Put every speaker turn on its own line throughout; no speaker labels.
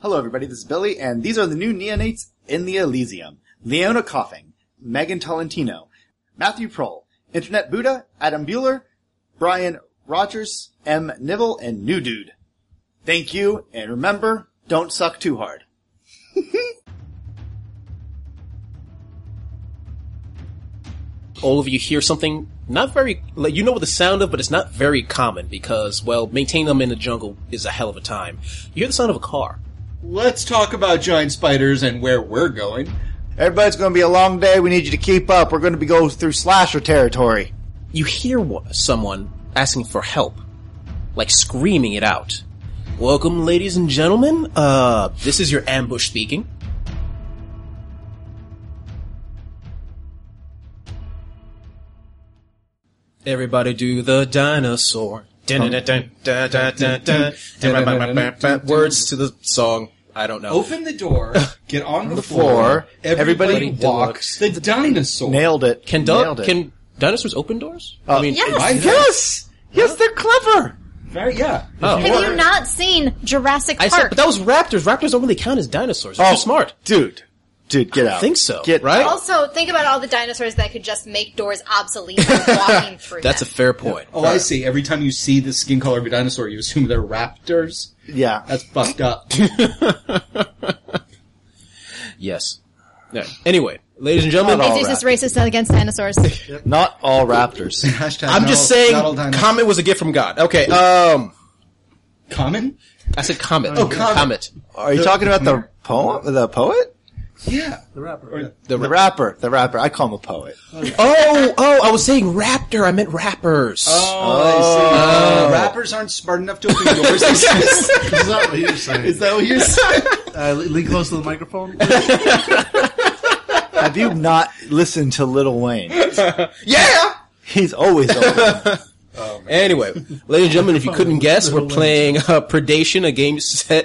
Hello, everybody. This is Billy, and these are the new neonates in the Elysium. Leona Coughing, Megan Tolentino, Matthew Prohl, Internet Buddha, Adam Bueller, Brian Rogers, M. Nibble, and New Dude. Thank you, and remember, don't suck too hard.
all of you hear something not very like you know what the sound of, but it's not very common because well, maintaining them in the jungle is a hell of a time. You hear the sound of a car.
Let's talk about giant spiders and where we're going.
Everybody, it's going to be a long day. We need you to keep up. We're going to be going through slasher territory.
You hear wa- someone asking for help, like screaming it out. Welcome, ladies and gentlemen. Uh, this is your ambush speaking. Everybody do the dinosaur. Words to the song. I don't know.
Open the door, get on the,
floor,
floor,
everybody
everybody,
deluxe.
walks the dinosaur.
Nailed it.
Can
Nailed
do-
it.
can dinosaurs open doors? I mean,
Yes.
I know.
Yes! Yes, they're clever!
Very, yeah.
Oh.
Have you not seen Jurassic
I
Park?
said, but that was raptors. Raptors don't really count as dinosaurs.
Oh.
They're too smart.
Dude. Dude, get out.
think so,
Get
right?
out.
also, think about all the dinosaurs that could just make doors obsolete by walking through.
That's a
them.
fair point.
Oh, I see. Every time you see the skin color of a dinosaur, you assume they're raptors.
Yeah.
That's fucked up.
Yes. Yeah. Anyway, ladies and gentlemen,
Not all
is this racist against dinosaurs?
Not all raptors.
Hashtag
I'm
not
just
all-
saying,
not all dinosaurs-
comment was a gift from God. Okay. Um,
common.
I said comment.
Oh, comment.
Are you talking about the poem? The poet?
Yeah,
rapper.
The
The
ra-
rapper. The rapper. I call him a poet.
oh, oh! I was saying raptor. I meant rappers.
Oh, I see. rappers aren't smart enough to open doors. Is
Is that what you're saying?
that what you're saying?
uh, lean close to the microphone.
Have you not listened to Little Wayne?
Yeah.
He's always open.
Anyway, ladies and gentlemen, if you couldn't guess, we're playing uh, Predation, a game set.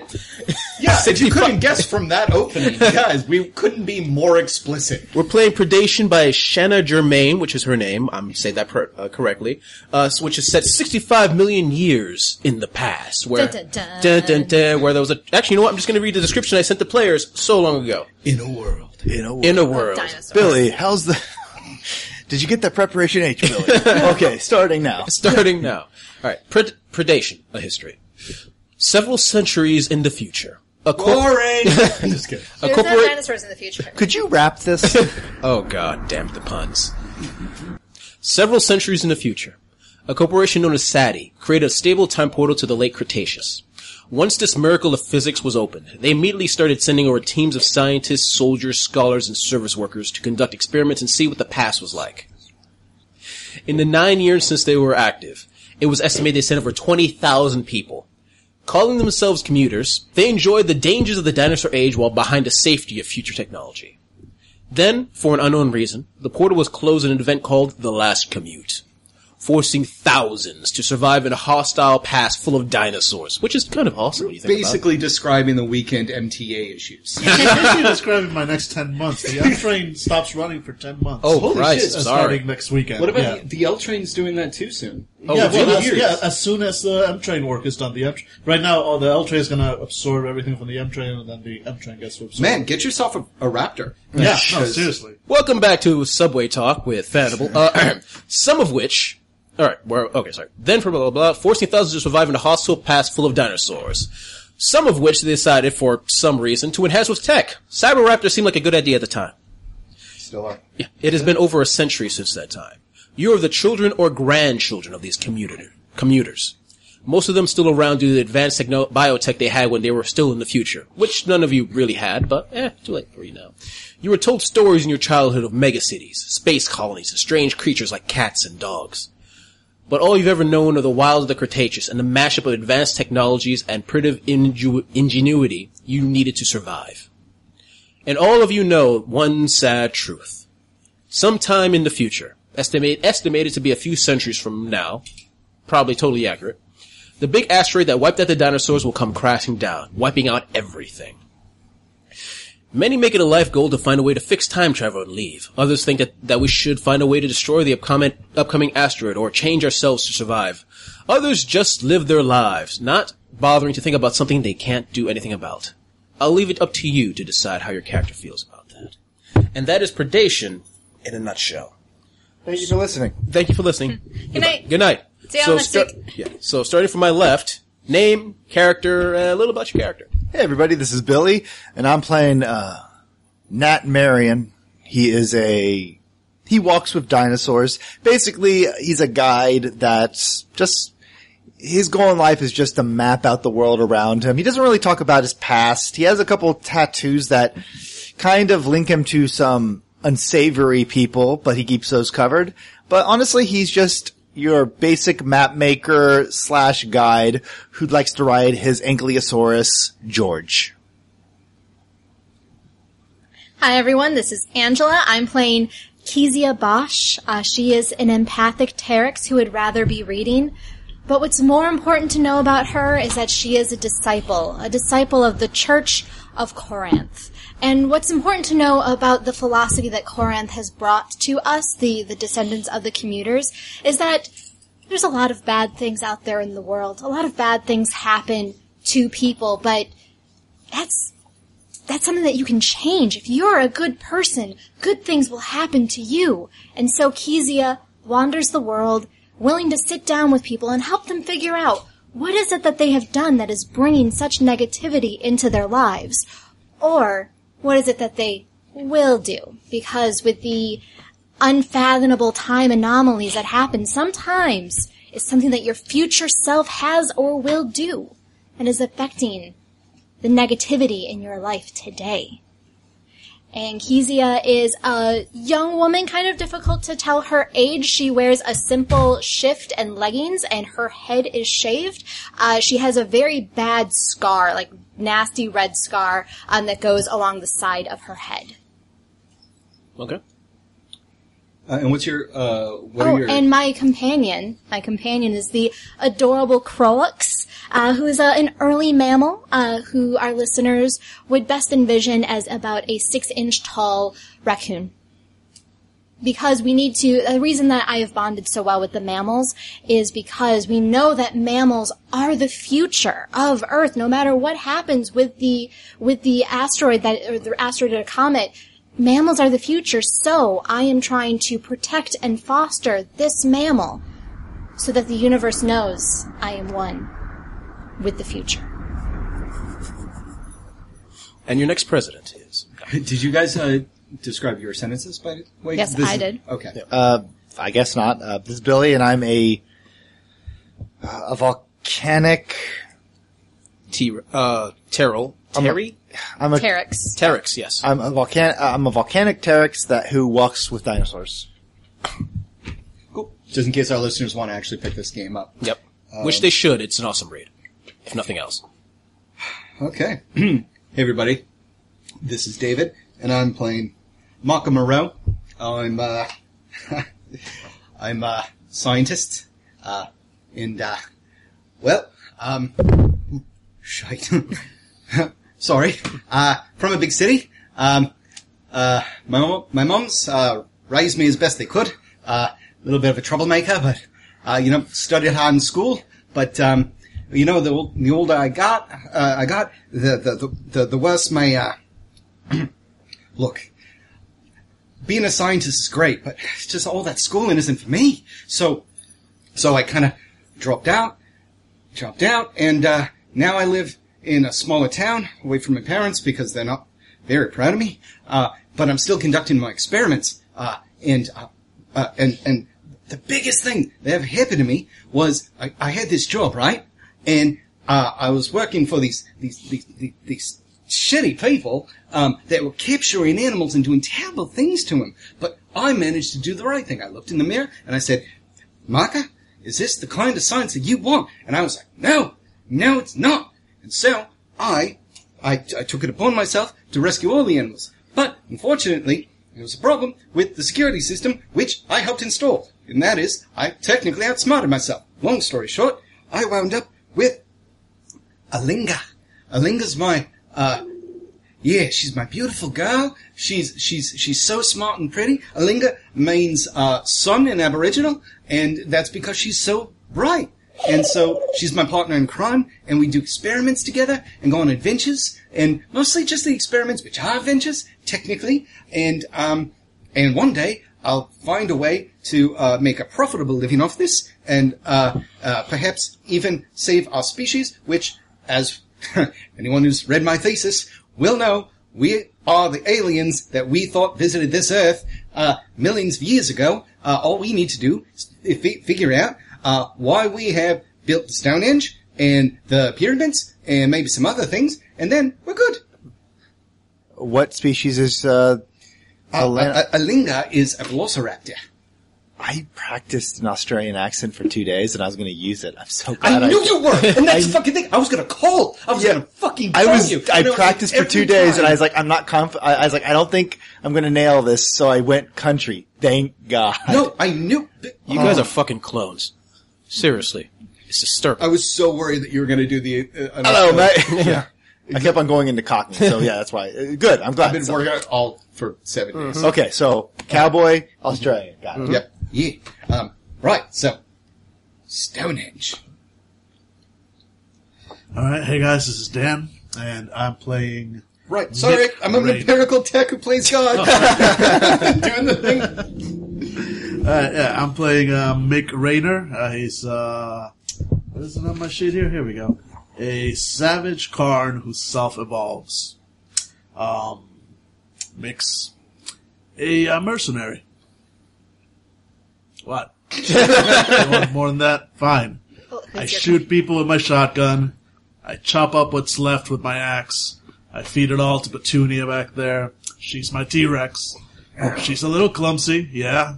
Yeah, if you
65.
couldn't guess from that opening, guys, we couldn't be more explicit.
We're playing Predation by Shanna Germain, which is her name. I'm saying that per- uh, correctly. Uh, so- which is set 65 million years in the past, where
Dun, dun, dun.
Dun, dun, dun, where there was a. Actually, you know what? I'm just going to read the description I sent the players so long ago.
In a world.
You know,
In a world,
Dinosaurs.
Billy, how's the? Did you get that preparation H, Billy? okay, starting now.
starting now. All right, Pred- Predation, a history. Several centuries in the future, a cor-
Boring! I'm just kidding.
a
There's no
corporate.
dinosaurs in the future.
Could you wrap this?
Oh god, damn the puns. Several centuries in the future, a corporation known as SATI created a stable time portal to the late Cretaceous. Once this miracle of physics was opened, they immediately started sending over teams of scientists, soldiers, scholars, and service workers to conduct experiments and see what the past was like. In the nine years since they were active, it was estimated they sent over 20,000 people. Calling themselves commuters, they enjoyed the dangers of the dinosaur age while behind the safety of future technology. Then, for an unknown reason, the portal was closed in an event called The Last Commute, forcing thousands to survive in a hostile past full of dinosaurs, which is kind of awesome when you think about
Basically describing the weekend MTA issues.
Basically describing my next ten months. The F train stops running for ten months.
it. Oh,
Holy
Christ,
shit,
Uh,
that's
sorry.
starting next weekend.
What about
yeah.
the, the L train's doing that too soon?
Oh,
yeah,
really?
well, as,
years.
yeah, as soon as the M train work is done, the M tra- right now all the L train is going to absorb everything from the M train, and then the M train gets to absorb.
Man, get yourself a, a raptor.
yeah, no,
Because-
seriously.
Welcome back to Subway Talk with Fanable. Uh, some of which, all right, we're, okay, sorry. Then for blah blah blah, forcing thousands to survive in a hostile past full of dinosaurs. Some of which they decided, for some reason, to enhance with tech. Cyberraptor seemed like a good idea at the time.
Still are.
It has been over a century since that time. You are the children or grandchildren of these commuter, commuters. Most of them still around due to the advanced techno- biotech they had when they were still in the future, which none of you really had, but eh, too late for you now. You were told stories in your childhood of megacities, space colonies, and strange creatures like cats and dogs. But all you've ever known are the wilds of the Cretaceous and the mashup of advanced technologies and primitive inju- ingenuity you needed to survive. And all of you know one sad truth. Sometime in the future, estimate, estimated to be a few centuries from now, probably totally accurate, the big asteroid that wiped out the dinosaurs will come crashing down, wiping out everything. Many make it a life goal to find a way to fix time travel and leave. Others think that, that we should find a way to destroy the upcoming, upcoming asteroid or change ourselves to survive. Others just live their lives, not bothering to think about something they can't do anything about. I'll leave it up to you to decide how your character feels about that. And that is predation in a nutshell.
Thank you for listening.
Thank you for listening.
Good night.
Good night.
See y'all next
start-
week.
Yeah. So starting from my left, name, character, uh, a little about your character.
Hey everybody, this is Billy, and I'm playing uh, Nat Marion. He is a he walks with dinosaurs. Basically, he's a guide that's just his goal in life is just to map out the world around him. He doesn't really talk about his past. He has a couple tattoos that kind of link him to some unsavory people, but he keeps those covered. But honestly, he's just your basic map maker slash guide who likes to ride his Ankylosaurus, George.
Hi, everyone. This is Angela. I'm playing Kezia Bosch. Uh, she is an empathic Terex who would rather be reading. But what's more important to know about her is that she is a disciple, a disciple of the Church of Corinth. And what's important to know about the philosophy that Corinth has brought to us, the, the descendants of the commuters, is that there's a lot of bad things out there in the world. A lot of bad things happen to people, but that's that's something that you can change. If you're a good person, good things will happen to you. And so Kezia wanders the world, willing to sit down with people and help them figure out what is it that they have done that is bringing such negativity into their lives? Or what is it that they will do? Because with the unfathomable time anomalies that happen, sometimes it's something that your future self has or will do and is affecting the negativity in your life today. And Kezia is a young woman, kind of difficult to tell her age. She wears a simple shift and leggings, and her head is shaved. Uh, she has a very bad scar, like nasty red scar, um, that goes along the side of her head.
Okay.
Uh, and what's your uh, what
oh,
are your
and my companion, my companion is the adorable Krolux, uh, who is uh, an early mammal uh, who our listeners would best envision as about a six-inch tall raccoon. Because we need to, the reason that I have bonded so well with the mammals is because we know that mammals are the future of Earth. No matter what happens with the with the asteroid that or the asteroid or comet, mammals are the future, so I am trying to protect and foster this mammal so that the universe knows I am one with the future.
And your next president is.
did you guys uh, describe your sentences by the way?
Yes,
This
I
is-
did.
Okay.
Uh, I guess not. Uh, this is Billy, and I'm a a volcanic.
T. Uh, Terrell.
I'm a-
Terry.
I'm a
Terex.
Terex. Yes.
am a volcan. Uh, I'm a volcanic Terex that who walks with dinosaurs.
Cool. Just in case our listeners want to actually pick this game up.
yep. Which they should. It's an awesome read, if nothing else.
Okay. hey everybody, this is David, and I'm playing Maka Moreau. I'm uh, I'm a scientist, uh, and uh, well, um, ooh, shite. Sorry, uh, from a big city. Um, uh, my mom, my mom's uh, raised me as best they could. A uh, little bit of a troublemaker, but uh, you know, studied hard in school. But um, you know, the old, the older I got, uh, I got the the the, the, the worse my uh, look. Being a scientist is great, but it's just all that schooling isn't for me. So, so I kind of dropped out, dropped out, and uh, now I live in a smaller town away from my parents because they're not very proud of me. Uh, but I'm still conducting my experiments, uh, and uh, uh, and and the biggest thing that ever happened to me was I, I had this job right, and uh, I was working for these these these, these, these shitty people um, that were capturing animals and doing terrible things to them. But I managed to do the right thing. I looked in the mirror and I said, Maka, is this the kind of science that you want? And I was like, no, no, it's not. And so I, I, I took it upon myself to rescue all the animals. But unfortunately, there was a problem with the security system which I helped install. And that is, I technically outsmarted myself. Long story short, I wound up with Alinga. Alinga's my, uh, yeah, she's my beautiful girl. She's she's she's so smart and pretty. Alinga means uh, sun in Aboriginal, and that's because she's so bright. And so she's my partner in crime, and we do experiments together and go on adventures. and mostly just the experiments which are adventures, technically, and um, and one day I'll find a way to uh, make a profitable living off this, and uh, uh, perhaps even save our species, which, as anyone who's read my thesis will know, we are the aliens that we thought visited this Earth uh, millions of years ago. Uh, all we need to do is fi- figure out uh, why we have built Stonehenge and the pyramids and maybe some other things, and then we're good.
What species is, uh,
Uh,
Elena-
a, a linga is a velociraptor.
I practiced an Australian accent for two days and I was going to use it. I'm so
I
glad
knew you were, and that's the fucking thing. I was gonna call. I was
Yeah.
gonna fucking.
I
call
was,
you.
I
You know,
practiced for
every
two days and I
time.
was like, I'm not conf, I, I was like, I don't think I'm going to nail this. So I went country. Thank God.
No, I knew. Oh.
You guys are fucking clones. Seriously. It's disturbing.
I was so worried that you were going to do the. Uh,
Hello, mate.
Yeah.
I kept on going into Cockney. So yeah, that's why. Uh, Good. I'm glad.
I've been
So-
working out all for 7 days.
okay. So cowboy, Australian. Got it.
Yep. Yeah. Um, right. So, Stonehenge.
All right, hey guys, this is Dan, and I'm playing.
Right. Sorry,
Nick
I'm an
Rain.
empirical tech who plays God. Doing the thing.
Uh, yeah, I'm playing uh, Mick Rayner. Uh, he's uh, what is it on my sheet here? Here we go. A savage Karn who self-evolves. Um, Mick's a uh, mercenary. What? You want more than that? Fine.
Oh,
I
it's your-
shoot people with my shotgun. I chop up what's left with my axe. I feed it all to Petunia back there. She's my T-Rex. She's a little clumsy, yeah.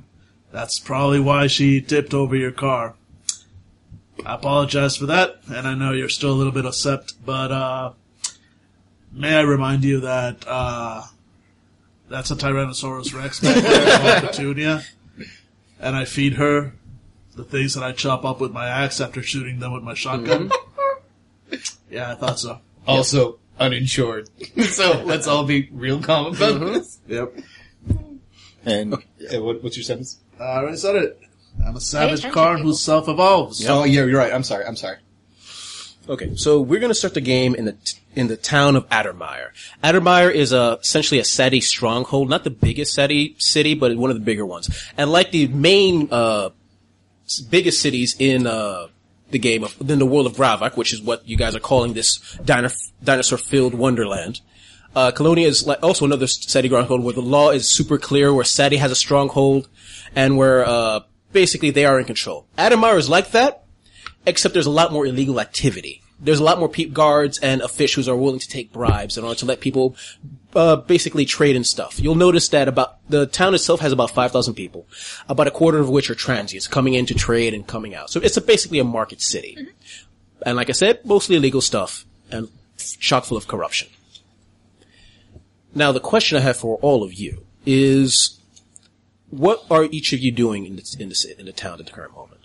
That's probably why she tipped over your car. I apologize for that, and I know you're still a little bit upset, but uh may I remind you that uh that's a Tyrannosaurus Rex back there called Petunia. And I feed her the things that I chop up with my axe after shooting them with my shotgun. yeah, I thought so.
Also uninsured. so let's all be real calm about this.
Yep.
And
what, what's your sentence?
Uh, I already said it. I'm a savage
attention,
Karn
people.
who self evolves.
Oh, yeah, you're right. I'm sorry. I'm sorry.
Okay, so we're going to start the game in the in the town of Addermeyer. Addermeyer is a, essentially a SETI stronghold, not the biggest SETI city, but one of the bigger ones. And like the main uh, s- biggest cities in uh, the game of in the world of Gravak, which is what you guys are calling this dino- dinosaur-filled wonderland. Uh, Colonia is like also another SETI stronghold where the law is super clear, where SETI has a stronghold, and where uh, basically they are in control. Addermeyer is like that, except there's a lot more illegal activity. There's a lot more peep guards and officials are willing to take bribes in order to let people uh, basically trade in stuff. You'll notice that about the town itself has about five thousand people, about a quarter of which are transients coming in to trade and coming out. So it's a, basically a market city, and like I said, mostly illegal stuff and chock full of corruption. Now the question I have for all of you is, what are each of you doing in the, in the, ci- in the town at the current moment?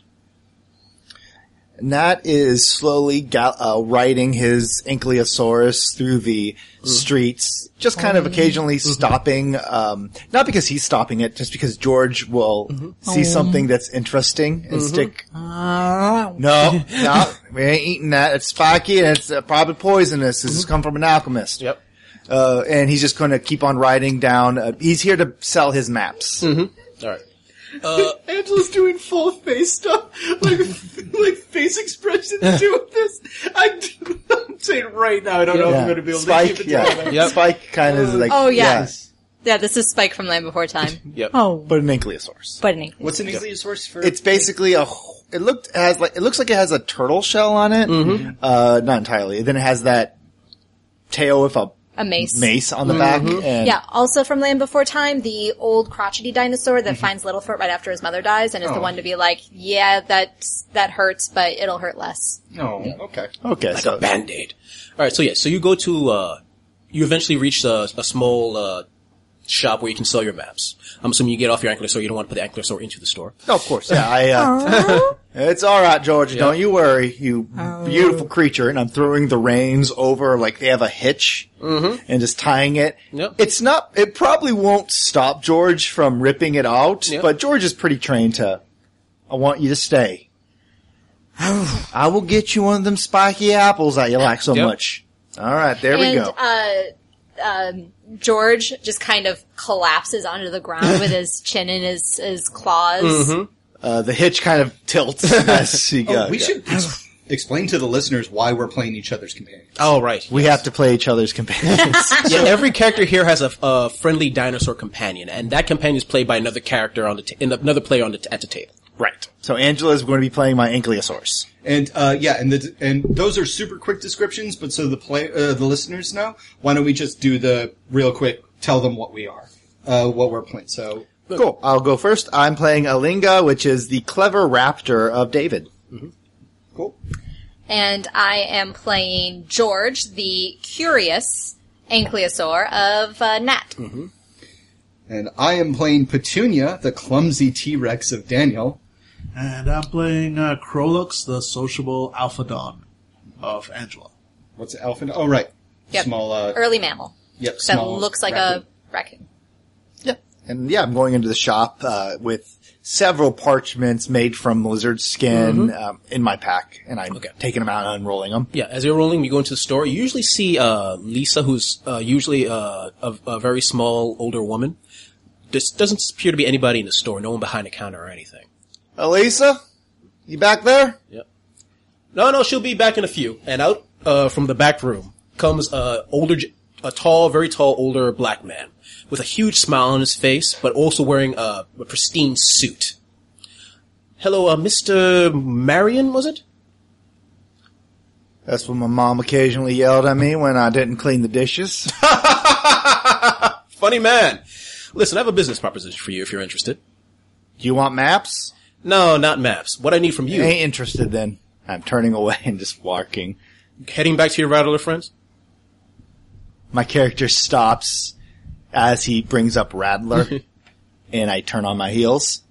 Nat is slowly ga- uh, riding his ankylosaurus through the
Mm-hmm.
streets, just kind of occasionally stopping. Um, not because he's stopping it, just because George will
Mm-hmm.
see
Oh.
something that's interesting and stick.
Ah.
no, no, we ain't eating that. It's spiky and it's uh, probably poisonous. This
Mm-hmm.
has come from an alchemist.
Yep.
Uh, and he's just going to keep on riding down. Uh, he's here to sell his maps.
Mm-hmm.
All right.
Uh, Angela's doing full face stuff, like like face expressions doing this. I, am saying right now, I don't know if I'm going to be able
Spike,
to keep it
yeah.
together.
Yep.
Spike kind of is like,
Oh, yeah.
yeah,
Yeah, this is Spike from Land Before Time.
Yep.
Oh,
but an ankylosaurus.
but an
What's an easy source for?
it's basically a wh- it looked it has like it looks like it has a turtle shell on it. Uh, not entirely. Then it has that tail with a
a mace.
mace on the back. And
Yeah, also from Land Before Time, the old crotchety dinosaur
Mm-hmm.
that finds Littlefoot right after his mother dies and is
Oh.
the one to be like, yeah, that, that hurts, but it'll hurt less.
no. Oh, Okay.
Okay. so
band aid. All right, so yeah, so you go to uh, you eventually reach a, a small uh, shop where you can sell your maps. I'm assuming you get off your ankylosaur. You don't want to put the ankylosaur into the store.
no, of course. Yeah. I. Uh, it's all right, George. Don't you worry, you beautiful creature. And I'm throwing the reins over like they have a hitch and just tying it.
Yep.
It's not. It probably won't stop George from ripping it out.
Yep.
But George is pretty trained to. I want you to stay. I will get you one of them spiky apples that you like so
Yep.
much. All right, there we
and
go.
Uh, um, George just kind of collapses onto the ground with his chin in his, his claws.
Mm-hmm.
Uh, the hitch kind of tilts as she
Oh,
goes.
we should ex- explain to the listeners why we're playing each other's companion.
Oh, right.
We have to play each other's companions.
Yeah, every character here has a, a friendly dinosaur companion, and that companion is played by another character on the t- another player on the t- at the table.
right. So Angela's going to be playing my Ankylosaurus.
And uh, yeah, and the and those are super quick descriptions, but so the play uh, the listeners know. Why don't we just do the real quick? Tell them what we are, uh, what we're playing. So
Cool. I'll go first. I'm playing Alinga, which is the clever raptor of David.
cool.
And I am playing George, the curious ankylosaur of uh, Nat.
Mm.
And I am playing Petunia, the clumsy T Rex of Daniel.
And I'm playing uh, Krolux, the sociable alphadon of Angela.
What's Alpha? Oh, right.
Yep.
Small. Uh,
Early mammal
yep.
that
small
looks like
rapid.
a raccoon.
Yeah. And yeah, I'm going into the shop uh, with several parchments made from lizard skin um, in my pack, and I'm
Mm-hmm. Okay.
taking them out and unrolling them.
Yeah, as you're rolling, you go into the store. You usually see uh, Lisa, who's uh, usually uh, a, a very small, older woman. There doesn't appear to be anybody in the store, no one behind the counter or anything.
Elisa, you back there?
No, no, she'll be back in a few. And out uh, from the back room comes a older, ge- a tall, very tall, older black man with a huge smile on his face, but also wearing a, a pristine suit. Hello, uh, Mister Marion, was it?
That's what my mom occasionally yelled at me when I didn't clean the dishes.
Funny man. Listen, I have a business proposition for you if you're interested.
Do you want maps?
No, not maps. What I need from you.
Ain't interested then. I'm turning away and just walking.
Heading back to your rattler friends.
My character stops as he brings up Rattler, and I turn on my heels.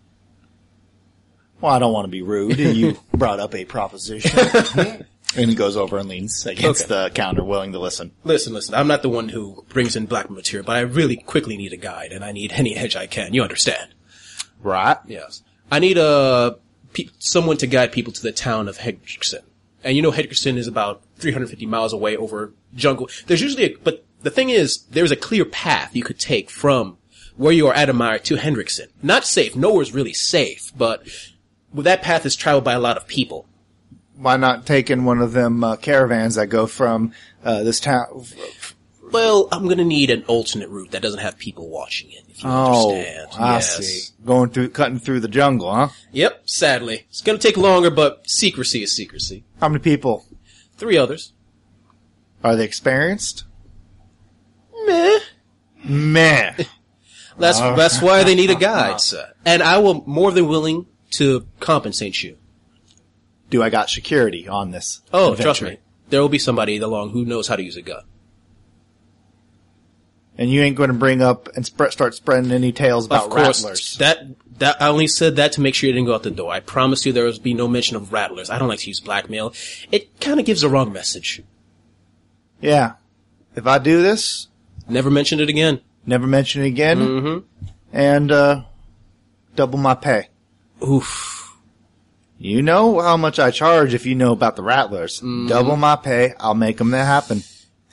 Well, I don't want to be rude, and you brought up a proposition. and he goes over and leans against the counter, willing to listen.
Listen, listen. I'm not the one who brings in black material, but I really quickly need a guide, and I need any edge I can. You understand?
Right?
Yes. I need a pe- someone to guide people to the town of Hedgerson. And you know Hedgerson is about 350 miles away over jungle. There's usually a, but the thing is, there's a clear path you could take from where you are at Admire to Hendrickson. Not safe. Nowhere's really safe, but that path is traveled by a lot of people.
Why not take in one of them uh, caravans that go from uh, this town?
Well, I'm gonna need an alternate route that doesn't have people watching it, if you
Oh,
understand.
I
Yes.
see. Going through, cutting through the jungle, huh?
Yep, sadly. It's gonna take longer, but secrecy is secrecy.
How many people?
Three others.
Are they experienced?
Meh.
Meh.
That's
Uh,
that's why they need a guide, sir. And I will more than willing to compensate you.
Do I got security on this?
Oh,
adventure?
trust me, there will be somebody along who knows how to use a gun.
And you ain't going to bring up and sp- start spreading any tales about
of course,
Uh, rattlers.
that that I only said that to make sure you didn't go out the door. I promise you, there will be no mention of rattlers. I don't like to use blackmail. It kind of gives the wrong message.
yeah. If I do this,
Never mention it again.
never mention it again, mm-hmm. and uh, double my pay.
Oof.
You know how much I charge if you know about the rattlers. Double my pay. I'll make them that happen.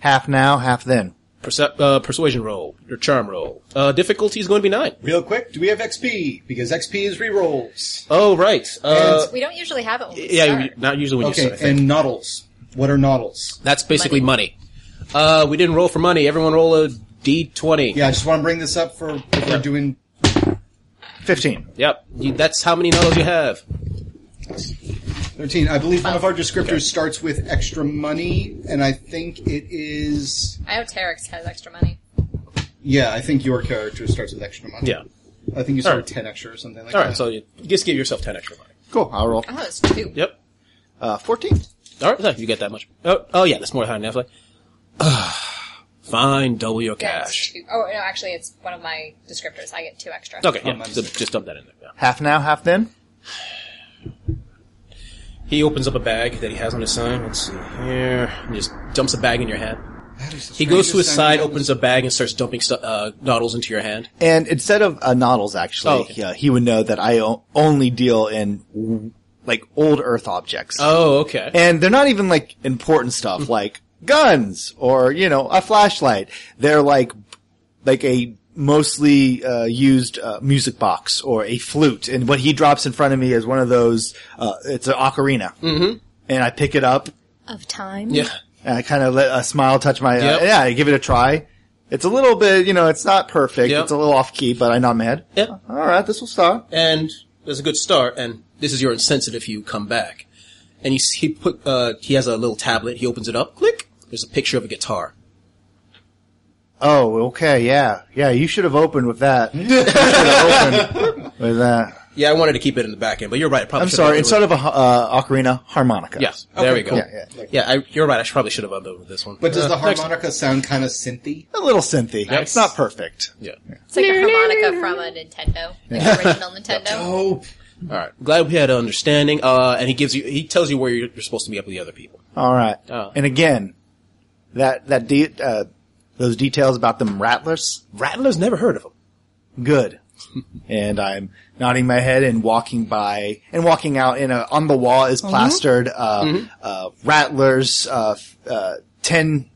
Half now, half then.
Percep- uh, persuasion roll, your charm roll. Uh, difficulty is going to be nine.
Real quick, do we have XP? Because XP is rerolls.
Oh, right. Uh,
We don't usually have it when we
yeah,
start.
you- not usually when you
Okay,
start. I think.
and noddles. What are noddles?
That's basically money. Uh, we didn't roll for money. Everyone roll a d20.
Yeah, I just want to bring this up for if we're doing.
Fifteen.
Yep. You, that's how many noodles you have.
13. I believe one of our descriptors starts with extra money, and I think it is.
I know Terex has extra money.
Yeah, I think your character starts with extra money.
Yeah.
I think you start
Alright.
with 10 extra or something like
All
that.
right. So you just give yourself 10 extra money.
Cool. I'll roll.
Oh, it's two.
Yep.
Uh, Fourteen.
All right. So you get that much. Oh, oh yeah. That's more than enough. Like, fine. Double your
Yeah, it's
cash.
two. Oh, no, actually, it's one of my descriptors. I get two extra.
Okay. Yeah.
mine's
So
there.
just dump that in there. Yeah.
Half now, half then.
He opens up a bag that he has on his side. Let's see here. He just dumps a bag in your hand. He goes to his side, opens a bag, and starts dumping stu- uh, noodles into your hand.
And instead of uh, noddles, actually,
Oh, okay.
uh, he would know that I o- only deal in w- like old Earth objects,
Oh, okay. Mm.
and they're not even like important stuff. like guns or, you know, a flashlight. They're like, like a mostly uh, used uh, music box or a flute. And what he drops in front of me is one of those, uh, it's an ocarina. Mm-hmm. And I pick it up
of time.
Yeah.
and I kind of let a smile touch my,
Yep.
uh, yeah, I give it a try. It's a little bit, you know, it's not perfect.
Yep.
It's a little off key, but I nod my head.
Yep.
All right, this will start.
and there's a good start. And this is your insensitive. You come back, and he s- he put uh, he has a little tablet. He opens it up. Click. There's a picture of a guitar.
Oh, okay, yeah, yeah. You should have opened with that. You should have opened with that.
Yeah, I wanted to keep it in the back end, but you're right. I probably
I'm
should
sorry.
have-
Instead of a ho- uh, ocarina, harmonica.
yes, there we go.
Yeah, yeah.
Yeah, I, you're right. I should- probably should have unbuilt with this one.
But does
Uh,
the
next-
harmonica sound kind of synthy?
A little synthy. It's not perfect.
Yeah.
It's like a harmonica from a Nintendo, like an original Nintendo.
Oh,
All right. Glad we had an understanding. Uh, and he gives you, he tells you where you're, you're supposed to meet up with the other people.
All right.
Oh.
And again, that that de- uh, those details about them rattlers,
Rattler's never heard of him.
good. and I'm nodding my head and walking by and walking out. In a on the wall is
Mm-hmm.
plastered uh, uh, rattlers, uh, f- uh, ten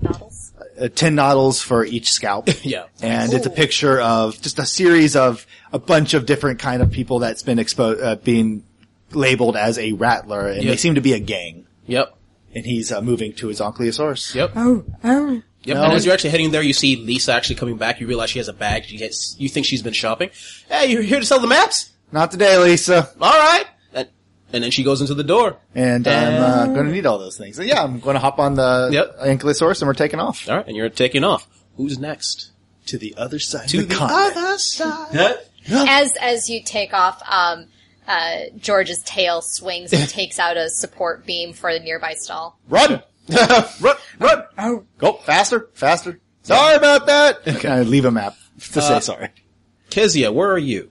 Novels.
uh, 10 noddles for each scalp.
Yeah.
And it's a picture of just a series of a bunch of different kind of people that's been exposed, uh, being labeled as a rattler, and
Yeah.
they seem to be a gang.
Yep.
And he's uh, moving to his ankylosaurus.
Yep.
Oh, oh.
Yep. And as you're actually heading there, you see Lisa actually coming back. You realize she has a bag. She gets, you think she's been shopping. Hey, you're here to sell the maps?
Not today, Lisa.
All right. And, and then she goes into the door.
And I'm uh, going to need all those things. And yeah, I'm going to hop on the
Yep.
ankylosaurus and we're taking off
All right. And you're taking off. Who's next?
to the other side.
To
of the, continent.
side.
As as you take off, um, uh, George's tail swings and takes out a support beam for the nearby stall.
Run! run! Run! Go faster, faster. Uh, Sorry about that. Okay, I leave a map to say sorry.
Kezia, where are you?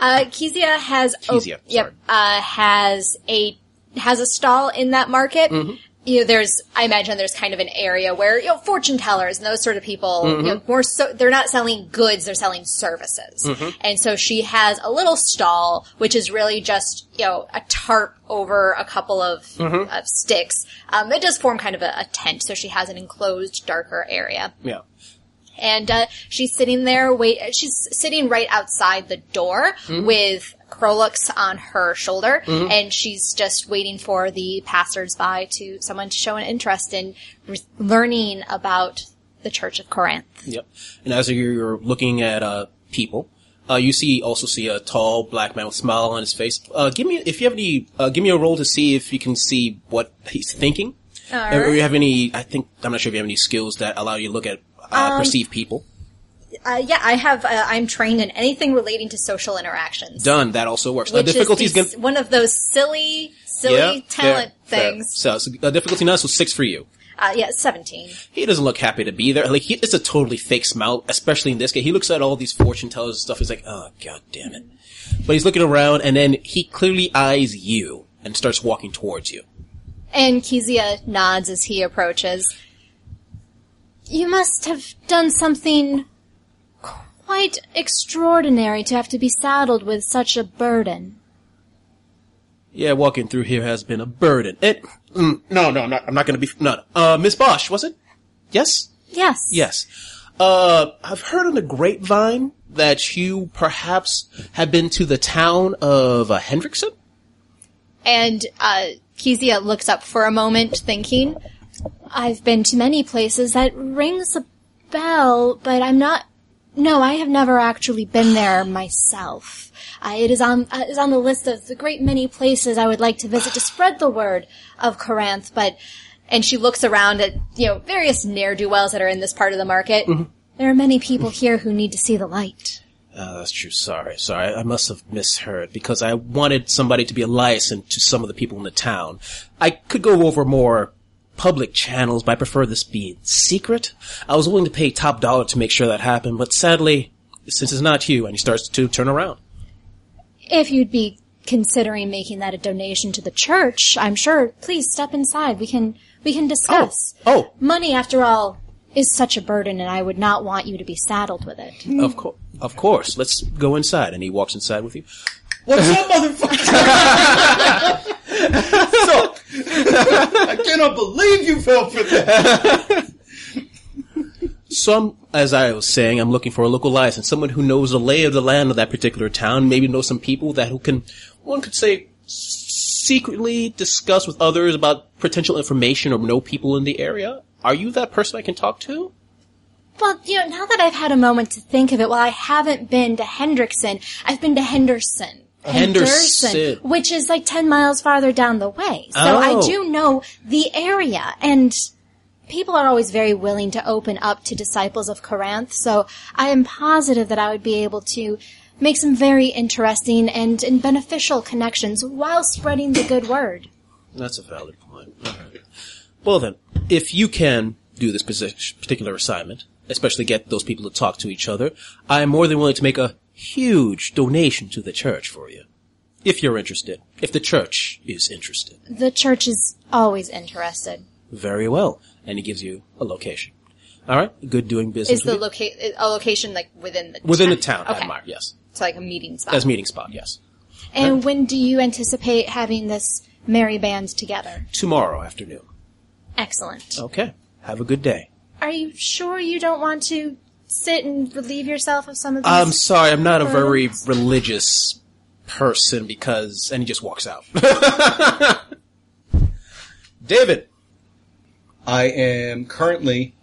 Uh, Kezia has
op- Kezia,
Yep.
sorry.
Uh, has a has a stall in that market.
Mm-hmm.
You know, there's I imagine there's kind of an area where you know fortune tellers and those sort of people
Mm-hmm.
you know, more so they're not selling goods, they're selling services.
Mm-hmm.
And so she has a little stall which is really just you know a tarp over a couple of,
Mm-hmm.
of sticks. Um, it does form kind of a, a tent, so she has an enclosed darker area
Yeah.
and uh, she's sitting there wait she's sitting right outside the door
Mm-hmm.
with Krolux on her shoulder and she's just waiting for the passersby to someone to show an interest in re- learning about the church of corinth
Yep. And as you're you're looking at uh, people, uh, you see also see a tall black man with a smile on his face. Uh, give me if you have any. Uh, give me a roll to see if you can see what he's thinking. Or, or you have any? I think I'm not sure if you have any skills that allow you to look at
Um,
uh, perceive people.
uh, yeah i have uh, i'm trained in anything relating to social interactions
Done. That also works. The
which
difficulty
is
is
the,
going.
s- one of those silly silly talent things
So, so uh, difficulty nine, so six for you.
uh, yeah 17
He doesn't look happy to be there. Like he, it's a totally fake smile, especially in this case. He looks at all these fortune tellers and stuff. He's like, "Oh god damn it!" But he's looking around, and then he clearly eyes you and starts walking towards you.
and kezia nods as he approaches
You must have done something quite extraordinary to have to be saddled with such a burden.
Yeah, walking through here has been a burden. It. Mm, no, no, I'm not. I'm not going to be. No, no. Uh, Miss Bosch, was it? Yes.
Yes.
Yes. Uh, I've heard on the grapevine that you perhaps have been to the town of uh, Hendrickson.
And uh, Kezia looks up for a moment, thinking.
I've been to many places that rings a bell, but I'm not. No, I have never actually been there myself. Uh, it is on uh, it is on the list of the great many places I would like to visit to spread the word of Corinth, but
And she looks around at, you know, various ne'er do wells that are in this part of the market.
there are many people here who need to see the light.
Uh, that's true. Sorry, sorry. I must have misheard because I wanted somebody to be a liaison to some of the people in the town. I could go over more public channels, but I prefer this be secret. I was willing to pay top dollar to make sure that happened, but sadly, since it's not you, and he starts to turn around.
If you'd be considering making that a donation to the church, I'm sure. Please step inside. We can we can discuss.
Oh,
Money, after all, is such a burden, and I would not want you to be saddled with it.
of course, of course. Let's go inside, and he walks inside with you.
what's up, motherfucker?
So,
I cannot believe you fell for that.
So I'm, as I was saying, I'm looking for a local license, someone who knows the lay of the land of that particular town, maybe knows some people that who can, one could say, secretly discuss with others about potential information or know people in the area. Are you that person I can talk to?
Well, you know, now that I've had a moment to think of it, while I haven't been to Hendrickson, I've been to Henderson.
Oh, Henderson.
Which is like 10 miles farther down the way. So
Oh.
I do know the area and people are always very willing to open up to disciples of Corinth. So I am positive that I would be able to make some very interesting and, and beneficial connections while spreading the good word.
That's a valid point. Alright. Well then, if you can do this posi- particular assignment, especially get those people to talk to each other, I am more than willing to make a huge donation to the church for you. If you're interested. If the church is interested.
The church is always interested.
Very well. And he gives you a location. Alright? Good doing business.
Is the
with you.
loca- a location like within the
Within
town?
the town,
Okay.
Admire, yes.
So like a meeting spot.
As meeting spot, yes.
And when do you anticipate having this merry band together?
Tomorrow afternoon.
Excellent.
Okay. Have a good day.
Are you sure you don't want to sit and relieve yourself of some of these?
I'm sorry, I'm not a very religious person because, and he just walks out. David,
I am currently,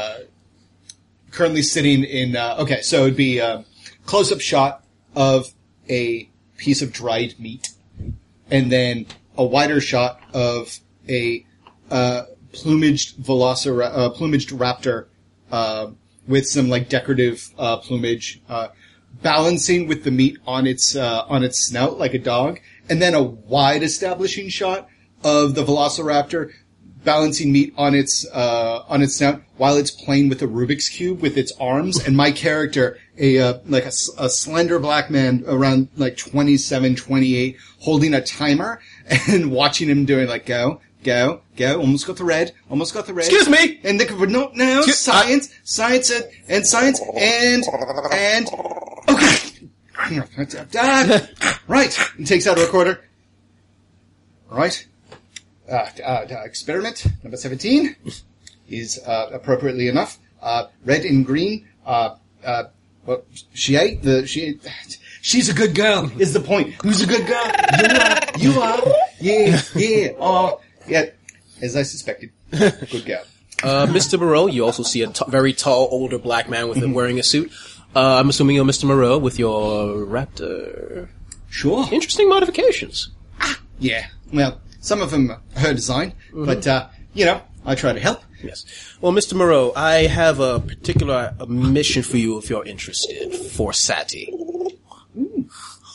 uh, currently sitting in. Uh, okay, so it'd be a close-up shot of a piece of dried meat, and then a wider shot of a uh, plumaged velocira- uh, plumaged raptor uh, with some like decorative uh, plumage, uh, balancing with the meat on its uh, on its snout like a dog, and then a wide establishing shot of the velociraptor balancing meat on its uh, on its snout while it's playing with a Rubik's cube with its arms, and my character, a uh, like a, s- a slender black man around like 27, 28, holding a timer and watching him doing like go. Go, go! Almost got the red. Almost got the red.
Excuse me!
And the no, no,
Excuse-
science, science, and, and science, and and okay. Ah, right, and takes out a recorder. All Right, uh, uh, experiment number seventeen is uh, appropriately enough uh, red and green. Uh, uh, well, she ate the she. She's a good girl. Is the point? Who's a good girl? You are. You are. Yeah. Yeah. Oh. Yeah. As I suspected. Good girl.
uh, Mr. Moreau, you also see a t- very tall, older black man with wearing a suit. Uh, I'm assuming you're Mr. Moreau with your raptor.
Sure.
Interesting modifications.
Yeah. Well, some of them are her design, but uh, you know, I try to help.
Yes. Well, Mr. Moreau, I have a particular uh, mission for you if you're interested for Sati.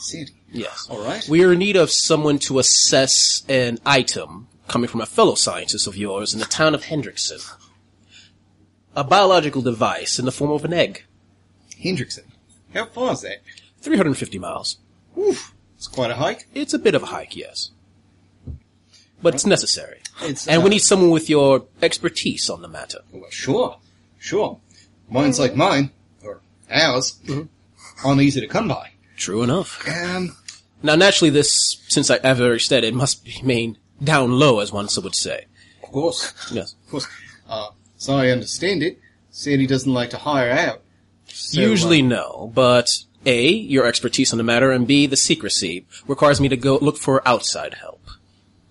See,
Yes.
All right.
We are in need of someone to assess an item coming from a fellow scientist of yours in the town of Hendrickson. A biological device in the form of an egg.
Hendrickson. How far is that?
350 miles.
Oof. It's quite a hike.
It's a bit of a hike, yes. But it's necessary.
It's,
and
uh,
we need someone with your expertise on the matter.
Well, sure, sure. Mine's like mine, or ours, aren't easy to come by.
True enough.
Um,
Now, naturally, this, since I, I've already said it, must remain down low, as one would say.
of course,
Yes.
of course. Uh, so I understand it. Said he doesn't like to hire out. So,
Usually
uh,
no, but A, your expertise on the matter, and B, the secrecy requires me to go look for outside help.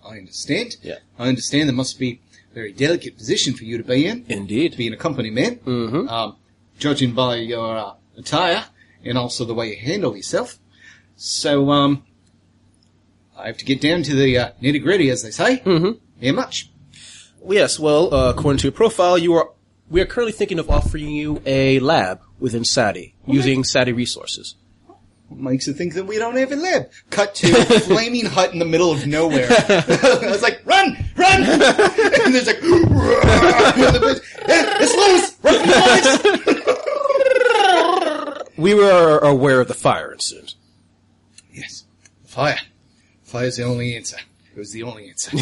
uh, I understand.
Yeah.
I understand. There must be a very delicate position for you to be in.
Indeed.
being a company man,
Mm-hmm.
um, judging by your uh, attire and also the way you handle yourself. So, um, I have to get down to the uh, nitty gritty, as they say. Mm-hmm. How much?
Yes, well, uh, according to your profile, you are, we are currently thinking of offering you a lab within SATI, using SATI resources.
What makes you think that we don't have a lab? Cut to a flaming hut in the middle of nowhere. I was like, run, run! and there's like, "Eh, it's loose! Run, boys!
We were aware of the fire incident.
Yes. Fire. Fire's the only answer. It was the only answer.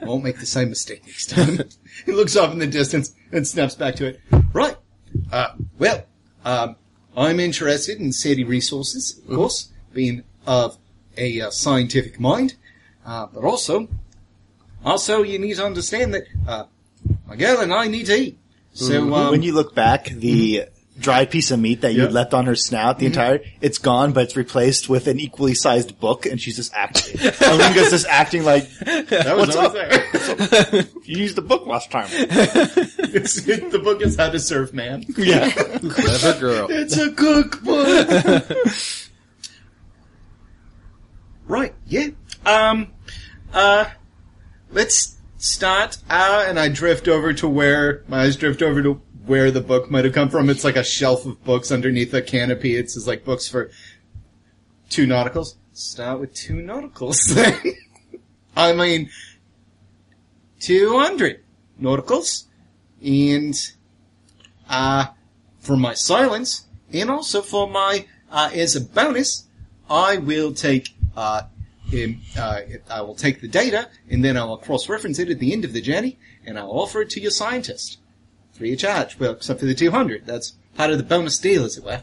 Won't make the same mistake next time. he looks off in the distance and snaps back to it. Right. Uh, well, um, I'm
Mm-hmm.
interested in city resources, of course, being of a uh, scientific mind. Uh, but also, also you need to understand that uh, my girl and I need to eat. So um,
Mm-hmm. when you look back, the dry piece of meat that you
Yeah.
had left on her snout, the entire, it's gone, but it's replaced with an equally sized book, and she's just acting. Alinga's just acting like,
that
what's
always
up?
there.
you used the book last time.
It's- the book is How to Serve Man.
Yeah.
Clever girl.
It's a cookbook. right. Yeah. Um. Uh. Let's start. Uh, and I drift over to where my eyes drift over to where the book might have come from. It's like a shelf of books underneath a canopy. It's just like books for two nauticals. Start with two nauticals. then. I mean, two hundred nauticals, and uh for my silence, and also for my, uh, as a bonus, I will take, uh, um, uh, I will take the data, and then I will cross-reference it at the end of the journey, and I'll offer it to your scientist. Free of charge. Well, except for the 200. That's part of the bonus deal, as it were.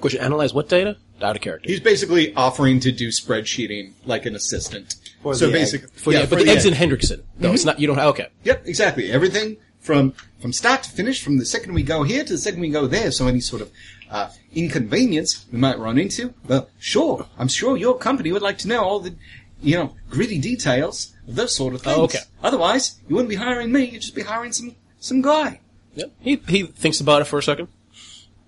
Question, analyze what data? Out of character.
He's basically offering to do spreadsheeting like an assistant.
For
so
the egg.
basically,
For the, but the, Mm-hmm. eggs in Hendrickson. No, it's not, you don't have, okay.
Yep, exactly. Everything from from start to finish, from the second we go here to the second we go there. So any sort of uh, inconvenience we might run into, well, sure, I'm sure your company would like to know all the, you know, gritty details of those sort of things.
Oh, okay.
Otherwise, you wouldn't be hiring me; you'd just be hiring some some guy.
Yep. He, he thinks about it for a second.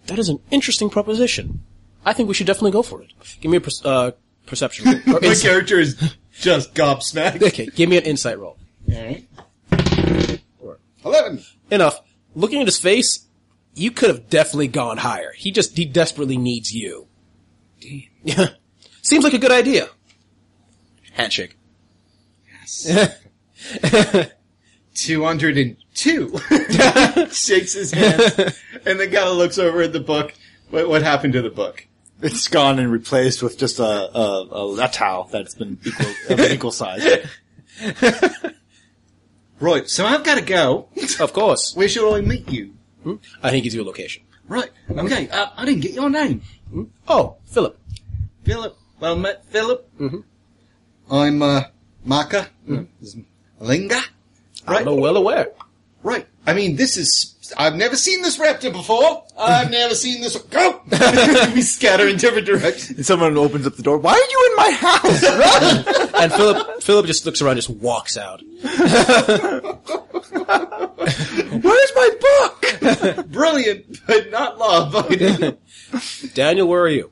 That is an interesting proposition. I think we should definitely go for it. Give me a per- uh, perception roll. Or
My
insight.
character is just gobsmacked.
Okay, give me an insight roll.
Eleven.
Enough. Looking at his face, you could have definitely gone higher. He just, he desperately needs you. Yeah. Seems like a good idea. Handshake.
Two hundred and two. Shakes his hand, and the guy looks over at the book. What, what happened to the book?
it's gone and replaced with just a, a, a latao that's been equal, of an equal size.
Right. So I've got to go.
Of course.
Where should I meet you?
I think he's your location.
Right. Okay. Uh, I didn't get your name.
Oh, Philip.
Philip. Well met, Philip. Mm-hmm. I'm uh, Maka. Linga. Right.
I'm well aware.
Right. I mean, this is. I've never seen this raptor before. I've never seen this. Go. we scatter in different directions.
And someone opens up the door, why are you in my house?
And Philip, Philip just looks around, just walks out.
Where's my book?
Brilliant, but not law-abiding.
Daniel, where are you?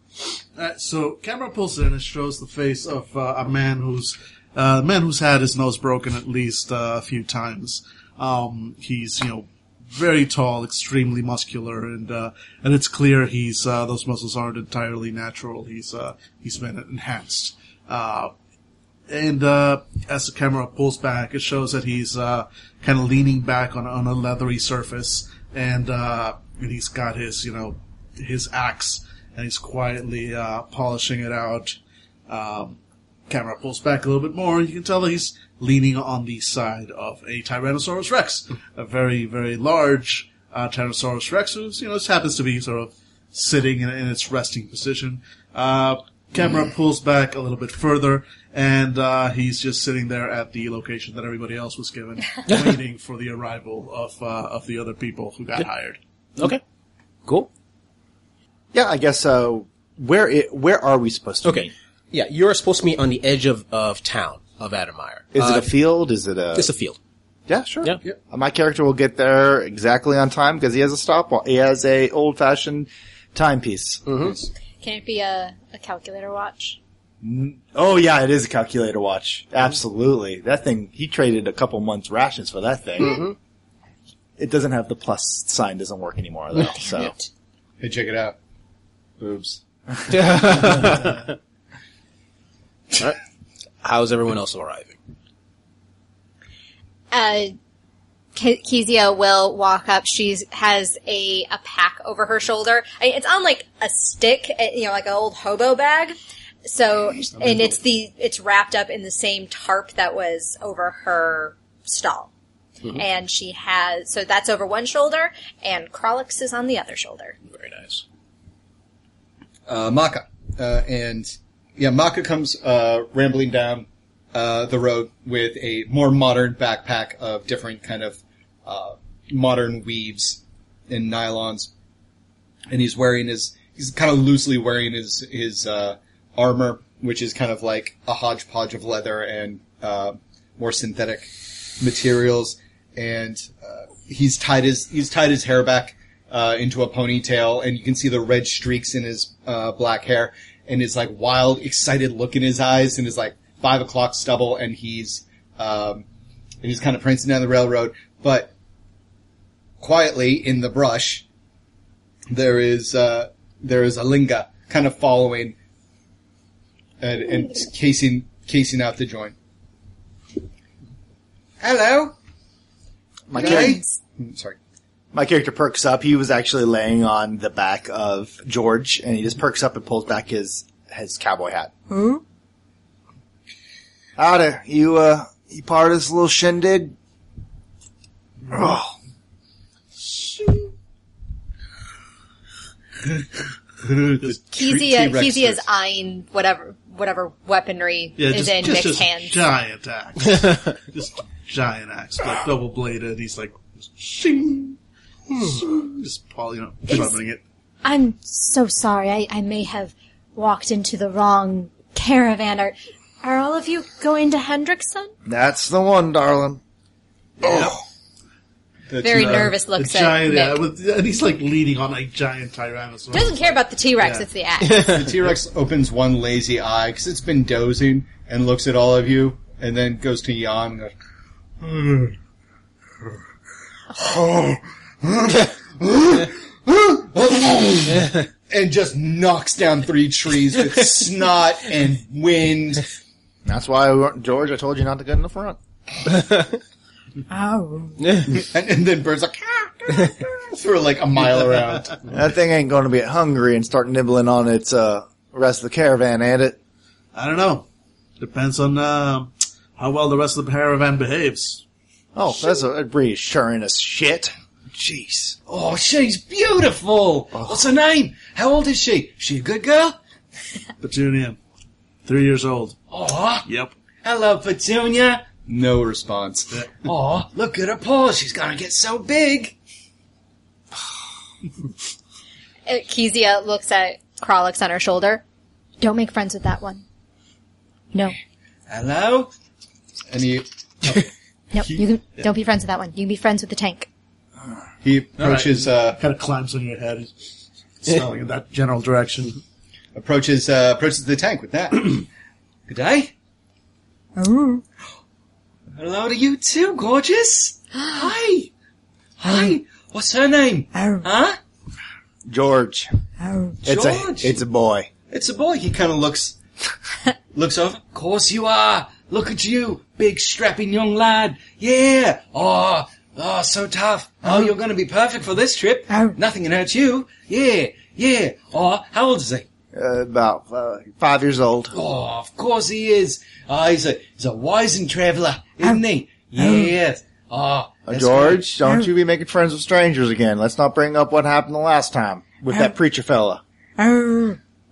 Uh, so camera pulls in and shows the face of uh, a man who's uh, a man who's had his nose broken at least uh, a few times. Um, he's you know very tall, extremely muscular, and uh, and it's clear he's uh, those muscles aren't entirely natural. He's uh, he's been enhanced. Uh, and uh, as the camera pulls back, it shows that he's uh, kind of leaning back on, on a leathery surface, and uh, and he's got his you know his axe, and he's quietly uh, polishing it out. Um, camera pulls back a little bit more, and you can tell that he's leaning on the side of a Tyrannosaurus Rex, a very very large uh, Tyrannosaurus Rex, who you know just happens to be sort of sitting in, in its resting position. Uh, camera pulls back a little bit further, and uh, he's just sitting there at the location that everybody else was given, waiting for the arrival of uh, of the other people who got hired.
Okay. Cool.
Yeah, I guess so. Where i where are we supposed to?
Okay. Yeah, you're supposed to be on the edge of, of town, of Adamire.
be? Is
Uh,
it a field? Is it a?
It's a field.
yeah, sure.
Yeah. Yep.
Uh, My character will get there exactly on time because he has a stopwatch. He has a old fashioned timepiece.
Can it be a, a calculator watch?
Oh yeah, it is a calculator watch. Absolutely, that thing. He traded a couple months rations for that thing. It doesn't have the plus sign. Doesn't work anymore though. so
hey, check it out. Boobs.
How's everyone else arriving?
Uh, Ke- Kezia will walk up. She has a, a pack over her shoulder. I, it's on like a stick, uh, you know, like an old hobo bag. So, and it's the, it's wrapped up in the same tarp that was over her stall.
Mm-hmm.
And she has, so that's over one shoulder and Krolix is on the other shoulder.
Very nice.
uh, Maka. Uh, and yeah, Maka comes uh, rambling down uh, the road with a more modern backpack of different kind of uh, modern weaves and nylons, and he's wearing his he's kind of loosely wearing his his uh, armor, which is kind of like a hodgepodge of leather and uh, more synthetic materials, and uh, he's tied his he's tied his hair back uh, into a ponytail, and you can see the red streaks in his uh, black hair, and his like wild, excited look in his eyes, and his like five o'clock stubble, and he's um, and he's kind of prancing down the railroad, but quietly in the brush, there is uh, there is a linga kind of following and, and casing casing out the joint. Hello,
My, char-
guys. Mm, Sorry.
my character perks up. He was actually laying on the back of George, and he just perks up and pulls back his his cowboy hat. Who? Ada, you uh, you part of this little shindig? Oh,
Kezia,
T-Rex
Kezia is
is-
eyeing whatever whatever weaponry
Yeah,
is
just,
in
just his
Vic's hands.
giant axe. just giant axe, like double bladed. He's like, shing, shing, just probably you know, shoving it.
I'm so sorry. I, I may have walked into the wrong caravan. Are, are all of you going to Hendrickson?
that's the one, darling.
The
Very
two-
nervous
uh, The
Oh. looks at
giant,
Vic.
yeah, with, and he's like leaning on a giant tyrannosaurus.
Doesn't care about the T Rex.
Yeah.
It's the axe.
The T Rex opens one lazy eye because it's been dozing and looks at all of you, and then goes to yawn. And goes, and just knocks down three trees with snot and wind.
That's why, we weren't- George, I told you not to get in the front.
And, and then Bird's like, for like a mile around.
That thing ain't going to get hungry and start nibbling on its uh, rest of the caravan, ain't it?
I don't know. Depends on uh, how well the rest of the caravan behaves.
Oh, that's a reassuring as shit. Jeez.
Oh, she's beautiful. What's her name? How old is she? She a good girl?
Petunia, three years old.
Aw,
Yep.
hello, Petunia. No response. Aw, look at her paws. She's gonna get so big.
Uh, Kezia looks at Krolix on her shoulder.
Don't make friends with that one. No.
Hello. And he
No, you can, don't be friends with that one. You can be friends with the tank.
he approaches uh,
Kind of climbs on your head, smelling in that general direction.
approaches uh, approaches the tank with that. good day. Hello to you too, gorgeous. Hi. Hi. What's her name? Huh?
George. It's
George.
a it's a boy.
It's a boy. He kind of looks, looks over. Of course you are. Look at you, big strapping young lad. Yeah. Oh, oh, so tough. Oh, you're going to be perfect for this trip. Nothing can hurt you. Yeah, yeah. Oh, how old is he?
Uh, about uh, five years old.
Oh, of course he is. Oh, he's a he's a wizened traveller, isn't he? Yes. Oh,
Uh,
that's
George, don't you be making friends with strangers again. Let's not bring up what happened the last time with that preacher fella.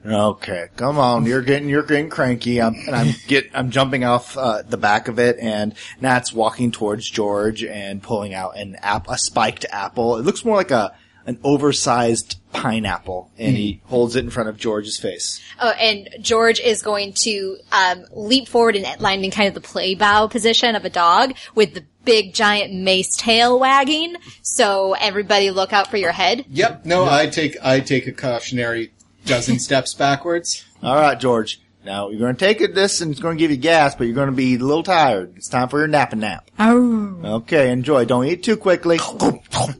Okay, come on. You're getting you're getting cranky. I'm, and I'm get I'm jumping off uh, the back of it, and Nat's walking towards George and pulling out an app a spiked apple. It looks more like a an oversized pineapple, and he holds it in front of George's face.
Oh, and George is going to um, leap forward and land in kind of the play bow position of a dog with the big giant mace tail wagging. So everybody look out for your head.
Yep. No, I take I take a cautionary dozen steps backwards.
All right, George. Now you're going to take it this, and it's going to give you gas, but you're going to be a little tired. It's time for your nap and nap.
Oh.
Okay, enjoy. Don't eat too quickly.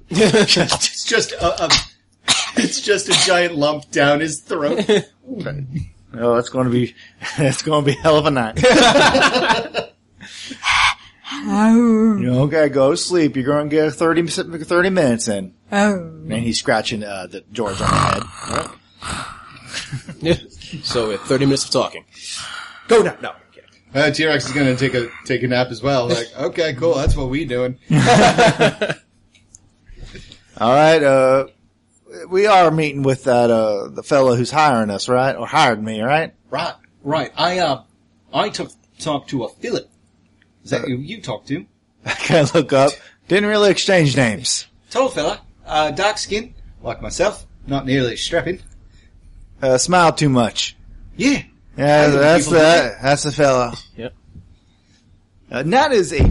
It's just a, a it's just a giant lump down his throat.
Oh, that's going to be that's going to be a hell of a night.
Oh.
You know, okay, go to sleep. You're going to get 30, mi- 30 minutes in.
Oh.
And he's scratching uh, the George on the head.
so we had 30 minutes of talking.
Go now. No.
Uh, T Rex is going to take a take a nap as well. Like, okay, cool. That's what we doing.
All right. Uh, we are meeting with that uh, the fellow who's hiring us, right? Or hired me, right?
Right, right. I uh, I took talk to a fillet. Is that who you talk to?
Okay, look up. Didn't really exchange names.
Tall fella, uh, dark skin, like myself, not nearly strapping.
Uh, smile too much.
Yeah,
Yeah,
How do
that's
people
the that's the fellow.
Yep.
Uh, Nat is a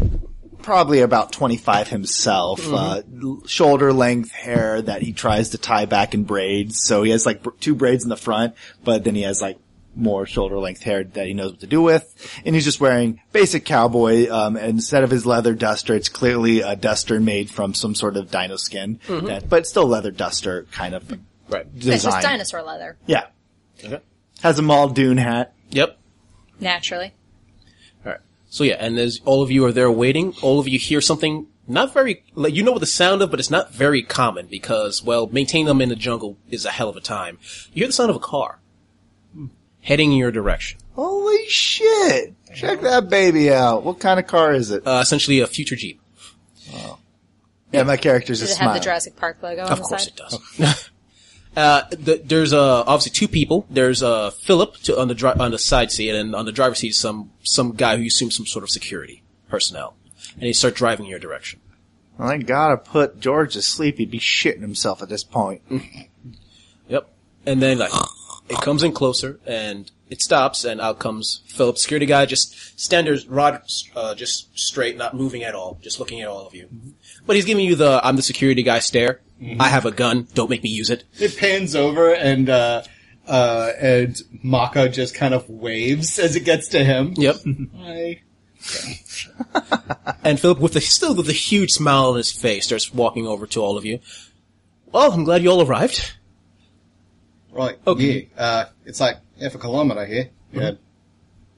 probably about twenty five himself.
Mm-hmm.
Uh, shoulder length hair that he tries to tie back in braids. So he has like br- two braids in the front, but then he has like more shoulder length hair that he knows what to do with. And he's just wearing basic cowboy. Um, instead of his leather duster, it's clearly a duster made from some sort of dino skin, that, but still leather duster kind of
Mm-hmm. Right.
It's just
design.
dinosaur leather,
Yeah,
Okay.
has a Muldoon hat.
Yep.
naturally.
All right. So yeah, and as all of you are there waiting, all of you hear something not very like you know what the sound of, but it's not very common because well, maintaining them in the jungle is a hell of a time. You hear the sound of a car heading in your direction.
Holy shit! Check that baby out. What kind of car is it?
Uh, essentially, a future jeep.
yeah, my character's
Does
just
it have the
smiling.
Jurassic Park logo on
Of
the
course,
side?
it does. Uh, th- there's uh, obviously two people. There's uh, Philip to, on the dri- on the side seat, and on the driver's seat, is some some guy who you assume some sort of security personnel, and he starts driving in your direction.
well, I gotta put George to sleep. He'd be shitting himself at this point.
Yep. And then like it comes in closer and it stops and out comes Philip, security guy, just standard rod, uh, just straight, not moving at all, just looking at all of you. But he's giving you the "I'm the security guy" stare. I have a gun. Don't make me use it.
it pans over and uh, uh, and Maka just kind of waves as it gets to him.
Yep.
Hi.
and Philip, with the still with a huge smile on his face, starts walking over to all of you. Well, I'm glad you all arrived.
Right.
Okay.
Yeah. Uh, it's like half a kilometer here. Yeah.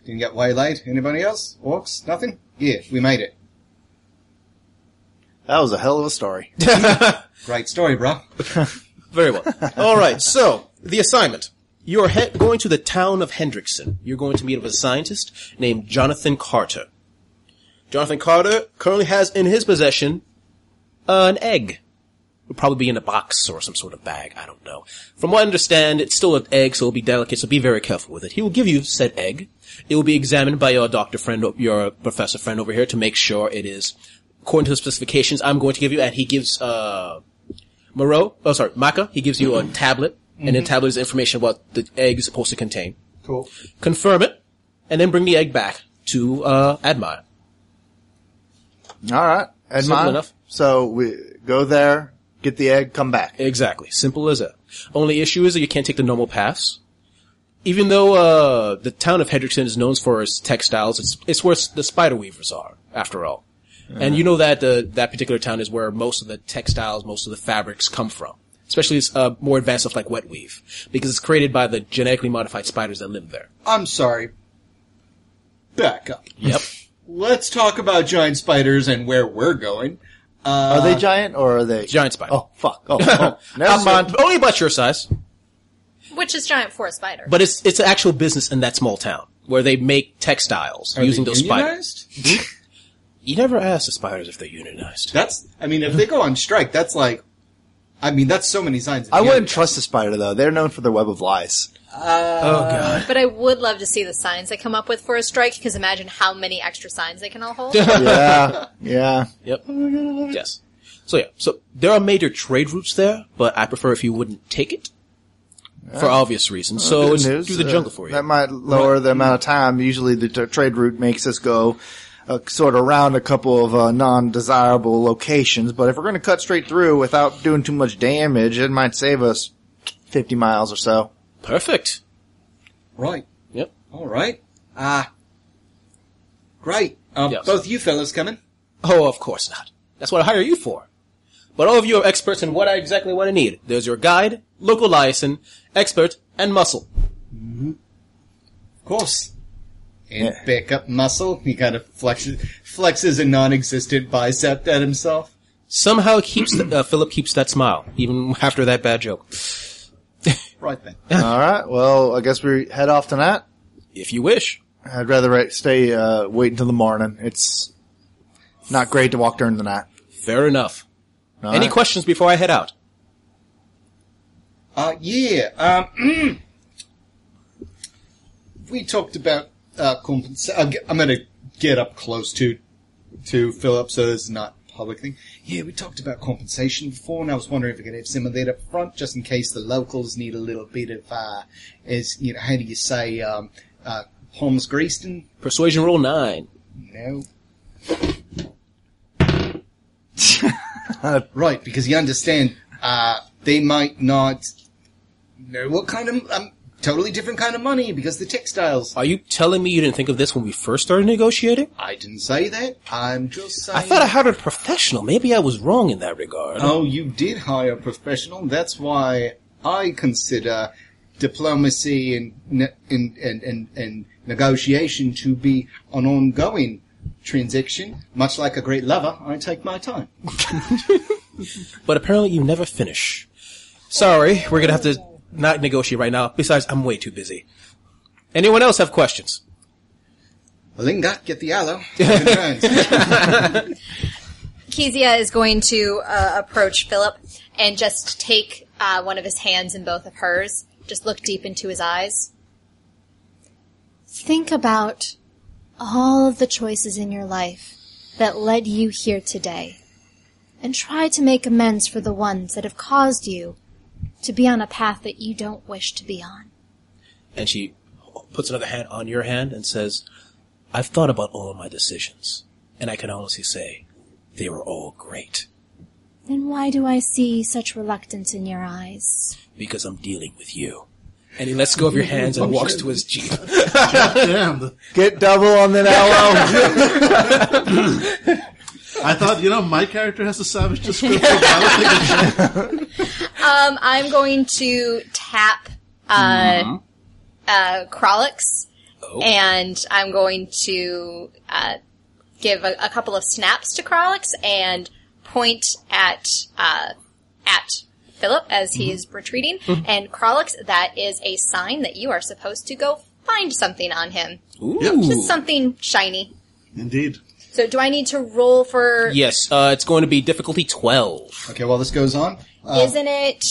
Didn't get waylaid. Anybody else? Orcs? Nothing? Yeah, we made it.
That was a hell of a story.
Great story, bruh.
Very well. All right. So the assignment. You're he- going to the town of Hendrickson. You're going to meet with a scientist named Jonathan Carter. Jonathan Carter currently has in his possession an egg. It'll probably be in a box or some sort of bag. I don't know. From what I understand, it's still an egg, so it'll be delicate. So be very careful with it. He will give you said egg. It will be examined by your doctor friend, o- your professor friend over here, to make sure it is according to the specifications I'm going to give you. And he gives uh Moreau, oh sorry, Maka, he gives you a tablet, and in tablet is information about what the egg is supposed to contain.
Cool.
Confirm it, and then bring the egg back to uh, Admire.
All right, and
Simple
mine?
enough.
So we go there, get the egg, come back.
Exactly, simple as that. Only issue is that you can't take the normal paths. Even though uh, the town of Hedrickson is known for its textiles, it's, it's where s- the spider weavers are, after all. And you know that uh, that particular town is where most of the textiles, most of the fabrics come from. Especially it's, uh, more advanced stuff like wet weave, because it's created by the genetically modified spiders that live there.
I'm sorry. Back up.
Yep.
Let's talk about giant spiders and where we're going.
Are they giant or are they
Uh, Giant spider.
Oh fuck! Oh, oh. never mind.
But Only about your size,
Which is giant for a spider.
but it's it's an actual business in that small town where they make textiles
Are
using
they
those spiders.
unionized?
You never ask the spiders if they're unionized.
That's, I mean, if they go on strike, that's like, I mean, that's so many signs. of
I wouldn't
unionized.
trust the spider though. They're known for their web of lies.
oh god.
But I would love to see the signs they come up with for a strike, because imagine how many extra signs they can all hold.
Yeah, yeah.
Yep. yes. So yeah. So there are major trade routes there, but I prefer if you wouldn't take it for obvious reasons. so
Good
it's
news.
through the
Uh,
jungle for you.
That might lower the amount of time. Usually, the t- trade route makes us go uh, sort of around a couple of uh, non-desirable locations. But if we're going to cut straight through without doing too much damage, it might save us fifty miles or so.
Perfect.
Right.
Yep.
All right. Ah. great. Uh,
Yes.
Both you fellas coming?
Oh, of course not. That's what I hire you for. But all of you are experts in what I exactly what I need. There's your guide, local liaison, expert, and muscle.
Of course. And
Yeah.
back up muscle. He kind of flexes, flexes a non-existent bicep at himself.
somehow keeps the, uh, Philip keeps that smile even after that bad joke.
Right then.
All right. Well, I guess we head off tonight.
If you wish,
I'd rather ra- stay uh, wait until the morning. It's not great to walk during the night.
fair enough.
All
Any
right.
questions before I head out?
Uh, yeah. Um, we talked about uh, compensa- I'm, g- I'm going to get up close to to Philip, so this is not a public thing. Yeah, we talked about compensation before, and I was wondering if we could have some of that up front, just in case the locals need a little bit of, uh, is you know, how do you say, um, uh, palms greased and
Persuasion roll nine.
no. right, because you understand, uh, they might not know what kind of um, totally different kind of money because the textiles.
Are you telling me you didn't think of this when we first started negotiating?
I didn't say that. I'm just saying.
I thought I hired a professional. Maybe I was wrong in that regard.
oh, you did hire a professional. That's why I consider diplomacy and ne- and and and, and negotiation to be an ongoing transaction, much like a great lover. I take my time.
But apparently you never finish. Sorry, we're gonna have to not negotiate right now. Besides, I'm way too busy. Anyone else have questions?
Linga, get the aloe. Turns.
Kezia is going to uh, approach Philip and just take uh, one of his hands in both of hers. Just look deep into his eyes.
Think about all of the choices in your life that led you here today. And try to make amends for the ones that have caused you to be on a path that you don't wish to be on.
And she puts another hand on your hand and says, I've thought about all of my decisions, and I can honestly say they were all great
Then why do I see such reluctance in your eyes?
because I'm dealing with you. And he lets go of your hands and walks to his jeep.
Damn. the-
Get double on that aloe.
I thought, you know, my character has a savage description. but I don't think it's-
Um, I'm going to tap uh, uh, Krolix, and I'm going to uh, give a, a couple of snaps to Krolix and point at uh, at Philip as he is retreating. And Krolix, that is a sign that you are supposed to go find something on him,
Ooh.
just something shiny.
Indeed.
So, do I need to roll for?
Yes, uh, it's going to be difficulty 12.
okay, while this goes on, uh,
Isn't it?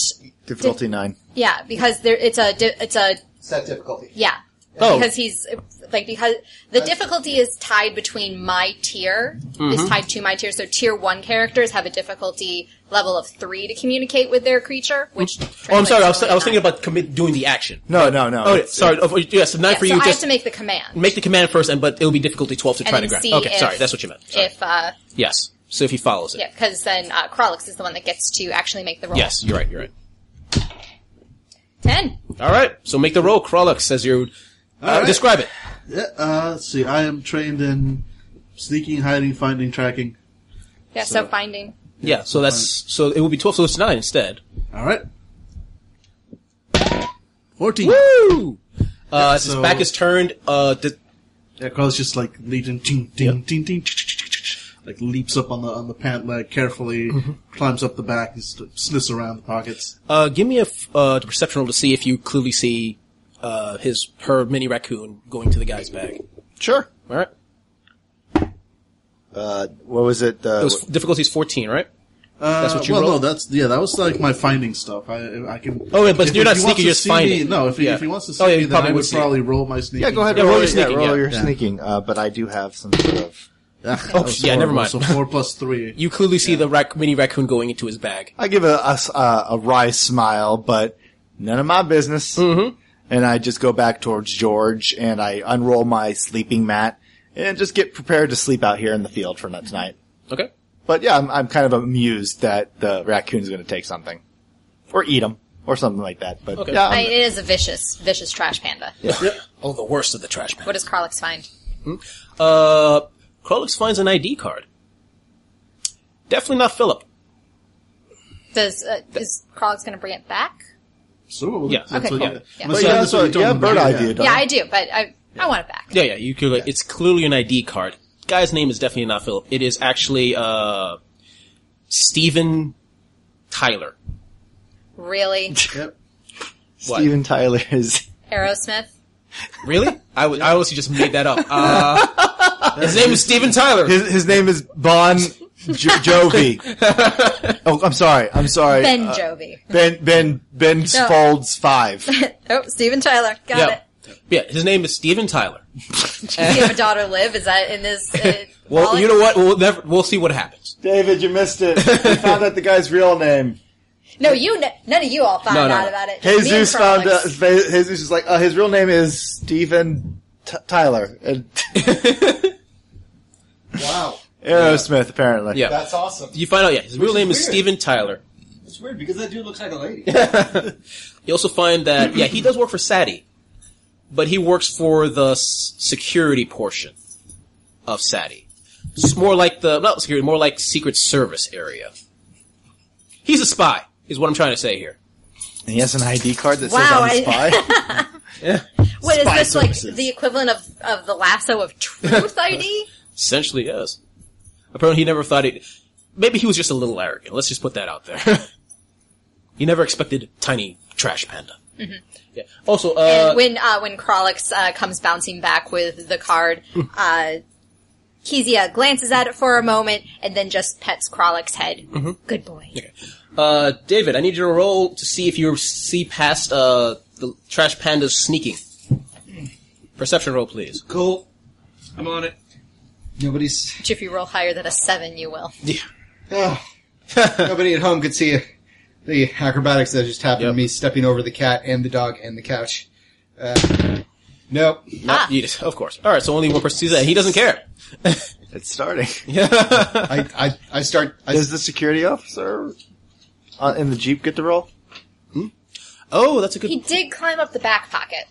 Difficulty nine.
Yeah, because there it's a di- it's a
set difficulty.
Yeah.
Oh.
Because he's like because the difficulty is tied between my tier
Mm-hmm.
is tied to my tier. So tier one characters have a difficulty level of three to communicate with their creature, which
Oh, I'm sorry, I
translates
was,
to
I was
nine.
thinking about commit, doing the action.
No, no, no.
Oh,
It's-
sorry. Oh, yeah, so nine
uh, yeah,
for you.
so I have
Just
to make the command.
make the command first, and but it'll be difficulty 12 to
and
try to
then
grab.
see
Okay,
if-
sorry, that's what you meant. Sorry.
if uh
Yes. So if he follows it.
yeah, because then uh Krolix is the one that gets to actually make the roll.
Yes, you're right, you're right.
Ten.
All right, so make the roll, Krolux, as you uh,
right.
describe it.
Yeah, uh, let's see. I am trained in sneaking, hiding, finding, tracking.
Yeah, so, finding.
Yeah, so that's so it will be twelve, so it's nine instead.
All right. 14.
Woo! Uh, as his
So-
back is turned, uh, the,
Yeah, Carl's just like leaping, ting, ting, ting, ting, like leaps up on the on the pant leg carefully, climbs up the back, and st- sniffs around the pockets.
uh, give me a f- uh, the perception roll to see if you clearly see uh, his her mini raccoon going to the guy's bag.
Sure.
All right,
Uh, what was it? Uh,
it was difficulty's fourteen, right?
Uh,
That's what you
well,
rolled?
no, that's yeah, that was like my finding stuff. I I can.
Oh, yeah, but
if-
you're
if
not
he wants
sneaking,
to
you're just
see me-
finding.
No, if he,
Yeah.
if he wants to see
Oh, yeah,
me,
you
then
probably
I
would
would
see it.
probably roll my sneaking.
yeah, go ahead.
Yeah, roll
roll
your
yeah,
sneaking,
roll
yeah.
your
Yeah.
sneaking. Uh, but I do have some sort of.
oh,
yeah, never mind.
So four plus three.
You clearly see the rac- mini raccoon going into his bag.
I give a a s- uh, a wry smile, but none of my business. Mm-hmm. And I just go back towards George, and I unroll my sleeping mat, and just get prepared to sleep out here in the field for not tonight.
Okay.
But yeah, I'm, I'm kind of amused that the raccoon's going to take something, or eat him, or something like that. But
Okay.
yeah,
I,
I'm-
it is a vicious, vicious trash panda.
Oh, the worst of the trash
What
bag.
does Krolix find?
Uh, Krolux finds an ID card. Definitely not Philip.
Does uh, is Krolix going to bring it back?
So
Yeah.
that's
Okay,
what-
cool.
yeah.
Yeah.
Unless
But yeah,
I-
that's
what
what,
you told
yeah,
me,
bird
yeah.
idea. don't
Yeah,
I?
I do, but I I want it back.
Yeah, yeah, you could. It's clearly an ID card. Guy's name is definitely not Philip. It is actually uh, Stephen Tyler.
Really,
Yep.
What?
Steven Tyler is.
Aerosmith?
Really? I would. I honestly just made that up. Uh, his name is Stephen Tyler.
His, his name is Bon jo- Jovi. oh, I'm sorry. I'm sorry.
Ben
Uh,
Jovi.
ben Ben Ben
No.
Folds five.
Oh, Steven Tyler. Got
yeah.
it.
Yeah, his name is Steven Tyler.
Do you have a daughter live? Is that in this? Uh,
Well,
wallet?
you know what? We'll never, we'll see what happens.
David, you missed it. We found out the guy's real name.
No, you. kn- None of you all found
No, no,
out
no.
about it. Just me and
Jesus found
Frolics.
out. Jesus is like, uh, his real name is Stephen T- Tyler. And
Wow.
Aerosmith, apparently.
Yeah.
That's awesome.
You find out, yeah, his real
is
name is
weird.
Steven Tyler.
It's weird because that dude looks like a lady.
You also find that, yeah, he does work for SATI, but he works for the s- security portion of SATI. It's more like the, not security, more like Secret Service area. He's a spy, is what I'm trying to say here.
And he has an ID card that
Wow,
says I'm a spy.
What is
Spy
this
services.
like the equivalent of, of the lasso of truth ID?
Essentially, yes. Apparently, he never thought it. Maybe he was just a little arrogant. Let's just put that out there. he never expected tiny trash panda. Yeah. Also, uh,
Mm-hmm. and when uh, when Krolix uh, comes bouncing back with the card, uh, Kezia glances at it for a moment and then just pets Krolix's head. Good boy.
uh, David, I need you to roll to see if you see past uh, the trash panda's sneaking. Perception roll, please.
Cool. I'm on it. Nobody's.
Which, if you roll higher than a seven, you will.
Oh, nobody at home could see the acrobatics that just happened
Yep.
me stepping over the cat and the dog and the couch. Uh, no.
Ah.
Not- you- of course. All right, so only one person sees that. He doesn't care.
it's starting.
I, I, I start. I,
Does the security officer uh, in the Jeep get to roll?
Oh, that's a good.
He did climb up the back pocket.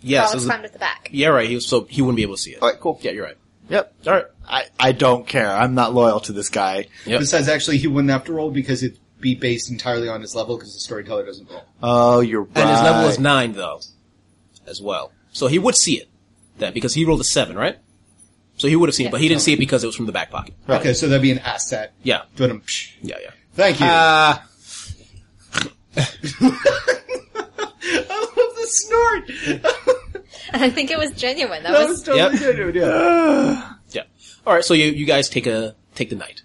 yes.
Krolix
it was a-
climbed up the back.
yeah, right. He was, so he wouldn't be able to see it.
All right, cool.
Yeah, you're right.
Yep.
All right.
I, I don't care. I'm not loyal to this guy.
Yep.
besides, actually, he wouldn't have to roll because it'd be based entirely on his level because the storyteller doesn't roll.
Oh, you're right.
And his level is nine, though, as well. So he would see it then because he rolled a seven, right? So he would have seen it, but he didn't see it because it was from the back pocket.
Right.
Okay, so that'd be an asset.
Yeah,
But, um, psh.
yeah, yeah.
Thank you.
Uh,
I love the snort.
And I think it was genuine. That,
That
was
was totally
Yep.
genuine, yeah.
Yeah. All right. So you you guys take a take the night.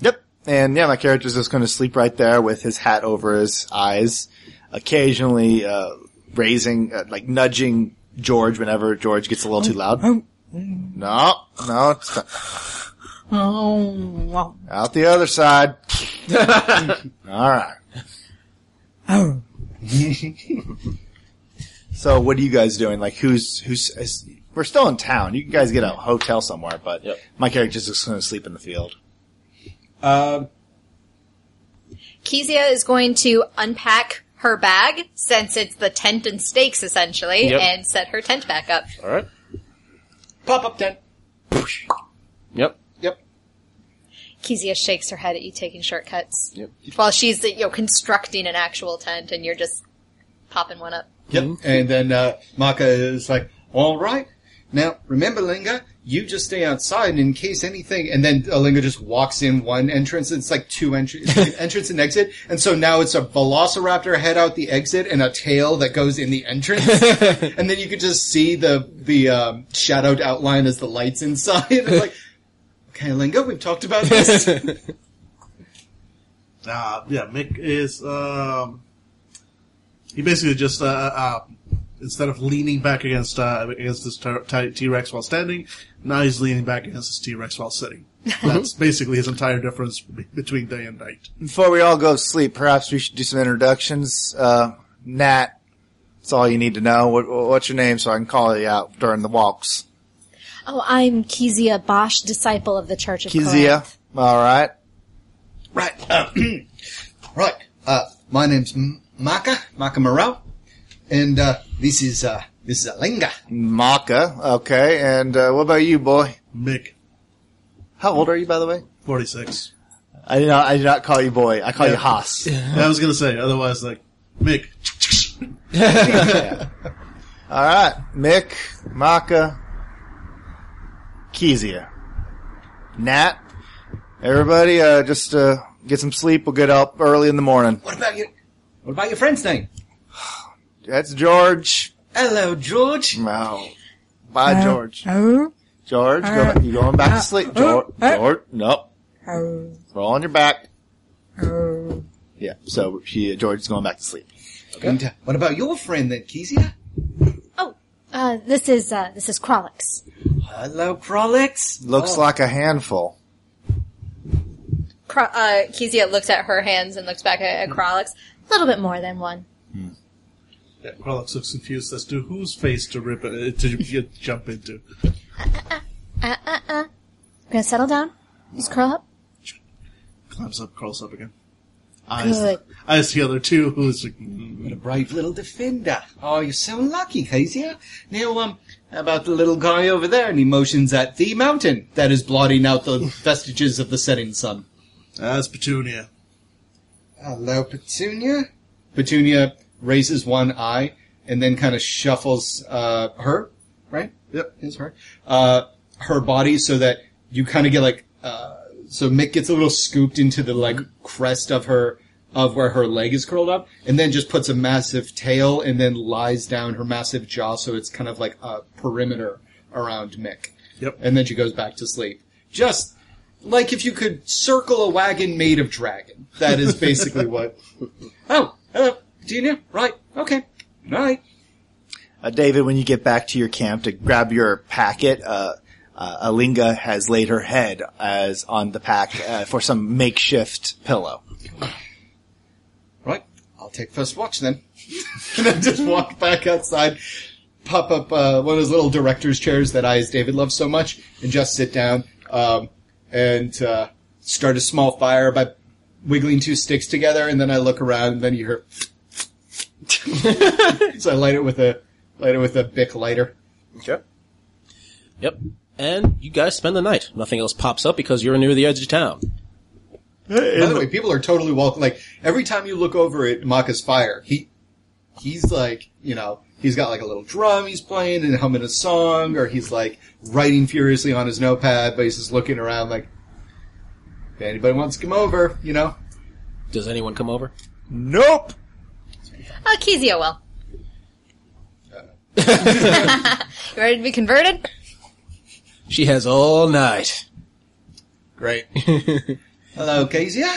Yep. And yeah, my character's just going to sleep right there with his hat over his eyes, occasionally uh, raising, uh, like nudging George whenever George gets a little too loud. No, no, it's not. out the other side. All right. so, what are you guys doing? Like, who's who's? Is, we're still in town. You guys get a hotel somewhere, but
Yep.
my character's just going to sleep in the field.
Um,
Kezia is going to unpack her bag since it's the tent and stakes essentially,
Yep.
and set her tent back up.
All right.
pop up tent.
Yep.
Yep.
Kezia shakes her head at you taking shortcuts.
Yep.
While she's you know constructing an actual tent and you're just popping one up.
Yep. And then uh, Maka is like, all right. Now, remember, Linga, you just stay outside in case anything. And then uh, Linga just walks in one entrance. It's like two entries, entrance and exit. And so now it's a velociraptor head out the exit and a tail that goes in the entrance. and then you could just see the the um, shadowed outline as the lights inside. It's like, okay, Linga, we've talked about this.
Uh, yeah, Mick is. Um, he basically just uh, uh, instead of leaning back against uh, against his T Rex while standing, now he's leaning back against his T Rex while sitting. That's basically his entire difference be- between day and night.
Before we all go to sleep, perhaps we should do some introductions. Uh, Nat, that's all you need to know. What, what's your name so I can call you out during the walks?
Oh, I'm Kezia Bosch, disciple of the Church of
Kezia.
Corinth.
All right.
Right. Uh, right. Uh, my name's M- Maka Maka Morel, and uh, this is uh, this is Alinga.
Maka. Okay. And uh, what about you, boy?
Mick,
How old are you, by the way?
forty six.
I do not. I do not call you boy. I call you Haas.
I was gonna say otherwise, like Mick.
All right, Mick, Maka, Kezia, Nat. Everybody, uh, just uh, get some sleep. We'll get up early in the morning.
What about your What about your friend's name?
That's George.
Hello, George.
No. Bye, George. George, go, you going back to sleep? George, George, nope. Roll on your back. Yeah. So she, George's going back to sleep.
And, uh, what about your friend then, Kezia?
Oh,
Uh, this is uh, this is Krolix.
Hello, Oh, Krolix.
Oh.
Looks like a handful.
Cro- uh, Kezia looks at her hands and looks back at, at Krolix.
A little bit more than one.
Yeah, Krolix looks confused as to whose face to rip uh, to get, jump into.
Uh uh uh. You gonna settle down? Just curl up.
Climbs up, curls up again.
Good.
Eyes, eyes the other two. Who's like, mm,
What a brave little defender. Oh, you're so lucky, Kezia. Now, um, how about the little guy over there? And he motions at the mountain that is blotting out the vestiges of the setting sun.
that's Petunia.
Hello, Petunia. Petunia raises one eye and then kind of shuffles uh, her, right? Yep, is her. Uh, her body so that you kind of get like, uh, so Mick gets a little scooped into the like crest of her, of where her leg is curled up, and then just puts a massive tail and then lies down her massive jaw so it's kind of like a perimeter around Mick.
Yep.
And then she goes back to sleep. Just like if you could circle a wagon made of dragon. That is basically what. Oh, hello, Petunia. Right. Okay. All right.
Uh, David, when you get back to your camp to grab your packet, uh, uh, Alinga has laid her head as on the pack uh, for some makeshift pillow.
Right. I'll take first watch then. and I just walk back outside, pop up uh, one of those little director's chairs that I, as David, love so much, and just sit down um, and uh, start a small fire by wiggling two sticks together. And then I look around, and then you hear. so I light it with a light it with a bic lighter.
Okay.
Yep. And you guys spend the night. Nothing else pops up because you're near the edge of town.
By the way, people are totally welcome. Like every time you look over at Maka's fire, he he's like, you know, he's got like a little drum he's playing and humming a song, or he's like writing furiously on his notepad, but he's just looking around like, if anybody wants to come over, you know.
Does anyone come over?
Nope.
Oh, Kezia will. you ready to be converted?
She has all night.
Great. Hello, Kezia.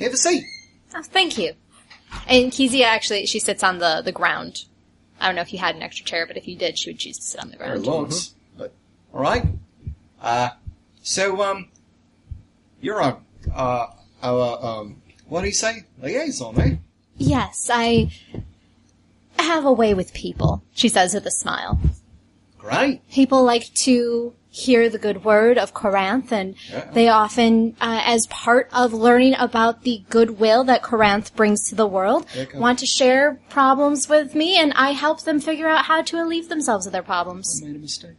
Have a seat.
Oh, thank you. And Kezia actually, she sits on the, the ground. I don't know if you had an extra chair, but if you did, she would choose to sit on the
Or
ground.
logs, but all right. Uh, so um, you're on uh our um, what do you say, liaison, eh?
Yes, I have a way with people.
She says with a smile.
Great.
People like to hear the good word of Corinth, and
Yeah.
they often, uh, as part of learning about the goodwill that Corinth brings to the world,
There it comes.
want to share problems with me, and I help them figure out how to relieve themselves of their problems.
made a mistake.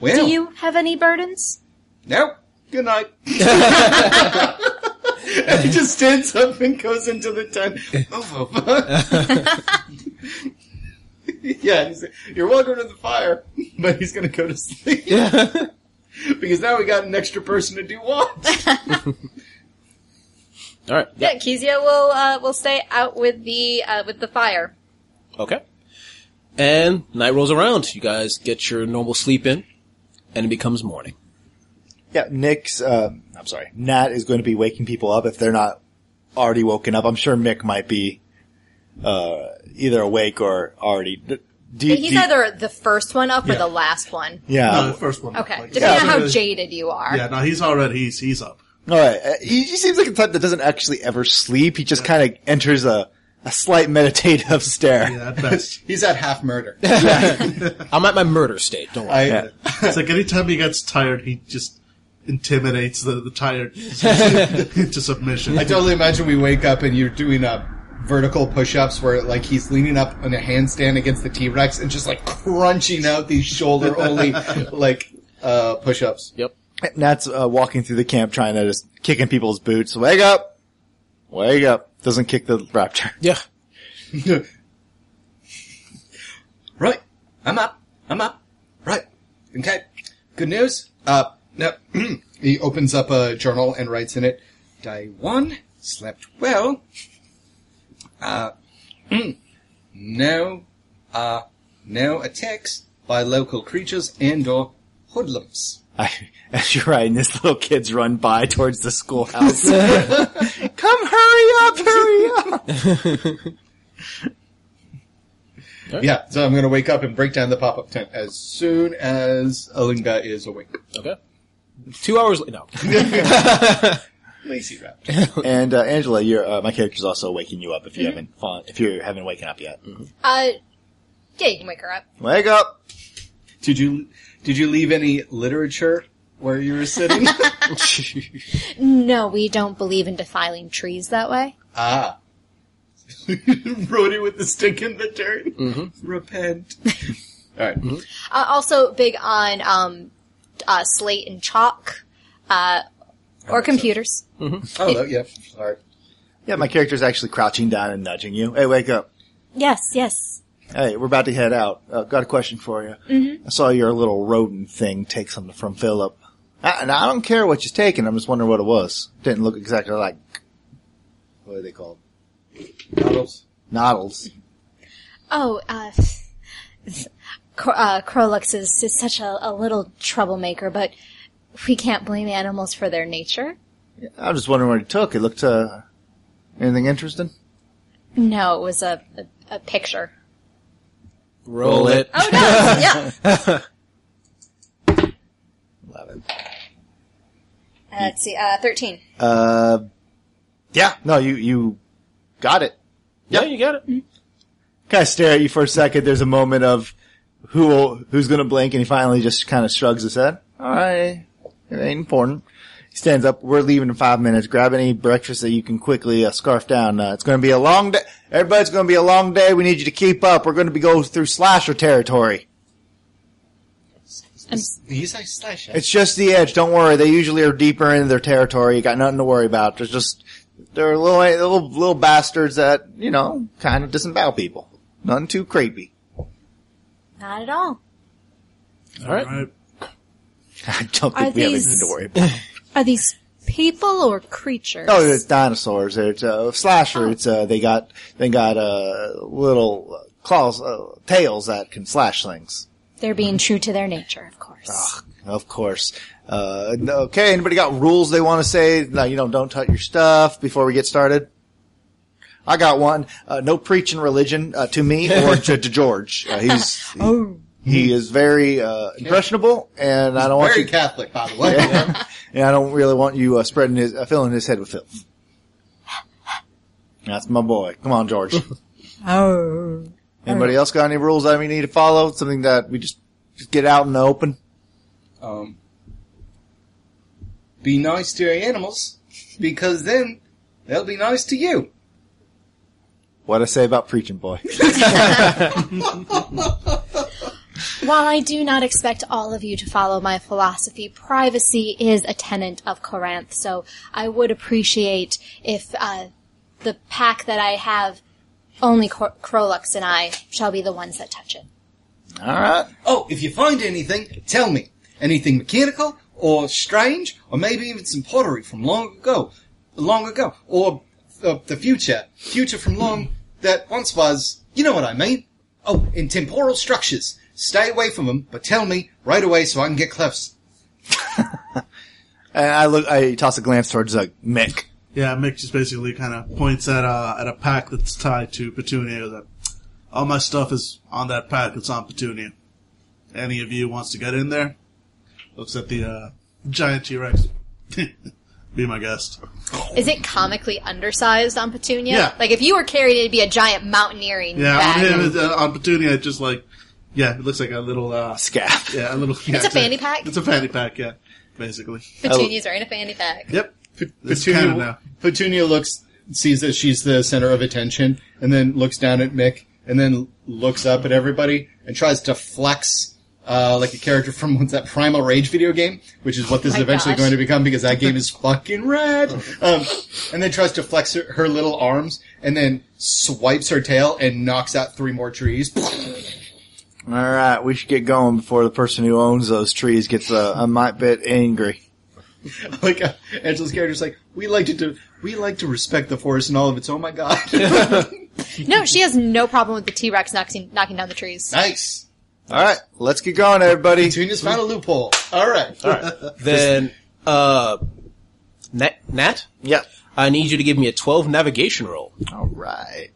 well,
Do you have any burdens?
nope. Good night. and he just stands up and goes into the tent. Oh, yeah, he's, you're welcome to the fire, but he's going to go to sleep. because now we got an extra person to do what?
All right.
Yeah, Kezia will uh, will stay out with the uh, with the fire.
Okay. And night rolls around. You guys get your normal sleep in, and it becomes morning.
Yeah, Nick's. Um, I'm sorry. Nat is going to be waking people up if they're not already woken up. I'm sure Mick might be uh, either awake or already. Do you,
He's
do you-
either the first one up or
Yeah.
the last one.
Yeah.
no, the first one.
Okay,
Like,
depending on how jaded you are.
Yeah, no, he's already he's he's up.
All right. Uh, He, he seems like a type that doesn't actually ever sleep. He just kind of enters a, a slight meditative stare.
Yeah, at best.
he's at half murder.
I'm at my murder state. Don't worry.
I,
it's like anytime he gets tired, he just intimidates the, the tired into submission.
I totally imagine we wake up and you're doing a vertical push-ups where like he's leaning up on a handstand against the T-Rex and just like crunching out these shoulder-only like uh, push-ups.
yep.
Nat's uh, walking through the camp trying to just kick in people's boots. Wake up! Wake up! Doesn't kick the raptor.
Yeah.
right, I'm up. I'm up. Right. Okay. Good news. Uh, no. he opens up a journal and writes in it, "Day one, slept well. Uh, no, uh, no attacks by local creatures and/or hoodlums."
I, as you're right, and this little kid's run by towards the schoolhouse. Come hurry up, hurry up!
Yeah, so I'm going to wake up and break down the pop-up tent as soon as Alinga is awake.
Okay. Two hours later. No.
Lazy rat.
And uh, Angela, your uh, my character's also waking you up if you haven't fallen, if you haven't waken up yet.
Uh, yeah, you can wake her up.
Wake up!
Did you did you leave any literature where you were sitting?
No, we don't believe in defiling trees that way.
ah. Wrote it with the stick in the dirt. Repent. All right.
Uh, also big on um, uh, slate and chalk, uh, or computers.
Oh, no, yeah. All right.
Yeah, my character's actually crouching down and nudging you. Hey, wake up!
Yes, yes.
Hey, we're about to head out. Uh, got a question for you. I saw your little rodent thing take something from Philip. I, and I don't care what she's taking. I'm just wondering what it was. Didn't look exactly like what are they called?
Bottles.
Noddles.
Oh, uh, Cro- uh, Crolux is, is such a, a little troublemaker, but we can't blame animals for their nature.
I was just wondering what it took. It looked uh, anything interesting.
No,
It was a, a, a picture.
Roll it.
Oh no! yeah,
Eleven.
Uh, let's see. Uh, Thirteen.
Uh, yeah. No, you you got it.
Yeah, you got it.
Kind of stare at you for a second. There's a moment of who will, who's going to blink, and he finally just kind of shrugs his head. All right, it ain't important. He stands up. We're leaving in five minutes. Grab any breakfast that you can quickly uh, scarf down. Uh, it's going to be a long day. Everybody's going to be a long day. We need you to keep up. We're going to be going through slasher territory.
He's like slash.
It's just the edge. Don't worry. They usually are deeper into their territory. You got nothing to worry about. There's just they're little little little bastards that you know kind of disembowel people. Nothing too creepy.
not at all.
All right.
Right?
I don't
Are
think we have
these-
anything to worry about.
Are these people or creatures?
Oh, it's dinosaurs. It's uh, slasher. It's uh, they got they got uh, little uh, claws, uh, tails that can slash things.
They're being true to their nature, of course.
Of course. Uh, no- okay. Anybody got rules they want to say? No, you know, don't touch your stuff before we get started. I got one. Uh, no preaching religion uh, to me or to, to George. Uh, he's he, he is very uh, impressionable, and I don't want
Very
you.
Catholic, by the way.
and I don't really want you uh, spreading his, uh, filling his head with filth. That's my boy. Come on, George.
Oh.
Anybody else got any rules that we need to follow? Something that we just, just get out in the open?
Um, be nice to your animals, because then they'll be nice to you.
What I say about preaching, boy.
While I do not expect all of you to follow my philosophy, privacy is a tenet of Corinth, so I would appreciate if uh, the pack that I have, only Cor- Crolux and I shall be the ones that touch it.
All right.
Oh, if you find anything, tell me. Anything mechanical or strange, or maybe even some pottery from long ago, long ago, or uh, the future, future from long that once was. You know what I mean? Oh, in temporal structures. Stay away from them, but tell me right away so I can get close.
And I look. I toss a glance towards uh, Mick.
Yeah, Mick just basically kind of points at uh, at a pack that's tied to Petunia. That all my stuff is on that pack. It's on Petunia. Any of you wants to get in there? Looks at the uh, giant T Rex. Be my guest.
Is it comically undersized on Petunia?
Yeah.
Like if you were carried, it'd be a giant mountaineering
Yeah, on
bag.
him it's, uh, on Petunia, it's just like yeah, it looks like a little uh,
Scaff.
yeah, a little. yeah,
a fanny pack?
It's a fanny pack, yeah, basically.
Petunias are in a fanny pack.
Yep. It's kind of
Petunia,
now.
Petunia looks, sees that she's the center of attention, and then looks down at Mick, and then looks up at everybody, and tries to flex, uh, like a character from what's that Primal Rage video game, which is what this is
Oh my
eventually
gosh.
going to become because that game is fucking rad. Um, and then tries to flex her, her little arms, and then swipes her tail and knocks out three more trees.
All right. We should get going before the person who owns those trees gets uh, a mite bit angry.
like uh, Angela's character's like, we like to do, we like to respect the forest and all of its. Oh my god,
No, she has no problem with the T Rex knocking knocking down the trees.
nice.
All right. Let's get going, everybody.
Petunia's found a loophole. All right.
Then, uh, Nat, Nat,
Yeah.
I need you to give me a 12 navigation roll.
All right.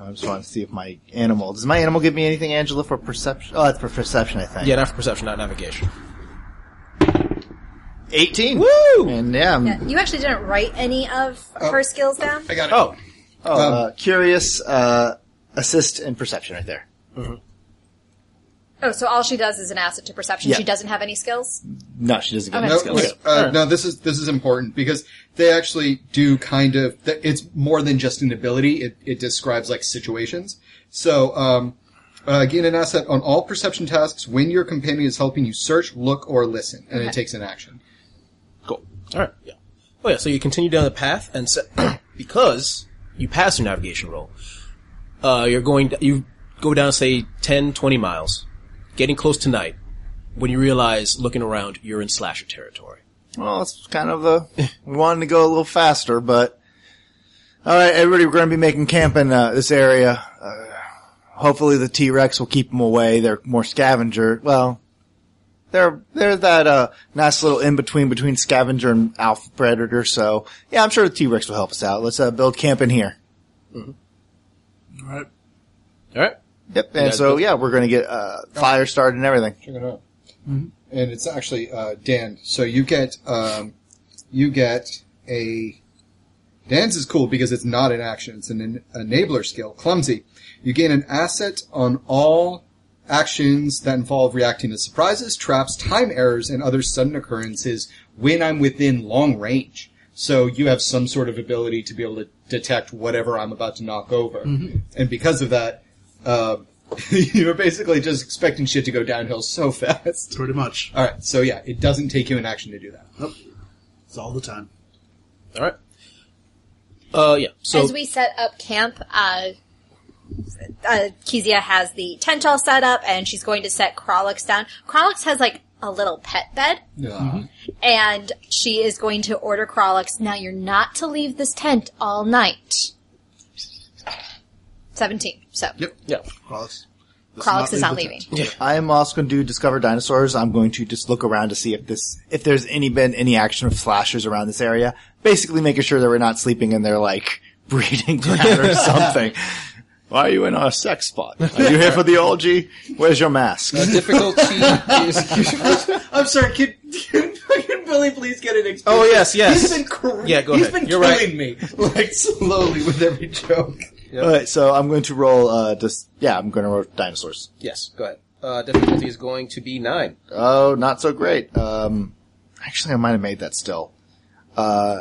I just want to see if my animal does my animal give me anything, Angela, for perception? Oh, that's for perception, I think.
Yeah, not for perception, not navigation.
eighteen.
Woo!
And yeah, I'm,
Yeah, you actually didn't write any of her skills down.
I got it.
Oh,
oh, uh, curious, uh, assist and perception right there.
Oh, so all she does is an asset to perception.
Yeah.
She doesn't have any skills.
No, she doesn't get any
No,
skills.
this- uh, no, this is this is important because they actually do kind of. th- It's more than just an ability. It, it describes like situations. So um, uh, gain an asset on all perception tasks when your companion is helping you search, look, or listen, and it takes an action.
Cool. All right. Yeah. Oh yeah. So you continue down the path, and so, because you pass your navigation roll, uh, you're going. You go down, say 10, 20 miles, getting close to night. When you realize, looking around, you're in slasher territory.
Well, it's kind of the we wanted to go a little faster, but all right, everybody, we're going to be making camp in uh, this area. Uh, hopefully, the T Rex will keep them away. They're more scavenger. Well, they're they're that uh, nice little in between between scavenger and alpha predator. So yeah, I'm sure the T Rex will help us out. Let's uh, build camp in here. Mm-hmm.
All right.
All right.
Yep. And
Yeah,
so
good.
yeah, we're going to get uh,
Oh.
fire started and everything.
Check it out. And it's actually uh, Dan. So you get um, you get a Dan's is cool because it's not an action; it's an en- enabler skill. Clumsy. You gain an asset on all actions that involve reacting to surprises, traps, time errors, and other sudden occurrences when I'm within long range. So you have some sort of ability to be able to detect whatever I'm about to knock over, and because of that. Uh, you're basically just expecting shit to go downhill so fast.
Pretty much.
All right, so yeah, it doesn't take you an action to do that.
Nope. It's all the time.
All right. Uh, yeah. So
As we set up camp, uh, uh, Kezia has the tent all set up, and she's going to set Krolix down. Krolix has like a little pet bed,
Yeah.
Mm-hmm.
and she is going to order Krolix. Now you're not to leave this tent all night. Seventeen. So
Yep.
yeah.
Krolix. does
Krolix is
leave
not
the
leaving.
tent.
I am also going to do discover dinosaurs. I'm going to just look around to see if this, if there's any been any action of slashers around this area. Basically, making sure that we're not sleeping in their like breeding ground or something. Why are you in our sex spot? Are you here for the orgy? Where's your mask?
Difficulty is. I'm sorry, can, can fucking Billy please get an experience?
Oh, yes, yes.
He's been cr-
Yeah, go
He's
ahead.
been
You're right.
killing me like slowly with every joke.
All right, so I'm going to roll. Uh, just yeah, I'm going to roll dinosaurs.
Yes. Go ahead. Uh, difficulty is going to be nine.
Oh, not so great. Um, actually, I might have made that still. Uh,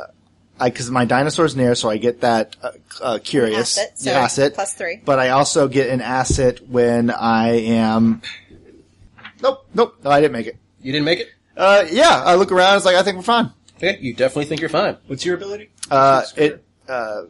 I because my dinosaur's near, so I get that uh, uh, curious
Asset, so
asset.
plus three.
but I also get an asset when I am. Nope, nope, no, I didn't make it.
You didn't make it.
Uh, yeah, I look around. It's like I think we're fine.
Okay. You definitely think you're fine.
What's your ability?
Uh, it uh,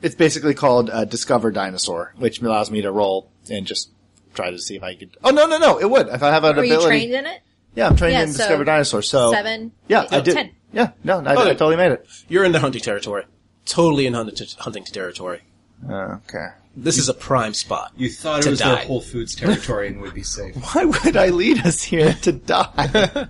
it's basically called uh, Discover Dinosaur, which allows me to roll and just try to see if I could. Oh no, no, no! It would if I have an
Were you
ability.
trained in it?
Yeah, I'm trained
Yeah,
in
so
Discover Dinosaur.
Oh,
So
Seven.
Yeah, I
eight,
did.
Ten.
Yeah, no, I, I
Okay.
totally made it.
You're in the hunting territory. Totally in hunting hunting territory.
okay.
This is a prime spot.
You thought it
To
was
die.
their Whole Foods territory and would be safe.
Why would I lead us here to die?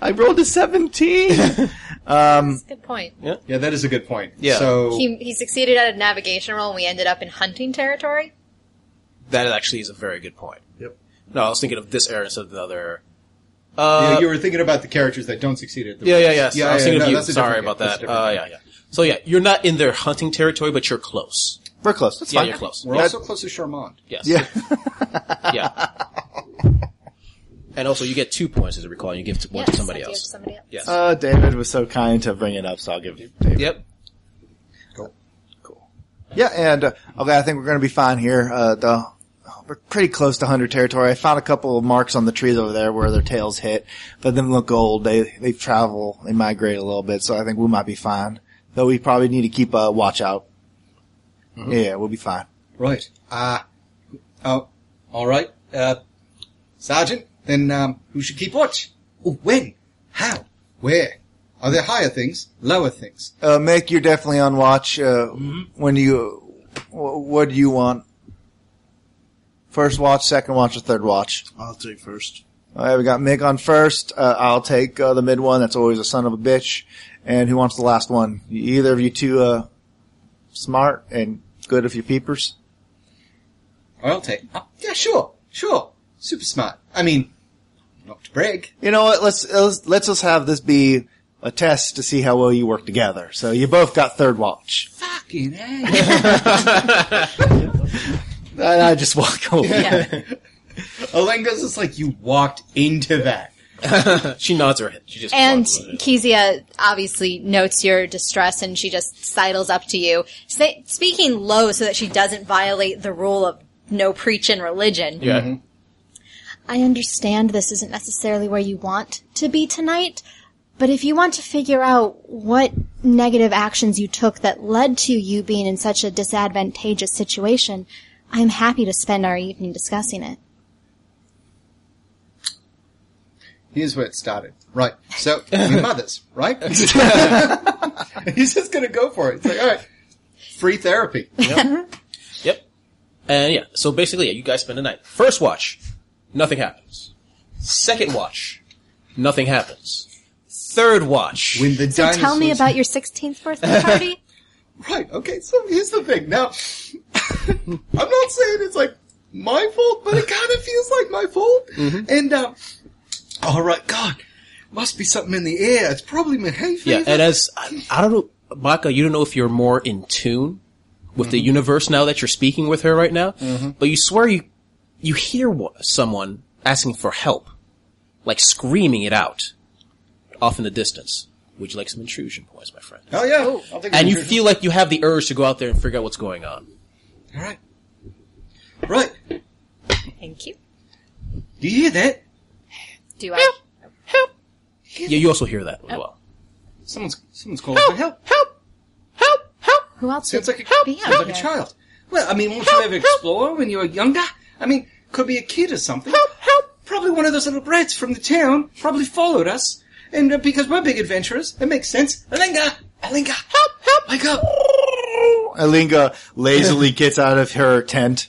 I rolled a 17.
That's a good point.
Yeah, that is a good point.
Yeah.
So
He, he succeeded at a navigation roll, and we ended up in hunting territory.
That actually is a very good point.
Yep.
No, I was thinking of this era instead of the other era.
Yeah,
Uh,
you were thinking about the characters that don't succeed at the
yeah, yeah, yeah. So I was thinking
no,
of
that's
you.
a
Sorry
different
about
game. That's
that.
a different
Uh,
game.
yeah, yeah. So yeah, you're not in their hunting territory, but you're close.
We're close. That's
Yeah,
fine.
you're close.
We're
That-
also close to Charmant.
Yes.
Yeah.
yeah. And also, you get two points as a recall. and You give t- one to
Yes,
somebody
I gave
else.
Somebody else.
Yes.
Uh, David was so kind to bring it up, so I'll give you David.
yep.
Yeah, and uh, okay, I think we're going to be fine here. Uh, the we're pretty close to hunter territory. I found a couple of marks on the trees over there where their tails hit, but them look old. They they travel, they migrate a little bit, so I think we might be fine. Though we probably need to keep a watch out. Yeah, we'll be fine.
Right. Uh, oh, all right. Uh, Sergeant, then um, who should keep watch? Oh, when? How? Where? Are there higher things? Lower things?
Uh, Mick, you're definitely on watch. Uh,
Mm-hmm.
When you, wh- what do you want? First watch, second watch, or third watch?
I'll take first.
All right, we got Mick on first. Uh, I'll take uh, the mid one. That's always a son of a bitch. And who wants the last one? Either of you two, uh, smart and good if you're peepers.
Or I'll take. Uh, yeah, sure, sure. Super smart. I mean, not to brag.
You know what? Let's let's let's just have this be a test to see how well you work together. So you both got third watch.
Fucking hell.
And I just walk over.
Olenga's just like you walked into that.
Uh, She nods her head. She just
And
walks away.
Kezia obviously notes your distress and she just sidles up to you, say, speaking low so that she doesn't violate the rule of no preach in religion.
yeah.
Mm-hmm.
I understand this isn't necessarily where you want to be tonight, but if you want to figure out what negative actions you took that led to you being in such a disadvantageous situation, I'm happy to spend our evening discussing it.
Here's where it started. Right. So, your mothers, right? He's just gonna go for it. It's like, alright, free therapy.
Yep. And yeah, so basically, yeah, you guys spend the night. First watch, nothing happens. Second watch, nothing happens. Third watch,
When the
So tell me
dinosaurs-
about your 16th birthday party.
Right, okay, so here's the thing. Now, I'm not saying it's like my fault, but it kind of feels like my fault. And, um, alright, God, must be something in the air. It's probably my hay fever.
yeah, and as I, I don't know, Maka, you don't know if you're more in tune with the universe now that you're speaking with her right now, but you swear you you hear wa- someone asking for help, like screaming it out, off in the distance. Would you like some intrusion points, my friend?
oh yeah, I'll take
And you feel like you have the urge to go out there and figure out what's going on.
Alright. Right,
Thank you.
do you hear that?
Do I?
Yeah, you also hear that as well.
Someone's, someone's calling for help.
Who else would
Sounds like a,
be
sounds
out
like a
here?
child. Well, I mean, won't you ever explore when you were younger? I mean, could be a kid or something. Help! Help! Probably one of those little brats from the town probably followed us. And uh, because we're big adventurers, it makes sense. Alinga! Alinga! Help! Help! Wake up!
Alinga lazily gets out of her tent.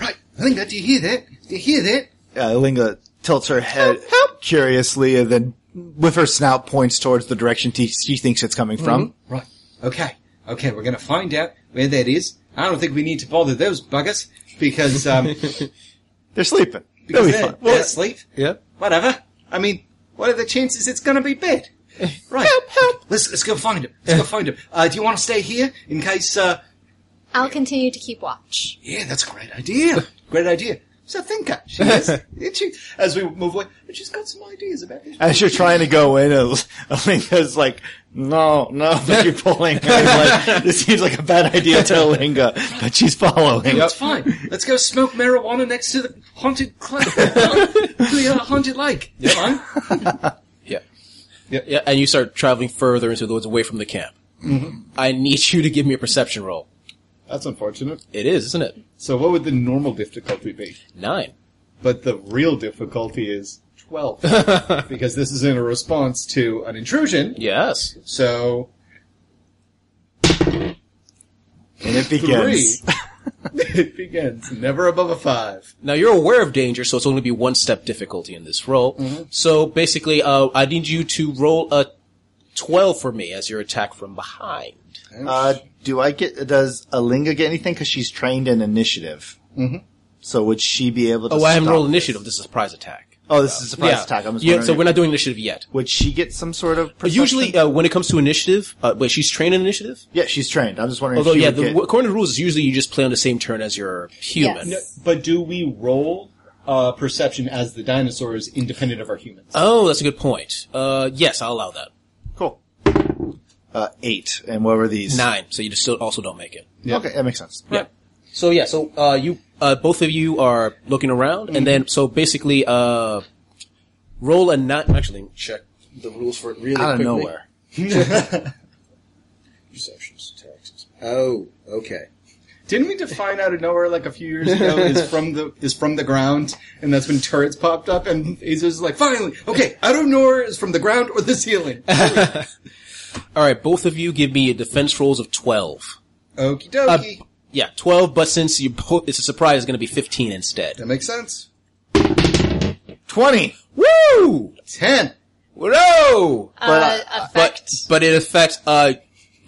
Right, Alinga, do you hear that? Do you hear that?
Uh, Alinga tilts her head curiously and then with her snout points towards the direction t- she thinks it's coming
Mm-hmm.
from.
Right. Okay. Okay, we're gonna find out where that is. I don't think we need to bother those buggers because, um,
They're sleeping. They'll
because
be
they're,
fine.
they're asleep.
Yeah.
Whatever. I mean, what are the chances it's gonna be bad? Right. Help, help. Let's, let's go find him. Let's go find him. Uh, do you want to stay here in case, uh,
I'll continue to keep watch.
yeah, that's a great idea. Great idea. She's a thinker. She is. Isn't she? As we move away, and she's got some ideas about this.
As you're trying to go in, Al- Alinga's like, no, no, but you're pulling. I'm like, this seems like a bad idea to Alinga, but she's following.
That's fine. Let's go smoke marijuana next to the haunted cl- the uh, haunted lake. Come on.
Yeah.
Yeah.
Yeah, and you start traveling further into the woods away from the camp.
Mm-hmm.
I need you to give me a perception roll.
That's unfortunate.
It is, isn't it?
So, what would the normal difficulty be?
Nine.
But the real difficulty is twelve, because this is in a response to an intrusion.
Yes.
So
And it
three.
begins.
it begins never above a five.
Now you're aware of danger, so it's only be one step difficulty in this roll.
Mm-hmm.
So basically, uh, I need you to roll a twelve for me as your attack from behind.
Uh, do I get, does Alinga get anything? Cause she's trained in initiative. Mm-hmm. So would she be able to
Oh, I haven't
stop
rolled
this?
initiative. This is a surprise attack.
Oh, this is a surprise
yeah.
attack. I'm just
yeah.
wondering
So
if-
we're not doing initiative yet.
Would she get some sort of
But
perception?
usually, uh, when it comes to initiative, uh, but she's trained in initiative.
yeah, she's trained. I'm just wondering.
Although,
if she
yeah,
would
the,
get-
according to the rules, it's usually you just play on the same turn as your human.
Yes.
But do we roll uh, perception as the dinosaurs independent of our humans?
Oh, that's a good point. Uh, yes, I'll allow that.
cool. Uh, eight, and what were these?
Nine. So you just still also don't make it.
Okay, that makes sense.
Yeah. So yeah, so uh, you uh, both of you are looking around, and then so basically, uh, roll a nine. Actually, check the rules for it really
Out of
quickly.
nowhere.
Perceptions, taxes. Oh, okay.
Didn't we define out of nowhere like a few years ago is from the is from the ground, and that's when turrets popped up, and it was like finally okay, out of nowhere is from the ground or the ceiling.
All right, both of you give me defense rolls of twelve.
Okie
Uh,
Uh,
dokie,
Yeah, twelve. But since you both, it's a surprise, it's going to be fifteen instead.
that makes sense.
Twenty.
Woo!
Ten.
Whoa!
Uh, effect.
But but in effect, uh,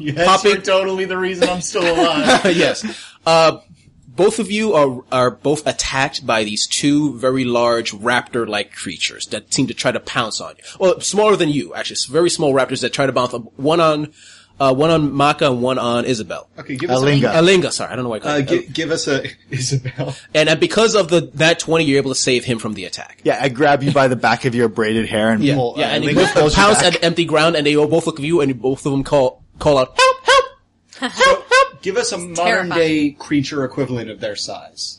Yes,
Poppy-
you're totally the reason I'm still alive.
yes. Uh, both of you are are both attacked by these two very large raptor-like creatures that seem to try to pounce on you. Well, smaller than you, actually. It's Very small raptors that try to bounce one on, uh, one on Maka and one on Isabel.
Okay, give us
Alinga.
Alinga, sorry, I don't know why I
a,
called
uh,
it.
gi- give us a Isabel.
And uh, because of the that twenty, you're able to save him from the attack.
Yeah, I grab you by the back of your braided hair and
Yeah,
pull.
yeah,
uh,
and you
Linga
both
pulls you
pounce
back.
at empty ground, and they all both look at you, and both of them call call out, "Help! Help!"
Give us a modern day creature equivalent of their size.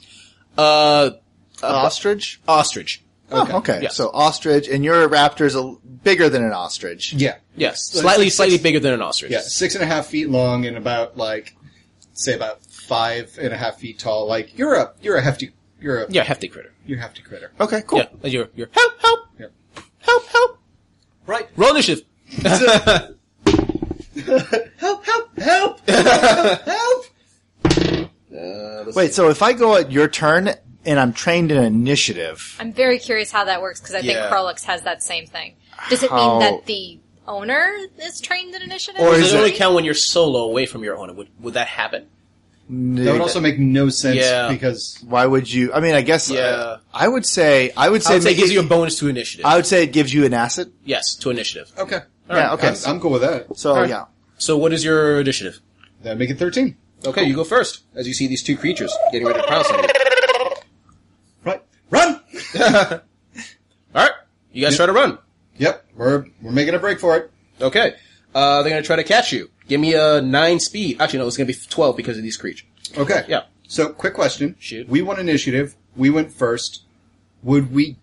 Uh,
ostrich.
ostrich.
Oh,
Okay, okay.
yeah.
so ostrich, and your raptor's a, bigger than an ostrich.
Yeah,
Yes, slightly, slightly bigger than an ostrich.
yeah, six and a half feet long and about like say about five and a half feet tall. Like you're a you're a hefty you're a
yeah, hefty critter.
you're a hefty critter.
Okay, cool.
Yeah, and you're, you're help, help,
Yeah.
help, help.
Right.
Roll initiative.
Help! Help! Help! help!
Wait, so if I go at your turn and I'm trained in initiative,
I'm very curious how that works because I
Yeah.
think Krolix has that same thing. Does it mean
How-
that the owner is trained in initiative?
Or
Does
is
it only
it-
count when you're solo away from your opponent? Would, would that happen?
That would also make no sense
Yeah.
because
why would you? I mean, I guess. uh,
Yeah.
I would say. I would say.
I would say it
maybe-
gives you a bonus to initiative.
I would say it gives you an asset.
yes, to initiative.
okay.
yeah. Okay.
I'm, I'm cool with that.
so
Alright.
yeah.
So what is your initiative?
That make it thirteen.
Okay, you go first as you see these two creatures getting ready to pounce on you.
Right. Run.
All right, you guys try to run.
Yep. We're we're making a break for it.
Okay, uh, they're gonna try to catch you. Give me a nine speed. Actually, no, it's gonna be twelve because of these creatures.
Okay.
Yeah.
So, quick question.
Shoot.
We won initiative. We went first. Would we?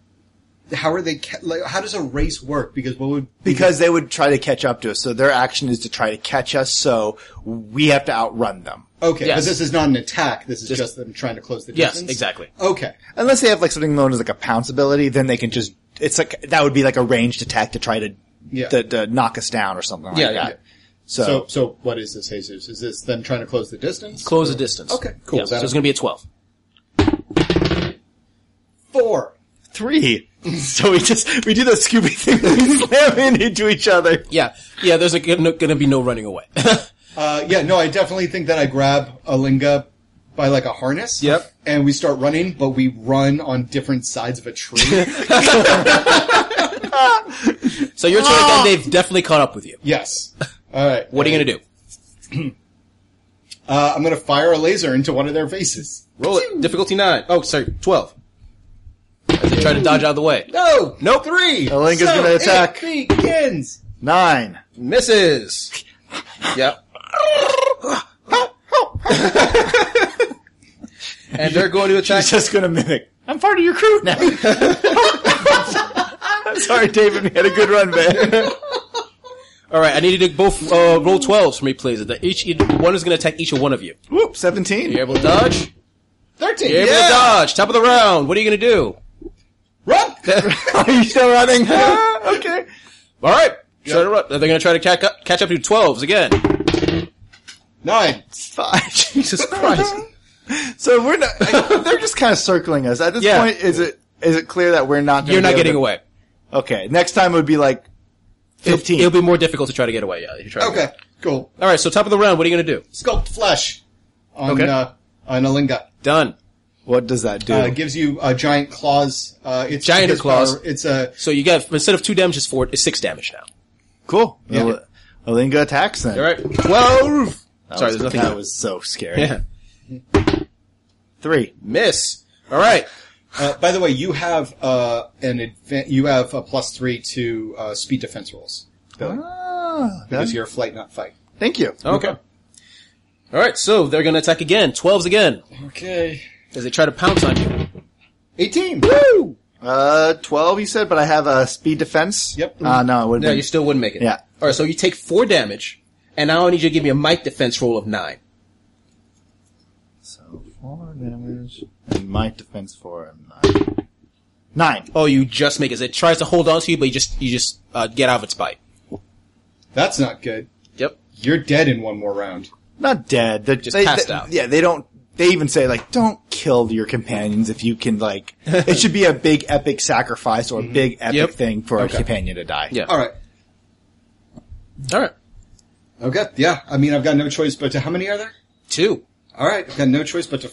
How are they? ca- Like, how does a race work? Because what would?
Because they would try to catch up to us, so their action is to try to catch us. So we have to outrun them,
Okay,
Yes.
but this is not an attack. This is just, them trying to close the
Yes,
distance.
exactly.
Okay.
unless they have like something known as like a pounce ability. Then they can just. It's like that would be like a ranged attack to try to,
Yeah.
to, to knock us down or something like
Yeah,
that.
yeah.
So,
So, so what is this, Jesus? Is this them trying to close the distance?
Close the distance.
Okay, cool.
Yeah, so
That'll-
it's gonna be a twelve.
Four.
three. so we just we do the Scooby thing. We slam into each other.
Yeah, yeah. There's a, gonna, gonna be no running away.
Uh, yeah. No, I definitely think that I grab a linga by like a harness.
Yep.
And we start running, but we run on different sides of a tree.
so your turn again. They've definitely caught up with you.
yes. All right.
What are you gonna do?
Uh, I'm gonna fire a laser into one of their faces.
Roll it. Difficulty nine. Oh, sorry, twelve. As they try to dodge out of the way.
No.
Nope.
Three.
Alinga's gonna attack.
It begins.
Nine.
Misses. Yep. and they're going to attack.
He's just gonna mimic. I'm part of your crew now. I'm sorry, David. We had a good run, man.
All right, I need you to both uh, roll twelves for me, please. That each each- one is going to attack each of one of you.
Whoop, seventeen.
You're able to dodge.
13.
You're able to dodge. Top of the round. What are you going to do?
Run!
Are you still running? okay.
All right. Try to run. They're going to try to catch up, catch up to twelves again.
Nine.
Five.
Jesus Christ.
So we're not. I- they're just kind of circling us at this
Yeah.
point. Is it is it clear that we're not? gonna
You're not
be able
getting
to-
away.
Okay. Next time it would be like fifteen.
It'll be more difficult to try to get away. Yeah. if you try to get
Okay, cool.
away. All right. So top of the round. What are you going to do?
Sculpt flesh on,
Okay.
uh, on Alinga.
Done.
what does that do?
Uh, gives you uh, giant claws. Uh, it's
Giant
his
claws.
power- It's a,
So you got instead of two damage, it's four. It's six damage now.
cool.
Yeah.
Well, Alinga attacks then.
All right. Twelve.
That
Sorry,
was-
there's nothing.
That
there.
was so scary.
Yeah.
Three.
Miss. All right.
uh, by the way, you have, uh, an advan- you have a plus three to, uh, speed defense rolls.
Ah,
Because
that-
you're flight, not fight.
thank you.
Okay. All right. So they're going to attack again. Twelves again
Okay.
as they try to pounce on you.
18.
Woo!
Uh, twelve. You said, but I have a speed defense.
Yep.
Uh, no, it would.
No, you still wouldn't make it.
Yeah.
All right. So you take four damage, and now I need you to give me a mic defense roll of nine.
So four damage and my defense four and nine. Nine.
Oh, you just make it. It tries to hold on to you, but you just you just uh, get out of its bite.
That's not good.
Yep.
You're dead in one more round.
Not dead. They're
Just
they,
passed
they-
out.
Yeah, they don't. They even say like, "Don't kill your companions if you can." Like, it should be a big epic sacrifice or a big epic
Mm-hmm. Yep.
thing for
Okay.
a companion to die.
Yeah.
Alright.
All right.
Okay. Yeah. I mean, I've got no choice but to. How many are there?
Two.
All right. I've got no choice but to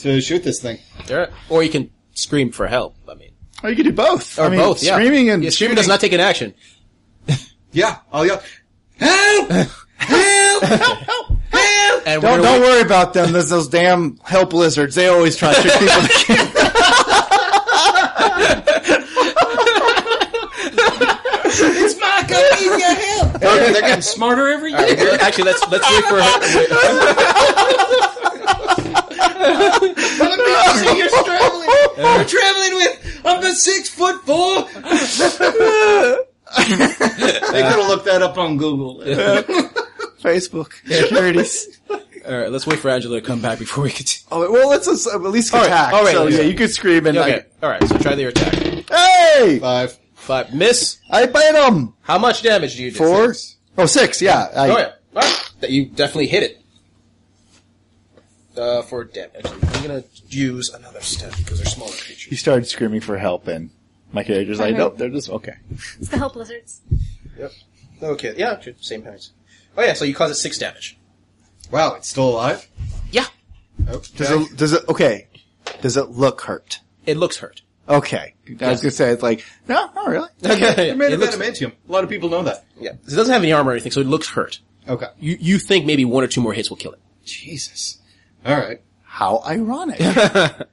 to shoot this thing.
All right. Or you can scream for help. I mean,
Or you could do both.
or
I mean,
both. Yeah.
Screaming and
Yeah, screaming does
shooting-
not take an action.
Yeah. I'll yell. Help! help! Help! Help!
And
Don't,
we're
don't
gonna
worry about them. There's those damn help lizards. They always try to trick people. to kill.
It's Marco. He's got help. Okay, they're getting smarter every year.
wait. Well, Actually, let's let's wait for her.
You're traveling. We're traveling with. I'm the six foot four. they could have looked that up on Google.
Facebook securities.
All right, let's wait for Angela to come back before we continue.
oh, well, let's let's, uh, at least attack.
all right,
so,
yeah.
yeah, you could scream and
Okay. All right. So try the attack.
like, hey,
Five.
Five. Miss.
I bit them.
How much damage do you do?
Four?
Six.
Oh, six. Yeah. I,
Oh yeah. All right. That you definitely hit it. Uh, for damage, I'm gonna use another step because they're smaller creatures.
He started screaming for help, and my character's like, "Nope, they're just okay."
It's the help lizards.
Okay. Yeah. actually, Same height. Oh yeah. So you cause it six damage.
Wow, it's still alive. Oh,
Yeah.
Okay.
Does it? Does it? Okay. Does it look hurt?
It looks hurt.
Okay. I was gonna say it's like, no, not really.
Okay.
They're made
it
of
looks,
adamantium. A lot of people know that.
yeah. It doesn't have any armor or anything, so it looks hurt.
Okay.
You you think maybe one or two more hits will kill it.
Jesus. All right.
How ironic. and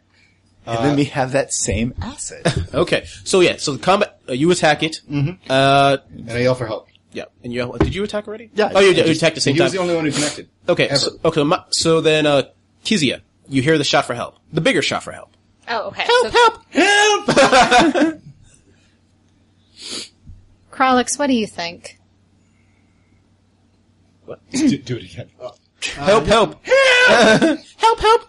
then we have that same acid.
Okay. So yeah. So the combat. Uh, you attack it. Uh.
And I yell for help.
Yeah. And you did you attack already?
Yeah,
Oh, you,
I
did. you attacked the same
He
time.
was the only one who connected.
Okay,
Ever.
so, okay. my- so then, uh, Kizia, you hear the shot for help, the bigger shot for help.
Oh, okay. so,
Kralix, what do you think?
do, do it again.
help, help, help, help.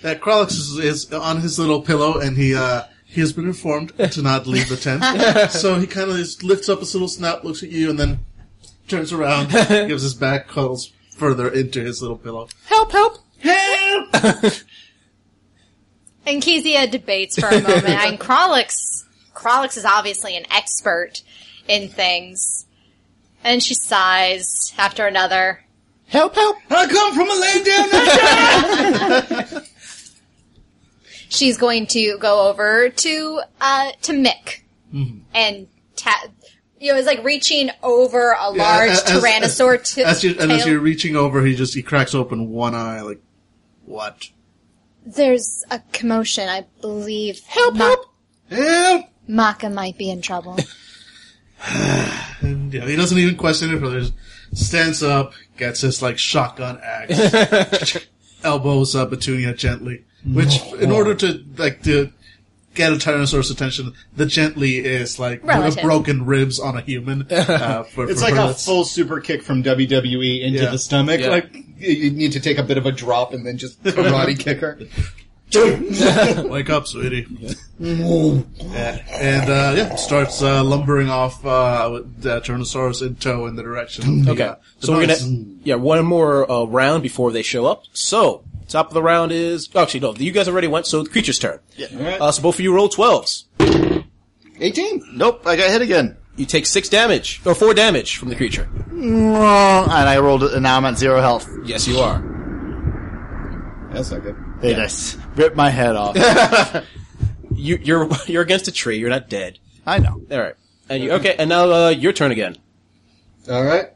That Kralix is, is on his little pillow, and he uh, he has been informed to not leave the tent. so he kind of just lifts up his little snout, looks at you, and then turns around, gives his back, cuddles further into his little pillow.
and Kezia debates for a moment. and Krolix, Krolix is obviously an expert in things. And she sighs after another.
help! Help!
I come from a land down there.
She's going to go over to, uh, to Mick.
Mm-hmm.
And ta- you know, it's like reaching over a
Yeah,
large
as- as-
tyrannosaur to
As you, and as
tail.
you're reaching over, he just he cracks open one eye, like what?
There's a commotion, I believe. Help, help!
Help!
Maka might be in trouble.
And you know, he doesn't even question it. Further, just stands up, gets his like shotgun axe, elbows uh, Petunia gently. Which, in order to like to get a Tyrannosaurus' attention, the gently is like
Relative.
broken ribs on a human. Uh, for,
It's
for
like
her,
a
that's-
full super kick from WWE into
Yeah.
the stomach.
Yeah.
Like you- you need to take a bit of a drop and then just karate kick her.
wake up, sweetie. Yeah. And uh, yeah, starts uh, lumbering off uh, with uh, Tyrannosaurus in tow in the direction. of the,
Okay,
uh, the
so we're
noise.
gonna yeah one more uh, round before they show up. So top of the round is oh, actually no, you guys already went. So the creature's turn. Yeah. Uh, so both of you roll twelves.
Eighteen.
Nope, I got hit again.
You take six damage or four damage from the creature.
Wrong. Oh, And I rolled it, and now I'm at zero health.
Yes, you are.
That's not good.
They just ripped my head off.
You, you're you're against a tree. You're not dead.
I know.
All right. And you okay? And now uh, your turn again.
All right.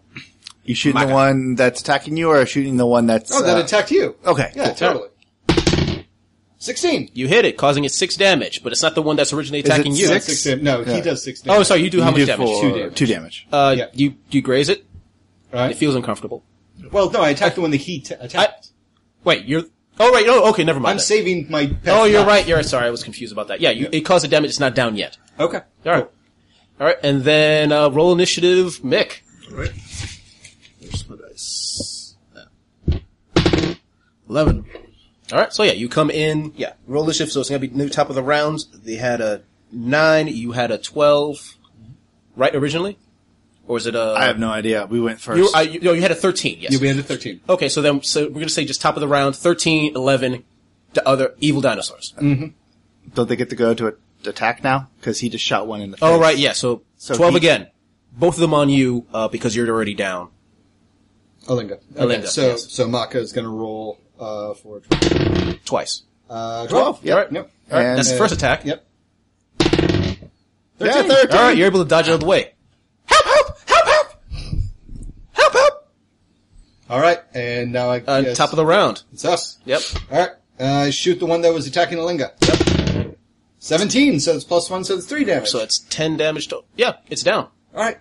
You shooting
Maka.
the one that's attacking you, or shooting the one that's?
Oh, that
uh,
attacked you.
Okay.
Yeah, totally. Sixteen.
You hit it, causing it six damage, but it's not the one that's originally attacking you.
Six. Six dam- No, he
Yeah.
does six damage.
Oh, sorry. You do how much
You do
damage?
four-
Two damage.
Two damage.
Uh,
Yeah.
you you graze it.
Right.
It feels uncomfortable.
well, no, I attacked the one that he t- attacked.
Wait, you're. Oh right. Oh okay. Never
I,
mind.
am
then.
saving my. Pet
Oh, you're
back.
right. You're sorry. I was confused about that. Yeah, you, it caused a damage. It's not down yet.
Okay.
All right. All right, and then uh, roll initiative, Mick.
Right. There's my dice. Eleven.
All right, so yeah, you come in. Yeah, roll initiative. So it's gonna be new top of the rounds. They had a nine. You had a twelve, right? Originally, or was it a?
I have no idea. We went first.
You, I, you, no, you had a thirteen. Yes.
You we had a thirteen.
Okay, so then so we're gonna say just top of the round, 13, 11, the other evil dinosaurs.
Don't they get to go to a, attack now? Because he just shot one in the.
Oh
face.
right, yeah. So,
So
twelve
he-
again. Both of them on you uh, because you're already down.
Alinga. Okay,
Alinga,
So
yes.
so Maka is going to roll uh, for
Twice.
uh, twelve.
Twelve, yep.
Alright, Yep.
All right,
That's the
uh,
first attack.
Yep.
Yeah, thirteen.
All right, you're able to dodge out of the way. Help! Help! Help! Help! Help! Help!
All right, and now I
On
guess
uh, top of the round.
it's us.
Yep.
All right, uh, shoot the one that was attacking Alinga. Seventeen, so it's plus one, so it's three damage.
So it's ten damage to. Yeah, it's down.
All right,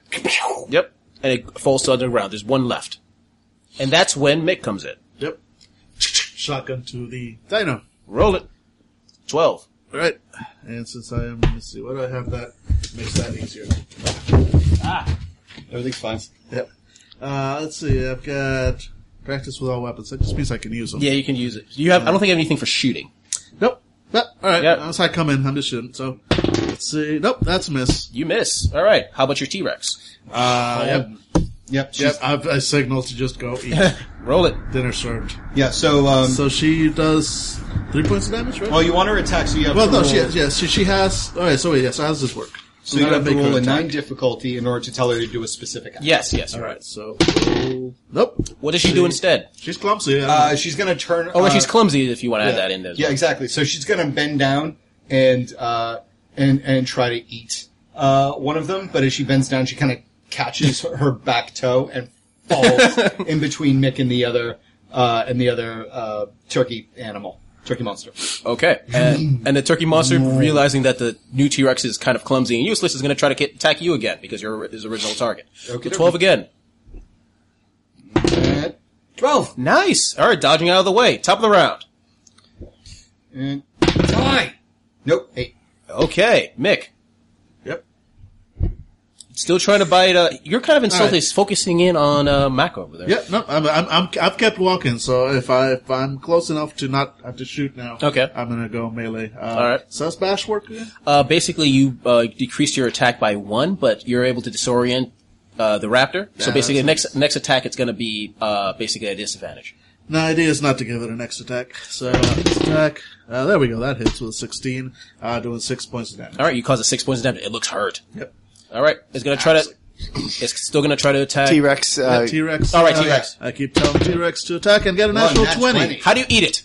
Yep. And it falls to the ground. There's one left. And that's when Mick comes in.
Yep. Shotgun to the dino.
Roll it. Twelve.
All right. And since I am, let's see, why do I have that? Makes that easier.
everything's fine.
Yep. Uh, let's see. I've got practice with all weapons. That just means I can use them.
Yeah, you can use it. You have. I don't think you have anything for shooting.
Nope. Nope. all right.
Yeah.
That's how I come in. I'm just shooting. So let's see. Nope. That's a miss.
You miss. All right. How about your T Rex?
Uh, yep.
Yep, she's-
Yep. I've, I signaled to just go eat.
Roll it.
Dinner served.
Yeah. So, um, Oh,
So she does three points of damage, right?
well, you want her attack, so you have
well,
to
no,
roll,
she has, yes, she, she has. All right, so wait, yes, how does this work?
so you
gotta
have to
make her
roll a
attack.
nine difficulty in order to tell her to do a specific action.
Yes. Yes.
All
All right.
right, so nope.
What does she do instead?
She's clumsy. I don't
Uh,
know.
she's going to turn.
Oh, well,
uh,
she's clumsy. If you want to add
yeah.
that in there. as
Yeah,
well.
exactly. So she's going to bend down and uh, and and try to eat uh, one of them. But as she bends down, she kind of catches her- her back toe and falls in between Mick and the other uh, and the other uh, turkey animal, turkey monster.
Okay. And, and the turkey monster, realizing that the new T Rex is kind of clumsy and useless, is going to try to ki- attack you again because you're his original target.
Okey-dokey.
Twelve again.
And Twelve.
Nice. All right, dodging out of the way. Top of the round.
And die. Nope. Eight.
Okay, Mick.
yep.
Still trying to bite. Uh, you're kind of insulted.
All right.
focusing in on uh, Mac over there.
Yep. No, I'm, I'm, I'm, I've kept walking. So if I if I'm close enough to not have to shoot now,
Okay.
I'm gonna go melee. Uh,
All right.
So that's bash work again.
Uh, basically, you uh, decrease your attack by one, but you're able to disorient uh, the raptor. so
Yeah,
basically,
that's
next next attack, it's going to be uh, basically a disadvantage.
The idea is not to give it an next attack. So uh, next attack. Uh, there we go. That hits with a 16, uh, doing six points of damage.
All right, you cause a six points of damage. It looks hurt.
Yep.
All right, it's going to try to. It's still going to try to attack.
T Rex. Uh,
T Rex.
All right,
Oh,
T-Rex.
yeah. I keep telling T Rex to attack and get a natural
nat
20.
20.
How do you eat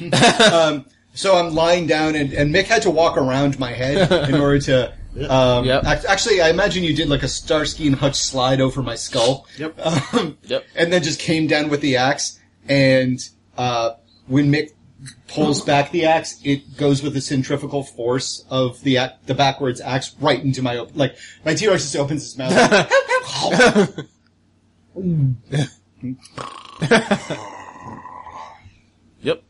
it?
Um, So I'm lying down, and, and Mick had to walk around my head in order to. Um,
Yep.
act- actually, I imagine you did like a Starsky and Hutch slide over my skull.
Yep.
Um,
Yep.
And then just came down with the axe, and uh, when Mick pulls back the axe, it goes with the centrifugal force of the ac- the backwards axe right into my op- like my T Rex just opens his mouth.
Yep.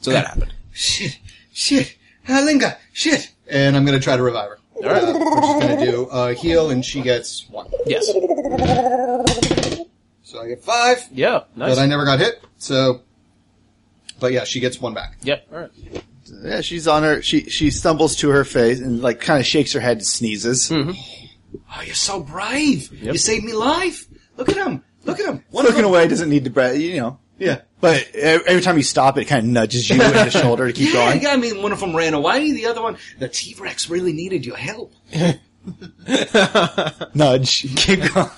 So that happened.
shit, shit, Halinga, shit. And I'm gonna try to revive her.
right.
Uh, we're just gonna do uh, heal, and she gets one.
Yes.
So I get five,
Yeah. Nice.
but I never got hit. So, but yeah, she gets one back.
yeah. All right.
yeah, she's on her. She she stumbles to her face and like kind of shakes her head and sneezes.
Oh, you're so brave! You saved me life. Look at him. Look at him. One
Looking away doesn't need to breath. You know.
Yeah.
But e- every time you stop, it kind of nudges you in the shoulder to keep going.
I mean, one of them ran away. The other one, the T Rex, really needed your help
Nudge. Keep going.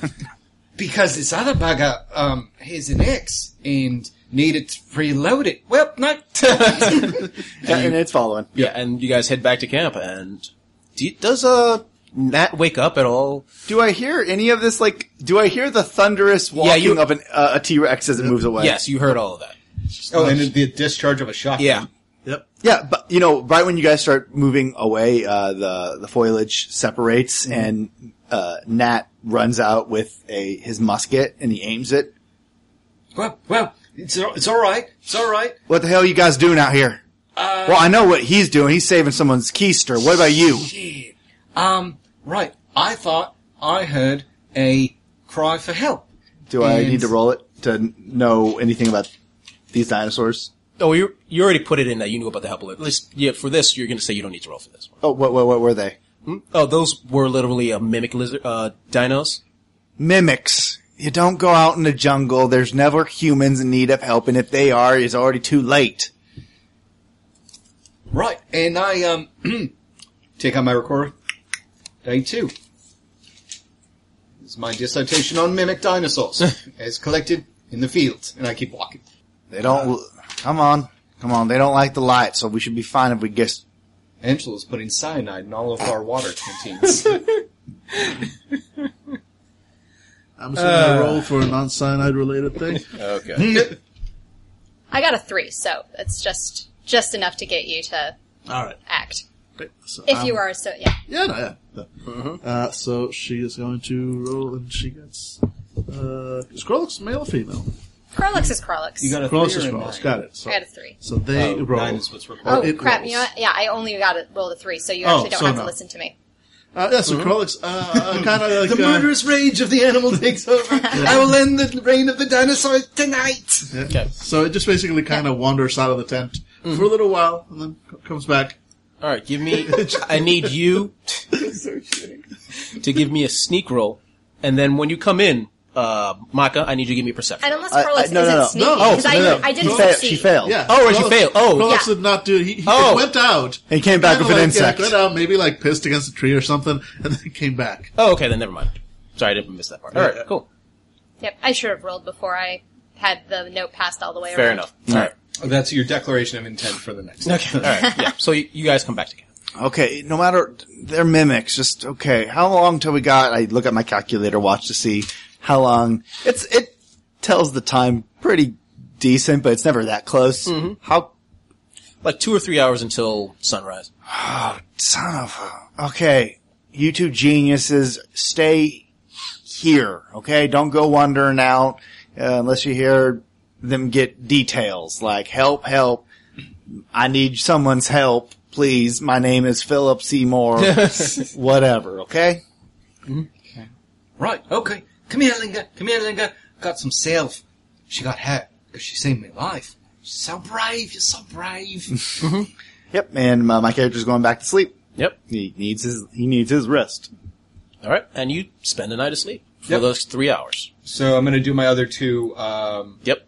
because this other bugger, um, has an X and needed to reload it. Well, no.
Yeah, and it's following.
Yeah. And you guys head back to camp. And do you- does uh Nat wake up at all?
Do I hear any of this? Like, do I hear the thunderous walking
you-
of an, uh, a T Rex as it moves away?
Yes, you heard all of that.
oh, and the discharge of a shotgun.
Yeah.
Yep.
Yeah, but you know, right when you guys start moving away, uh, the the foliage separates and uh, Nat runs out with a his musket and he aims it.
Well, well, it's all- it's all right. It's all right.
What the hell you guys doing out here? well, I know what he's doing. He's saving someone's keister. What about you?
Shit. Um, right. I thought I heard a cry for help.
Do I
And-
need to roll it to n- know anything about these dinosaurs?
Oh, you you already put it in that you knew about the help alert. At least, yeah, for this, you're going to say you don't need to roll for this one.
Oh, what what what were they?
Oh, those were literally a mimic lizard uh, dinos.
Mimics. You don't go out in the jungle. There's never humans in need of help, and if they are, it's already too late.
Right. And I um take out my recorder. Day two. This is my dissertation on mimic dinosaurs, as collected in the fields, and I keep walking.
They don't. Come on, come on. They don't like the light, so we should be fine if we guess.
Angela's putting cyanide in all of our water canteens.
I'm assuming I
Uh.
roll for a non-cyanide related thing.
okay.
I got a three, so it's just just enough to get you to
All right. Um,
act.
Great. So
If
I'm-
you are so, yeah.
Yeah, no, yeah. No.
Uh-huh.
Uh, so she is going to roll, and she gets. Uh, is Krolix male or female?
Krolix is Krolix.
You got a
Krolix
three
is
or a
Krolix.
nine?
Got it. So,
I got a three.
so they
Oh,
roll.
nine is what's
Or
Oh
required.
it
crap!
rolls.
You know what? Yeah, I only got a roll a three, so you
Oh,
actually don't
so
have
no.
to listen to me.
Uh, yeah, so Krolix, uh, kind of like
the
uh,
murderous rage of the animal takes over. I will end the reign of the dinosaurs tonight.
Okay.
So it just basically kind of wanders out of the tent for a little while, and then c- comes back.
All right, give me. I need you to give me a sneak roll, and then when you come in, uh, Maka, I need you to give me a perception.
And unless
I-
Krolix
I- no, no,
isn't
no.
sneaky,
No,
because I,
no, no.
I didn't
She failed-
succeed.
She failed.
Yeah.
Oh, right, she failed. Oh.
Krolix
Yeah.
did not do. He, he
Oh.
went out
And he came back
Kinda
with an
like,
insect.
Yeah, went out, maybe like pissed against a tree or something, and then came back.
Oh, okay, then never mind. Sorry, I didn't miss that part. All
Yeah.
right, cool.
Yep, I should have rolled before I had the note passed all the way
Fair
around.
enough. All right.
That's your declaration of intent for the next.
Okay. All right. Yeah. So you, you guys come back together.
Okay, no matter they're mimics. Just okay. How long till we got? I look at my calculator watch to see how long. It's it tells the time pretty decent, but it's never that close. How
Like two or three hours until sunrise.
son of a- okay. You two geniuses, stay here. Okay, don't go wandering out uh, unless you hear them get details like help, help. I need someone's help, please. My name is Philip Seymour. Whatever. Okay.
Right, okay. Come here, Linga. Come here, Linga. Got some self. She got hair because she saved my life. She's so brave. You're so brave.
Yep. And uh, my, my character's going back to sleep.
Yep.
He needs his he needs his rest.
All right. And you spend the night asleep for
Yep.
those three hours.
so I'm going to do my other two um,
Yep.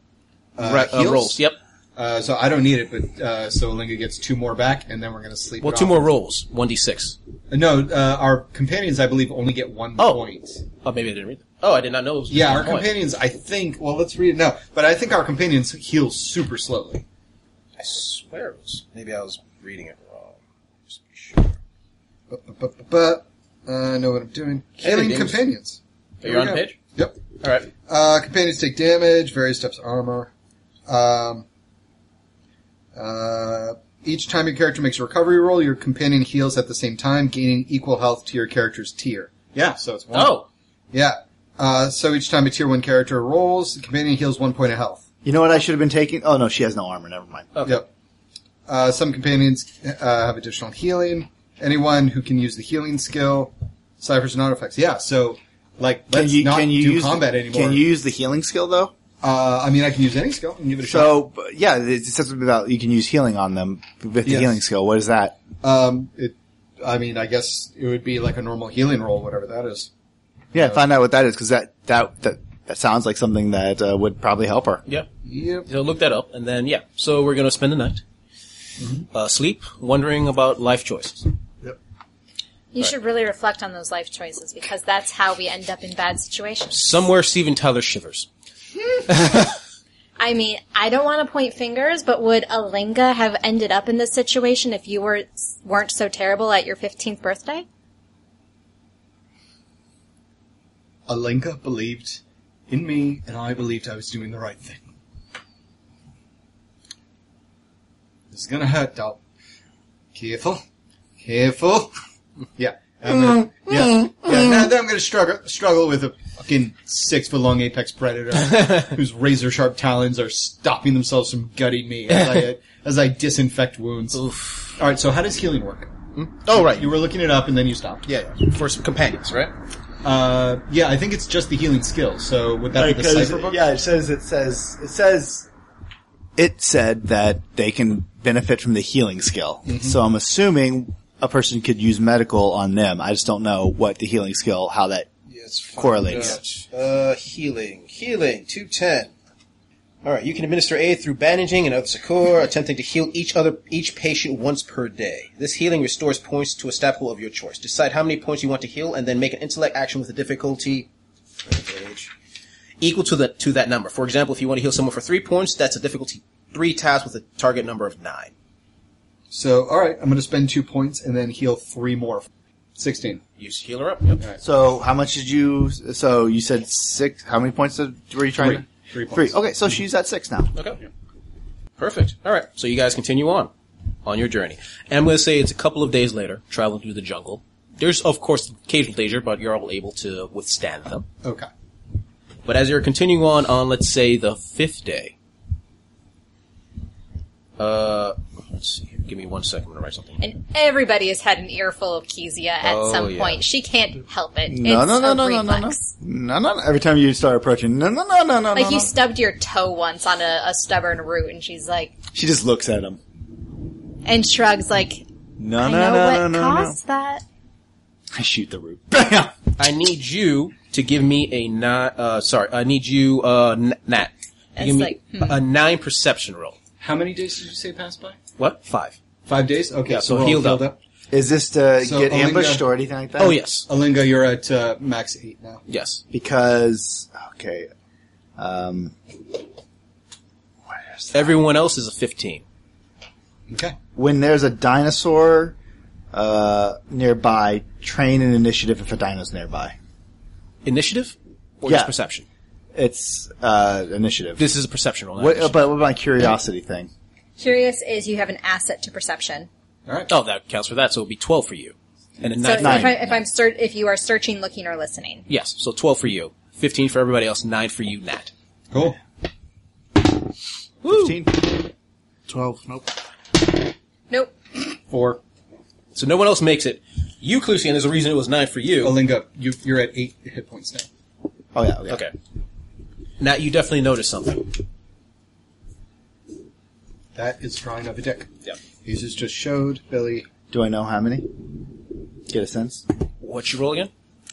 uh,
Right, uh,
heals.
rolls. Yep.
Uh, so I don't need it, but uh, so Linga gets two more back, and then we're going to sleep.
Well,
it
two
off.
more rolls. One d six.
No, uh, our companions, I believe, only get one
Oh.
point.
Oh, maybe I didn't read. Them. Oh, I did not know. It was
Yeah,
one
our
point.
companions, I think. Well, let's read it now. But I think our companions heal super slowly.
I swear it was. Maybe I was reading it wrong. Just to be sure.
But I Uh, know what I'm doing. Alien
Companions.
companions.
Are you on
we
the
go.
page?
Yep.
All right.
Uh, companions take damage, various types of armor. Um, uh, each time your character makes a recovery roll, your companion heals at the same time, gaining equal health to your character's tier. Yeah, so it's one.
Oh,
Yeah. Uh, so each time a tier one character rolls, the companion heals one point of health.
You know what I should have been taking? Oh no, she has no armor. Never mind.
Okay.
Yep. Uh, some companions uh, have additional healing. Anyone who can use the healing skill ciphers and artifacts. Yeah, so like let's not do
use
combat
the,
anymore.
Can you use the healing skill though?
Uh, I mean, I can use any skill and give it a shot.
So but, yeah, it says something about you can use healing on them with the
Yes.
healing skill. What is that?
Um, it, I mean, I guess it would be like a normal healing roll, whatever that is.
Yeah, find out what that is because that that that that sounds like something that uh, would probably help her.
yep.
Yep.
So look that up, and then yeah. So we're gonna spend the night,
Mm-hmm.
uh, sleep, wondering about life choices.
You should really reflect on those life choices because that's how we end up in bad situations.
Somewhere, Steven Tyler shivers.
I mean, I don't want to point fingers, but would Alinga have ended up in this situation if you were weren't so terrible at your fifteenth birthday?
Alenka believed in me, and I believed I was doing the right thing. This is gonna hurt, doll. Careful, careful. yeah, I'm
Mm,
gonna, yeah, yeah. Now, then I'm gonna struggle struggle with a fucking six foot long apex predator whose razor sharp talons are stopping themselves from gutting me as I as I disinfect wounds. All right, so how does healing work? Hmm?
Oh right,
You were looking it up and then you stopped.
yeah, yeah. for some companions, right?
Uh, yeah, I think it's just the healing skill. So would that be the cipher book?
it says it says it says it said that they can benefit from the healing skill. So I'm assuming a person could use medical on them. I just don't know what the healing skill how that
Yes,
Correlates.
Uh, healing, healing, two ten. All right, you can administer aid through bandaging and other succor, attempting to heal each other each patient once per day. This healing restores points to a stat pool of your choice. Decide how many points you want to heal, and then make an intellect action with a difficulty.
equal to the to that number. For example, if you want to heal someone for three points, that's a difficulty three task with a target number of nine.
So, all right, I'm going to spend two points and then heal three more. Sixteen.
Use healer up. Yep.
So how much did you? So you said six. How many points did, were you trying?
Three. Three
to?
points.
Okay, so she's at six now.
Okay. Perfect. All right. So you guys continue on on your journey. And I'm going to say it's a couple of days later, traveling through the jungle. There's of course occasional danger, but you're all able to withstand them.
Okay.
But as you're continuing on, on let's say the fifth day. Uh, let's see here. Give me one second. I'm gonna write something.
And everybody has had an earful of Kezia at
Oh,
some
yeah.
point. She can't help it.
No,
it's
no, no,
a
no, no, no, no,
reflex.
no, no. Every time you start approaching, no, no, no, no, no.
Like
no,
you
no.
stubbed your toe once on a, a stubborn root, and she's like,
she just looks at him.
and shrugs like,
No,
I
no,
know
no,
what
no, no,
caused that.
no. I shoot the root. Bam.
I need you to give me a nine. Uh, sorry, I need you, uh, n- Nat. You
That's
give me
like, hmm.
a nine perception roll.
How many days did you say passed by?
What? Five.
Five days. Okay,
Yeah, so
we're all
healed up.
Is this to
So
get
Olinga-
ambushed or anything like that?
Oh yes,
Alinga, you're at uh, max eight now.
yes.
Because okay, um, where's that?
Everyone else is a fifteen.
Okay.
when there's a dinosaur uh, nearby, train an initiative if a dino's nearby.
Initiative or
Yeah.
just perception?
It's uh, initiative.
This is a perception roll. not
what,
initiative.
but what about my curiosity thing?
curious is you have an asset to perception.
All right.
oh, that counts for that. So it'll be twelve for you, and a
So
nine.
if,
for
nine.
I, if I'm ser- if you are searching, looking, or listening,
Yes, so twelve for you, fifteen for everybody else, nine for you, Nat.
Cool.
Fifteen.
12. Nope.
nope.
Four.
So no one else makes it. You, Clusian, there's a reason it was nine for you.
Alinga, you, you're at eight hit points now.
Oh yeah. Okay.
Okay. Nat, you definitely noticed something.
That is drawing of a dick.
Yep.
Jesus just showed Billy.
Do I know how many? Get a sense.
What you roll again?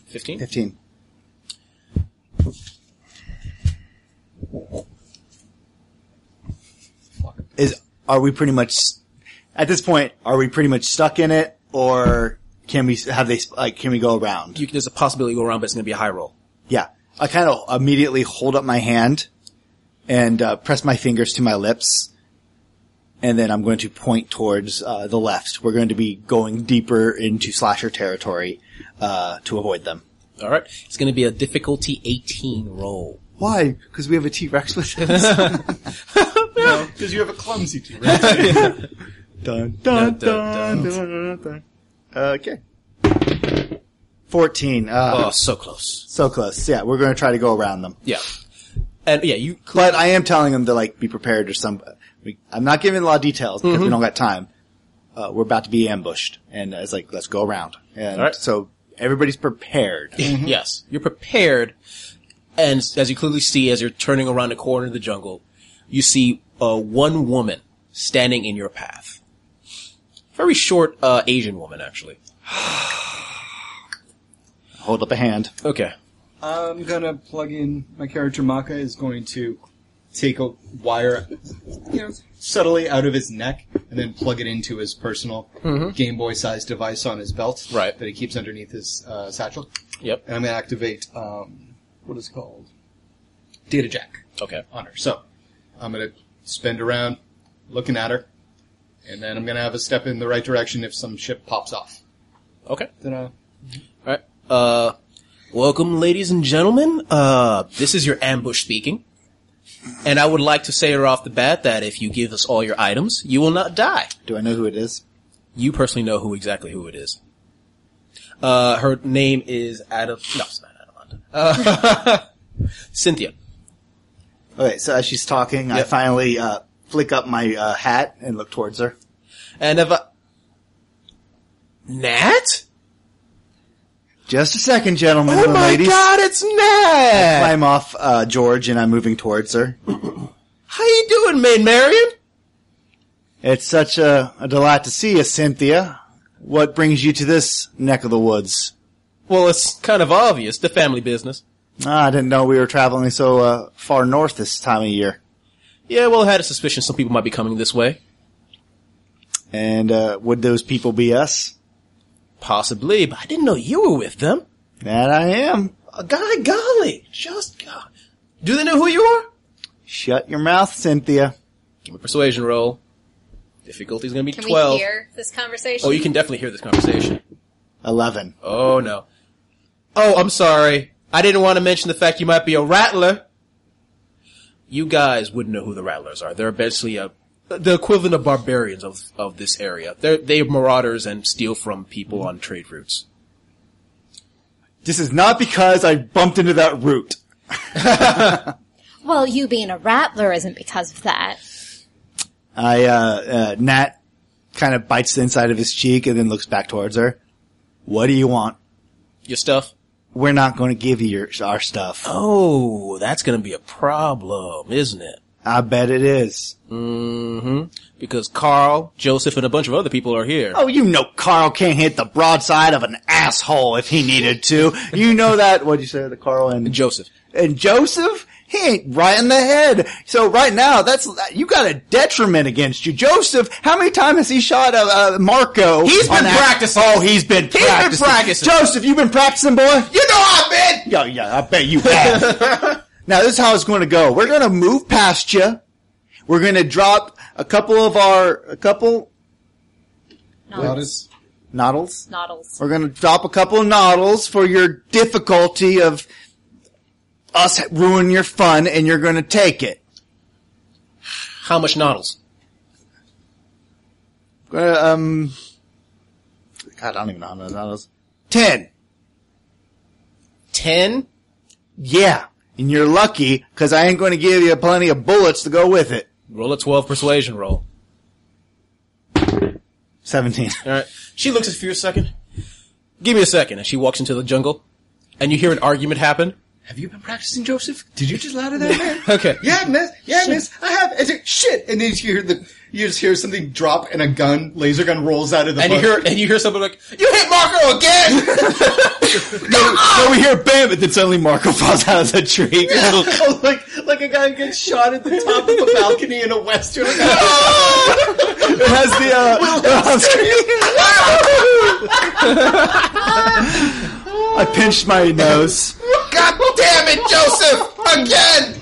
Fifteen.
Fifteen. Is are we pretty much at this point? Are we pretty much stuck in it, or can we have they like can we go around?
You, there's a possibility to go around, but it's going to be a high roll.
Yeah. I kind of immediately hold up my hand and uh, press my fingers to my lips. And then I'm going to point towards uh, the left. We're going to be going deeper into slasher territory uh, to avoid them.
All right, it's going to be a difficulty eighteen roll.
Why? Because we have a T Rex with us.
Because you have a clumsy two, right?
dun, dun,
Dun,
dun,
dun,
dun, dun, dun. Okay. 14. Uh,
Oh, so close.
So close. Yeah, we're going to try to go around them.
Yeah, and yeah, you.
But I am telling them to like be prepared or some. we- I'm not giving a lot of details because we
Mm-hmm.
don't got time. Uh, we're about to be ambushed, and it's like let's go around. And
All right.
so everybody's prepared.
Yes, you're prepared, and as you clearly see, as you're turning around the corner of the jungle, you see uh, one woman standing in your path. Very short uh, Asian woman, actually.
Hold up a hand.
Okay.
I'm gonna plug in my character Maka is going to take a wire, you know, subtly out of his neck and then plug it into his personal Game Boy sized device on his belt,
Right.
That he keeps underneath his uh, satchel.
Yep.
And I'm gonna activate um, what is it called data jack
Okay.
on her. So I'm gonna spend around looking at her, and then I'm gonna have a step in the right direction if some ship pops off.
Okay.
Ta-da.
All right. Uh, welcome, ladies and gentlemen. Uh, this is your ambush speaking, and I would like to say right off the bat that if you give us all your items, you will not die.
Do I know who it is?
You personally know who exactly who it is. Uh, her name is Adam. No, it's not Adam. Uh, Cynthia.
Okay, so as she's talking, I
Yep.
finally uh, flick up my uh, hat and look towards her.
And if I... Nat?
Just a second, gentlemen
Oh
and
my
ladies.
god, it's Nat!
Climb off uh, George, and I'm moving towards her.
How you doing, Maid Marian?
It's such a, a delight to see you, Cynthia. What brings you to this neck of the woods?
Well, it's kind of obvious, the family business.
Ah, I didn't know we were traveling so uh, far north this time of year.
Yeah, well, I had a suspicion some people might be coming this way.
And uh, would those people be us?
Possibly, but I didn't know you were with them.
That I am.
Uh, God golly, just God. Do they know who you are?
Shut your mouth, Cynthia.
Give me a persuasion roll. Difficulty's gonna be
Can
twelve.
we hear this conversation?
Oh, you can definitely hear this conversation.
Eleven.
Oh no. Oh, I'm sorry. I didn't want to mention the fact you might be a rattler. You guys wouldn't know who the rattlers are. They're essentially a, the equivalent of barbarians of, of this area. They're, they marauders and steal from people on trade routes.
This is not because I bumped into that root.
Well, you being a rattler isn't because of that.
I, uh, uh, Nat kind of bites the inside of his cheek and then looks back towards her. What do you want?
Your stuff?
We're not going to give you your, our stuff.
Oh, that's gonna be a problem, isn't it?
I bet it is.
hmm Because Carl, Joseph, and a bunch of other people are here.
Oh, you know Carl can't hit the broadside of an asshole if he needed to. You know that. What'd you say, the Carl and
Joseph.
and Joseph? He ain't right in the head. So right now, that's you got a detriment against you, Joseph. How many times has he shot uh, uh, Marco?
He's been
on that-
practicing.
Oh, he's been
been
practicing.
practicing.
Joseph, you've been practicing, boy.
You know I've been!
Yeah, yeah, I bet you have. now this is how it's going to go. We're going to move past you. We're going to drop a couple of our a couple
Loudest.
noddles.
Noddles.
We're going to drop a couple of noddles for your difficulty of us ruining your fun, and you're going to take it.
How much noddles?
Uh, um, God, I don't even know how many noddles. Ten.
Ten?
Yeah, and you're lucky because I ain't going to give you plenty of bullets to go with it.
Roll a twelve persuasion roll.
Seventeen.
All right. She looks at you for a second. Give me a second. And she walks into the jungle. And you hear an argument happen.
Have you been practicing, Joseph? Did you just louder that man?
Okay.
Yeah, miss. Yeah, miss. I have. It's a, shit. And then you hear the you just hear something drop, and a gun, laser gun, rolls out of the.
And you
bush.
hear and you hear something like, You hit Marco again
so we hear bam, and then suddenly Marco falls out of the tree.
Oh, like like a guy gets shot at the top of a balcony in a western.
It has the uh, I pinched my nose.
God damn it, Joseph! Again!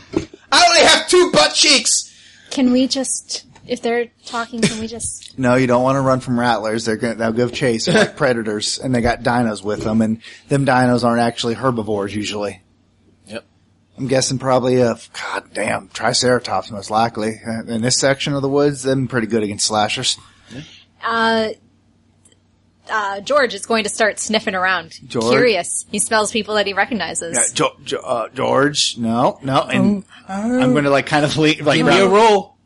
I only have two butt cheeks!
Can we just, if they're talking, can we just?
No, you don't want to run from rattlers. They're gonna, they'll give chase They're like predators, and they got dinos with them, and them dinos aren't actually herbivores usually.
Yep.
I'm guessing probably a god damn triceratops most likely. Uh, In this section of the woods, them pretty good against slashers.
Uh, uh, George is going to start sniffing around.
George?
Curious. He smells people that he recognizes.
Uh, Jo- Jo- uh, George, no, no, and I'm going to like kind of le- like
Give me a
rattle-
roll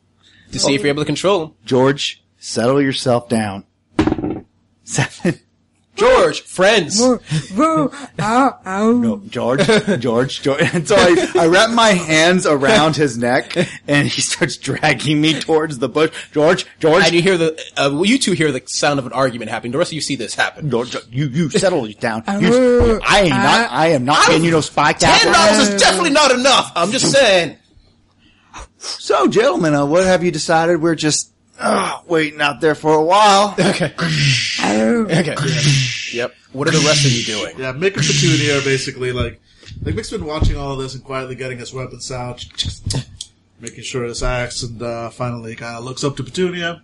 to see if you're able to control him.
George, settle yourself down. Seven.
George, friends.
No, George, George, George. And so I, I wrap my hands around his neck, and he starts dragging me towards the bush. George, George,
And you hear the, uh, well, you two hear the sound of an argument happening. The rest of you see this happen.
George, you, you settle down. You- I am not, I am not getting you no spike
Ten
apple.
dollars is definitely not enough. I'm just saying.
So, gentlemen, uh, what have you decided? We're just uh, waiting out there for a while.
Okay. Yep. What are the rest of you doing?
Yeah, Mick and Petunia are basically like, like Mick's been watching all of this and quietly getting his weapons out, making sure his axe, and uh, finally kind of looks up to Petunia,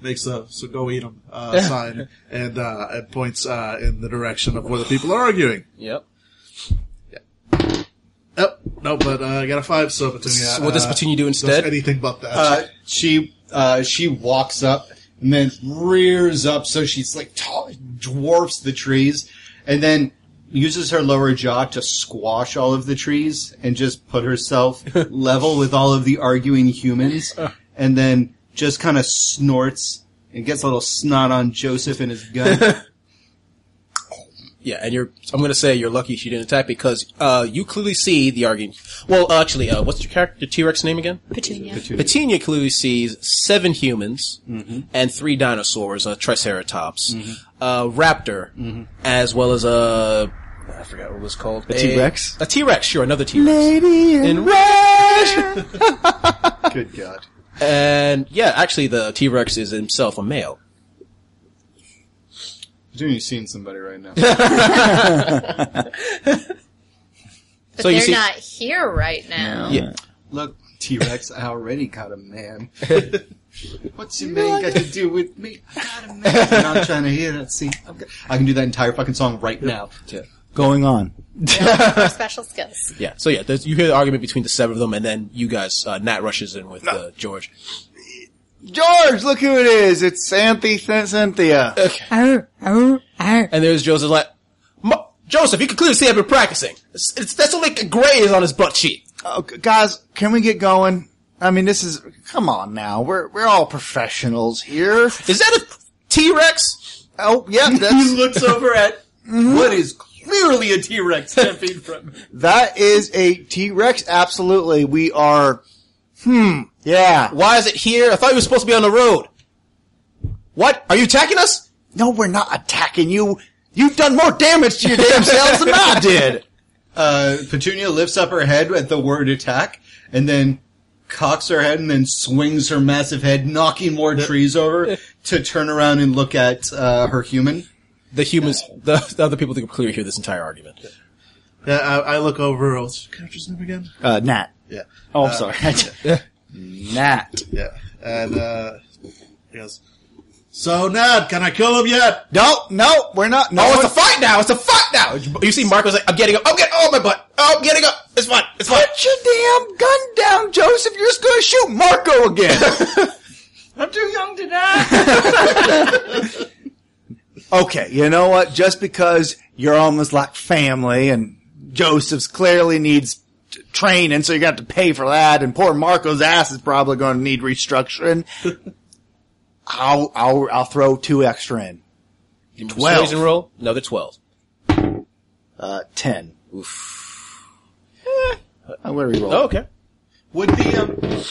makes a "so go eat 'em" uh, sign, and uh, and points uh, in the direction of where the people are arguing.
Yep.
Yep, no, but uh, I got a five, so Petunia.
So what does
uh,
Petunia do
does
instead?
Anything but that.
Uh, she uh, she walks up and then rears up so she's like tall, dwarfs the trees, and then uses her lower jaw to squash all of the trees and just put herself level with all of the arguing humans, and then just kind of snorts and gets a little snot on Joseph and his gun.
Yeah, and you're. I'm gonna say you're lucky she didn't attack because uh, you clearly see the argument. Well, actually, uh, what's your character T Rex name again?
Petunia.
Petunia clearly sees seven humans and three dinosaurs, a triceratops, a raptor, as well as a. I forgot what it was called. A
T-Rex?
A T Rex, sure, another T Rex.
Lady
In red.
Good God.
and yeah, actually, the T Rex is himself a male.
Dude, you're seeing somebody right now.
But
So you
they're
see-
not here right now.
Yeah.
Look, T Rex, I already got a man. What's your man got to do with me? I got a man. And I'm trying to hear that. See, I've got- I can do that entire fucking song right now.
Going on.
Our special skills.
Yeah. So yeah, there's, you hear the argument between the seven of them, and then you guys, uh, Nat rushes in with uh, George.
George, look who it is. It's Santhi Cynthia.
Uh, And there's Joseph like, "Mo- Joseph, you can clearly see I've been practicing. It's, it's, that's only a graze on his butt cheek.
Oh, g- guys, can we get going? I mean, this is, come on now. We're, we're all professionals here.
Is that a T-Rex?
Oh, yeah, that's,
Looks over at what is clearly a T Rex ten feet from. him.
that is a T-Rex. Absolutely. We are, hmm, yeah.
Why is it here? I thought you were supposed to be on the road. What? Are you attacking us?
No, we're not attacking you. You've done more damage to your damn selves than I did.
Uh, Petunia lifts up her head at the word attack, and then cocks her head, and then swings her massive head, knocking more trees over to turn around and look at uh, her human.
The humans, the, the other people that can clearly hear this entire argument.
Yeah, I, I look over. What's your character's name again?
Uh, Nat.
Yeah.
Oh, I'm sorry. Nat.
Yeah. And uh, he goes, So, Ned, can I kill him yet?
No, no, we're not. No,
Oh, it's
one-
a fight now! It's a fight now! You see Marco's like, I'm getting up, I'm getting, oh my butt! Oh, I'm getting up! It's fine, it's fine!
Put your damn gun down, Joseph. You're just gonna shoot Marco again.
I'm too young to die.
okay, you know what? Just because you're almost like family, and Joseph's clearly needs t- training, so you're gonna have to pay for that. And poor Marco's ass is probably gonna need restructuring. I'll I'll I'll throw two extra in. Twelve.
Persuasion roll, another 12.
Uh, ten. Oof. Eh, where are we rolling?
Oh, okay.
Would the um,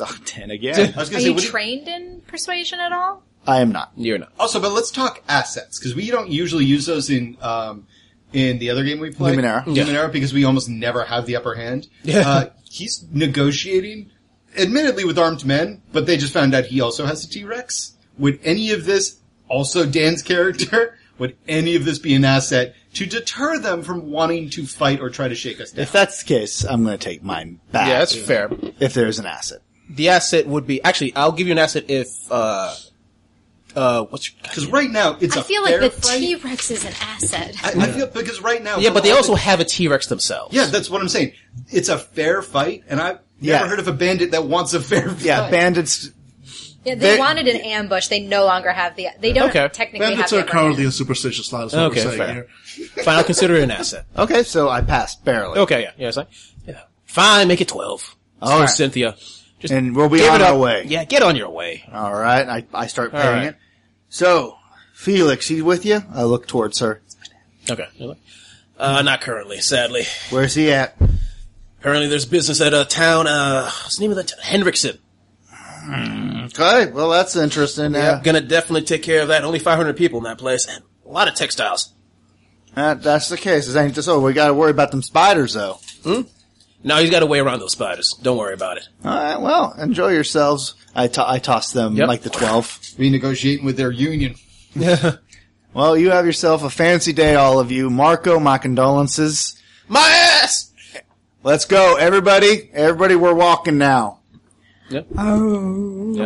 Oh, ten again.
I was
Are
gonna say,
you
would the-
trained in persuasion at all?
I am not.
You're not.
also, but let's talk assets because we don't usually use those in um, in the other game we play,
Numenera.
Numenera, because we almost never have the upper hand.
Yeah.
Uh, he's negotiating, admittedly with armed men, but they just found out he also has a T Rex. Would any of this also Dan's character? Would any of this be an asset to deter them from wanting to fight or try to shake us down?
If that's the case, I'm gonna take mine back.
Yeah, that's fair.
if there's an asset.
The asset would be, actually, I'll give you an asset if, uh, uh, what's your,
Because right now it's a
I feel like
fair
the
fight.
T Rex is an asset.
I- I feel because right now,
yeah, but they
all
also
the-
have a T-Rex themselves.
Yeah, that's what I'm saying. It's a fair fight, and I've never
Yeah.
heard of a bandit that wants a fair fight.
Yeah, bandits.
Yeah, they
They-
wanted an ambush. They no longer have the. They don't
Okay.
technically
Bandits are
have the upper hand.
cowardly and superstitious, lot is what
Okay,
we're saying
fair.
here.
Fine, I'll consider it an asset.
Okay, so I passed barely.
Okay, yeah, yeah, it's like, yeah. Fine, make it 12. All
right.
Cynthia. Just
And we'll be
give
on
it
our
up.
way.
Yeah, get on your way.
All right, I, I start
All
paying
right.
it. So, Felix, he with you? I look towards her.
Okay. Uh, not currently, sadly.
Where's he at?
Apparently there's business at a town, uh, what's the name of that town? Hendrickson.
Okay, well that's interesting.
Yeah.
Yeah.
Gonna definitely take care of that. Only 500 people in that place. And a lot of textiles.
that's the case. This ain't just oh, we got to worry about them spiders though.
No, he's got a way around those spiders. Don't worry about it.
All right, well enjoy yourselves. I to- I toss them
Yep.
like the twelve.
renegotiating with their union.
Well, you have yourself a fancy day, all of you. Marco, my condolences.
My ass!
Let's go, everybody. Everybody, we're walking now.
Yep.
Oh,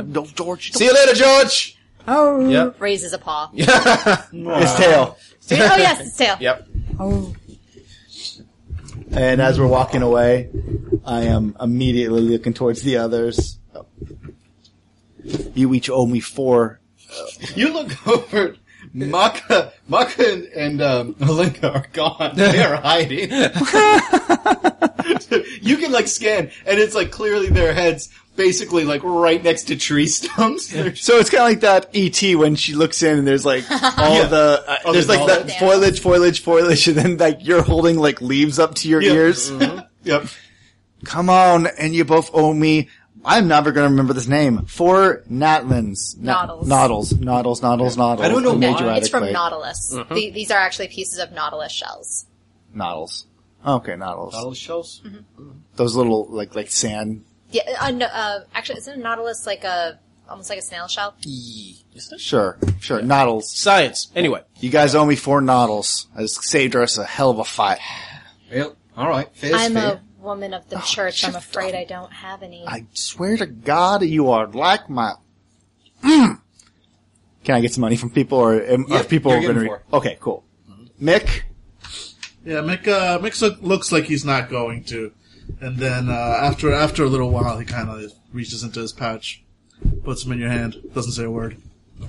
No, George.
See you later, George!
Raises a paw.
His tail.
oh yes, it's tail.
Yep.
And as we're walking away, I am immediately looking towards the others. You each owe me four.
You look over, Maka, Maka and, and um, Olenka are gone. They're hiding. you can like scan, and it's like clearly their heads, basically like right next to tree stumps. They're just-
So it's kind of like that ET when she looks in and there's like all
Yeah.
the uh,
All
there's
the
like that
knowledge.
foliage, foliage, foliage, and then like you're holding like leaves up to your
Yeah.
ears.
Yep.
Come on, and you both owe me. I'm never going to remember this name. Four Natlins.
Noddles.
Noddles. Noddles. Noddles. Noddles.
I don't know
The
why.
major
It's from
adequate.
Nautilus. The- these are actually pieces of Nautilus shells.
Noddles. Okay, Noddles.
Bottle shells.
Those little like like sand
Yeah, uh, no, uh, actually, isn't a Nautilus like a almost like a snail shell?
Sure, sure. Noddles.
Science. Anyway.
You guys owe me four noddles. It saved us a hell of a fight.
Well,
All right, fair's
I'm
fair.
a woman of the church. I'm afraid I don't have any.
I swear to God, you are like my. Can I get some money from people, or am, are
Yep,
people
you're getting
gonna re-
four.
Okay, cool. Mick,
Yeah, Mick. Uh, Mick look, looks like he's not going to, and then uh, after after a little while, he kind of reaches into his pouch, puts them in your hand, doesn't say a word.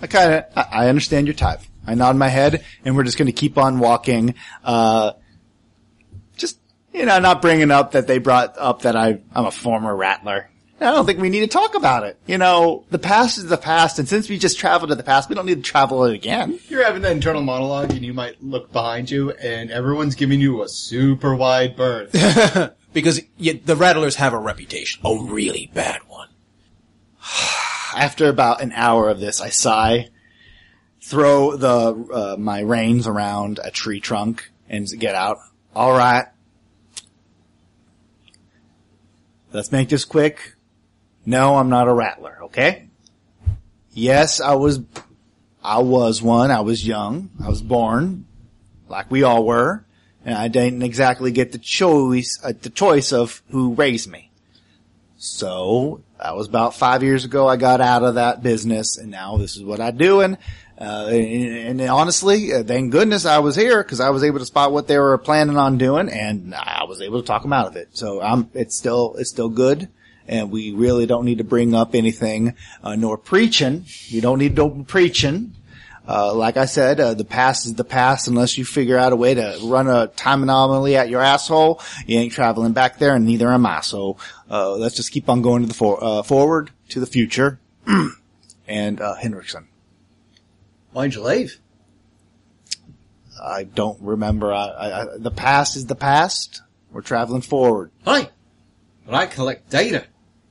I kind of I, I understand your type. I nod my head, and we're just going to keep on walking. Uh, just you know, not bringing up that they brought up that I I'm a former rattler. I don't think we need to talk about it. You know, the past is the past, and since we just traveled to the past, we don't need to travel it again.
You're having that internal monologue, and you might look behind you, and everyone's giving you a super wide berth.
Because yet the Rattlers have a reputation. A really bad one.
After about an hour of this, I sigh, throw the uh, my reins around a tree trunk, and get out. All right, let's make this quick. No, I'm not a rattler. Okay. Yes, I was. I was one. I was young. I was born, like we all were, and I didn't exactly get the choice uh, the choice of who raised me. So that was about five years ago. I got out of that business, and now this is what I do. And uh, and, and honestly, uh, thank goodness I was here because I was able to spot what they were planning on doing, and I was able to talk them out of it. So I'm it's still it's still good. And we really don't need to bring up anything, uh, nor preaching. We don't need no preaching. Uh, like I said, uh, the past is the past unless you figure out a way to run a time anomaly at your asshole. You ain't traveling back there and neither am I. So, uh, let's just keep on going to the for, uh, forward to the future. and, uh, Hendrickson.
Why'd you leave?
I don't remember. I, I, I, the past is the past. We're traveling forward.
Hi. But I collect data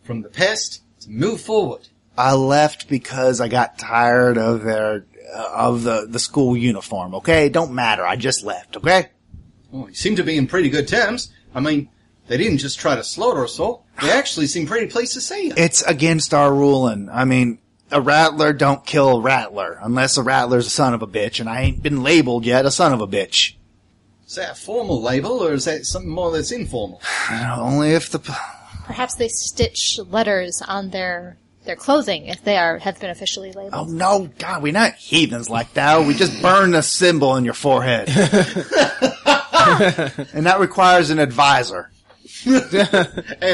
from the past to move forward.
I left because I got tired of their, uh, of the, the school uniform. Okay. Don't matter. I just left. Okay.
Oh, you seem to be in pretty good terms. I mean, they didn't just try to slaughter us all. They actually seem pretty pleased to see you.
It's against our ruling. I mean, a rattler don't kill a rattler unless a rattler's a son of a bitch, and I ain't been labeled yet a son of a bitch.
Is that a formal label, or is that something more that's informal?
Only if the
Perhaps they stitch letters on their their clothing if they are have been officially labeled.
oh no, God, we're not heathens like that. We just burn a symbol on your forehead, and that requires an advisor.
and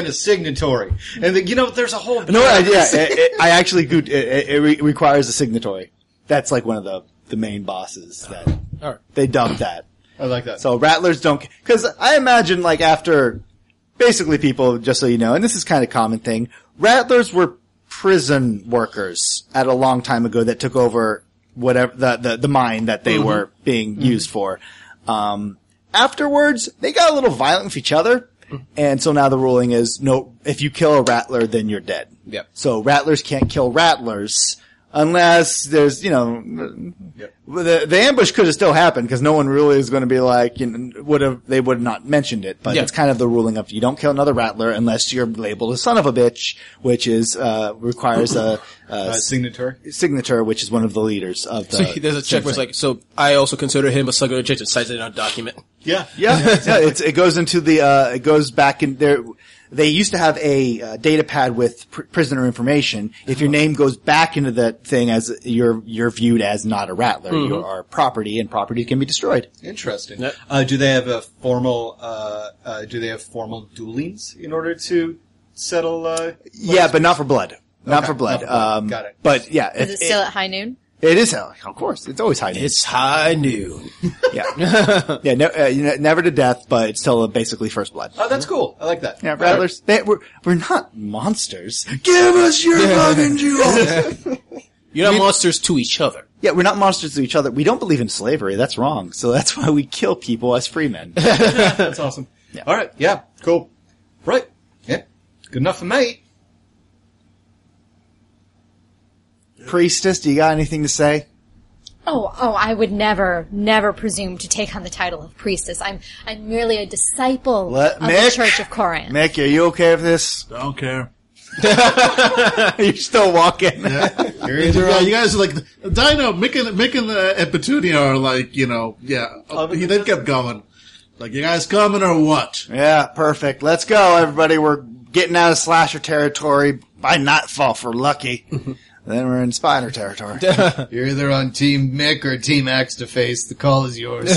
a signatory. And the, you know, there's a whole
No, I, yeah, it, it- I actually good. It, it, it re- requires a signatory. That's like one of the the main bosses that they dump that.
I like that.
So rattlers don't, cause I imagine like after, basically people, just so you know, and this is kind of common thing, rattlers were prison workers at a long time ago that took over whatever, the, the, the mine that they were being used for. Um, afterwards, they got a little violent with each other. And so now the ruling is no, if you kill a rattler, then you're dead.
Yep.
So rattlers can't kill rattlers unless there's, you know, well, the, the ambush could have still happened because no one really is going to be like, you know, would have, they would have not mentioned it, but
Yeah.
it's kind of the ruling of you don't kill another rattler unless you're labeled a son of a bitch, which is, uh, requires a,
uh,
a
signatory.
signature, which is one of the leaders of the.
So there's a check where it's like, so I also consider him a sucker object and cites it in our document.
Yeah.
Yeah, yeah, it's, it goes into the, uh, it goes back in there. They used to have a uh, data pad with pr- prisoner information. If
Uh-huh.
your name goes back into that thing as you're, you're viewed as not a rattler, you
Mm-hmm.
are property and property can be destroyed.
Interesting.
Yep.
Uh, do they have a formal? Uh, uh, do they have formal duelings in order to settle? Uh,
Yeah, but not for blood. Not
Okay,
for blood.
not for blood.
um,
Got it.
But yeah,
Is it still at high noon?
it is hell. Of course, it's always hiding.
It's high noon.
yeah, yeah. No, uh, you know, never to death, but it's still basically first blood.
oh, that's cool. I like that.
Yeah, rattlers. They, we're we're not monsters. Give us your fucking jewels.
You're not monsters to each other.
yeah, we're not monsters to each other. We don't believe in slavery. That's wrong. So that's why we kill people as free men.
That's awesome. All right. Yeah. Cool. Right. Yeah. Good enough for me.
Priestess, do you got anything to say?
Oh, oh, I would never, never presume to take on the title of priestess. I'm, I'm merely a disciple
Let-
of the
Mick?
Church of Corinth.
Mick, are you okay with this?
I don't care.
You're still walking.
Yeah, you guys are like Dino, Mick, and Mick and uh, and Petunia are like you know yeah. he then kept going. Like, you guys coming or what?
Yeah, perfect. Let's go, everybody. We're getting out of slasher territory by nightfall if we're lucky. then we're in spider territory.
You're either on Team Mick or Team Axe to face. The call is yours.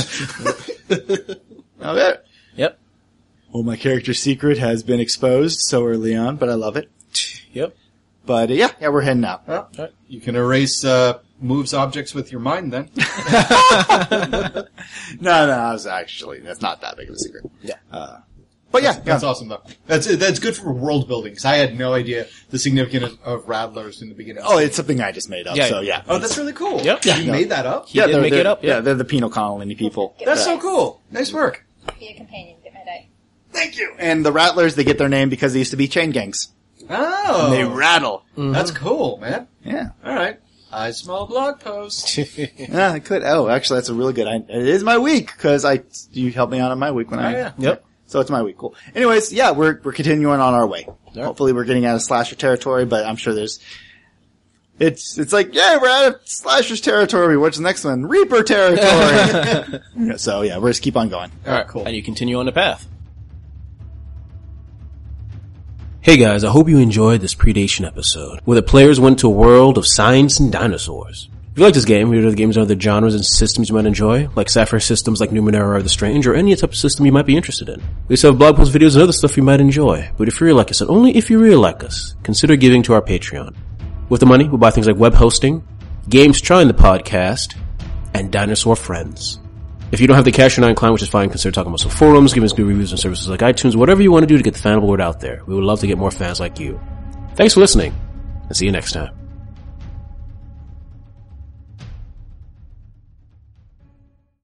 okay.
Yep.
Well, my character's secret has been exposed, so are Leon, but I love it.
Yep.
But uh, yeah, yeah, we're heading out.
you can erase uh, moves objects with your mind. Then
No, no, I was actually, that's not that big of a secret. Yeah. Uh, but yeah,
that's
yeah.
awesome though. That's that's good for world building 'cause I had no idea the significance of rattlers in the beginning.
Oh, it's something I just made up,
Yeah.
so yeah.
oh, that's really cool.
Yep.
you
Yeah.
made that up.
He
yeah,
did
they're-
make
they're-
it up. Yeah.
they're the penal colony people.
That's so cool. Nice work.
Be a companion. Get my die.
Thank you. And the Rattlers, they get their name because they used to be chain gangs.
Oh,
They rattle.
that's cool, man.
Yeah.
All right. I smell a blog post.
Yeah, I could. Oh, actually, that's a really good. I, it is my week because I you helped me out on my week when I.
yeah.
Yep.
So it's my week. Cool. Anyways, yeah, we're we're continuing on our way. Hopefully, we're getting out of slasher territory, but I'm sure there's. It's it's like yeah, we're out of slasher's territory. What's the next one? Reaper territory. Yeah, so yeah, we're just keep on going.
All right, cool.
and you continue on the path. Hey guys, I hope you enjoyed this predation episode, where the players went to a world of science and dinosaurs. If you like this game, here are the games and other genres and systems you might enjoy, like Sapphire systems like Numenera or The Strange, or any type of system you might be interested in. We also have blog posts, videos, and other stuff you might enjoy, but if you really like us, and only if you really like us, consider giving to our Patreon. With the money, we'll buy things like web hosting, games trying the podcast, and dinosaur friends. If you don't have the cash or not inclined, which is fine, consider talking about some forums, giving us good reviews on services like iTunes, whatever you want to do to get the fan word out there. We would love to get more fans like you. Thanks for listening, and see you next time.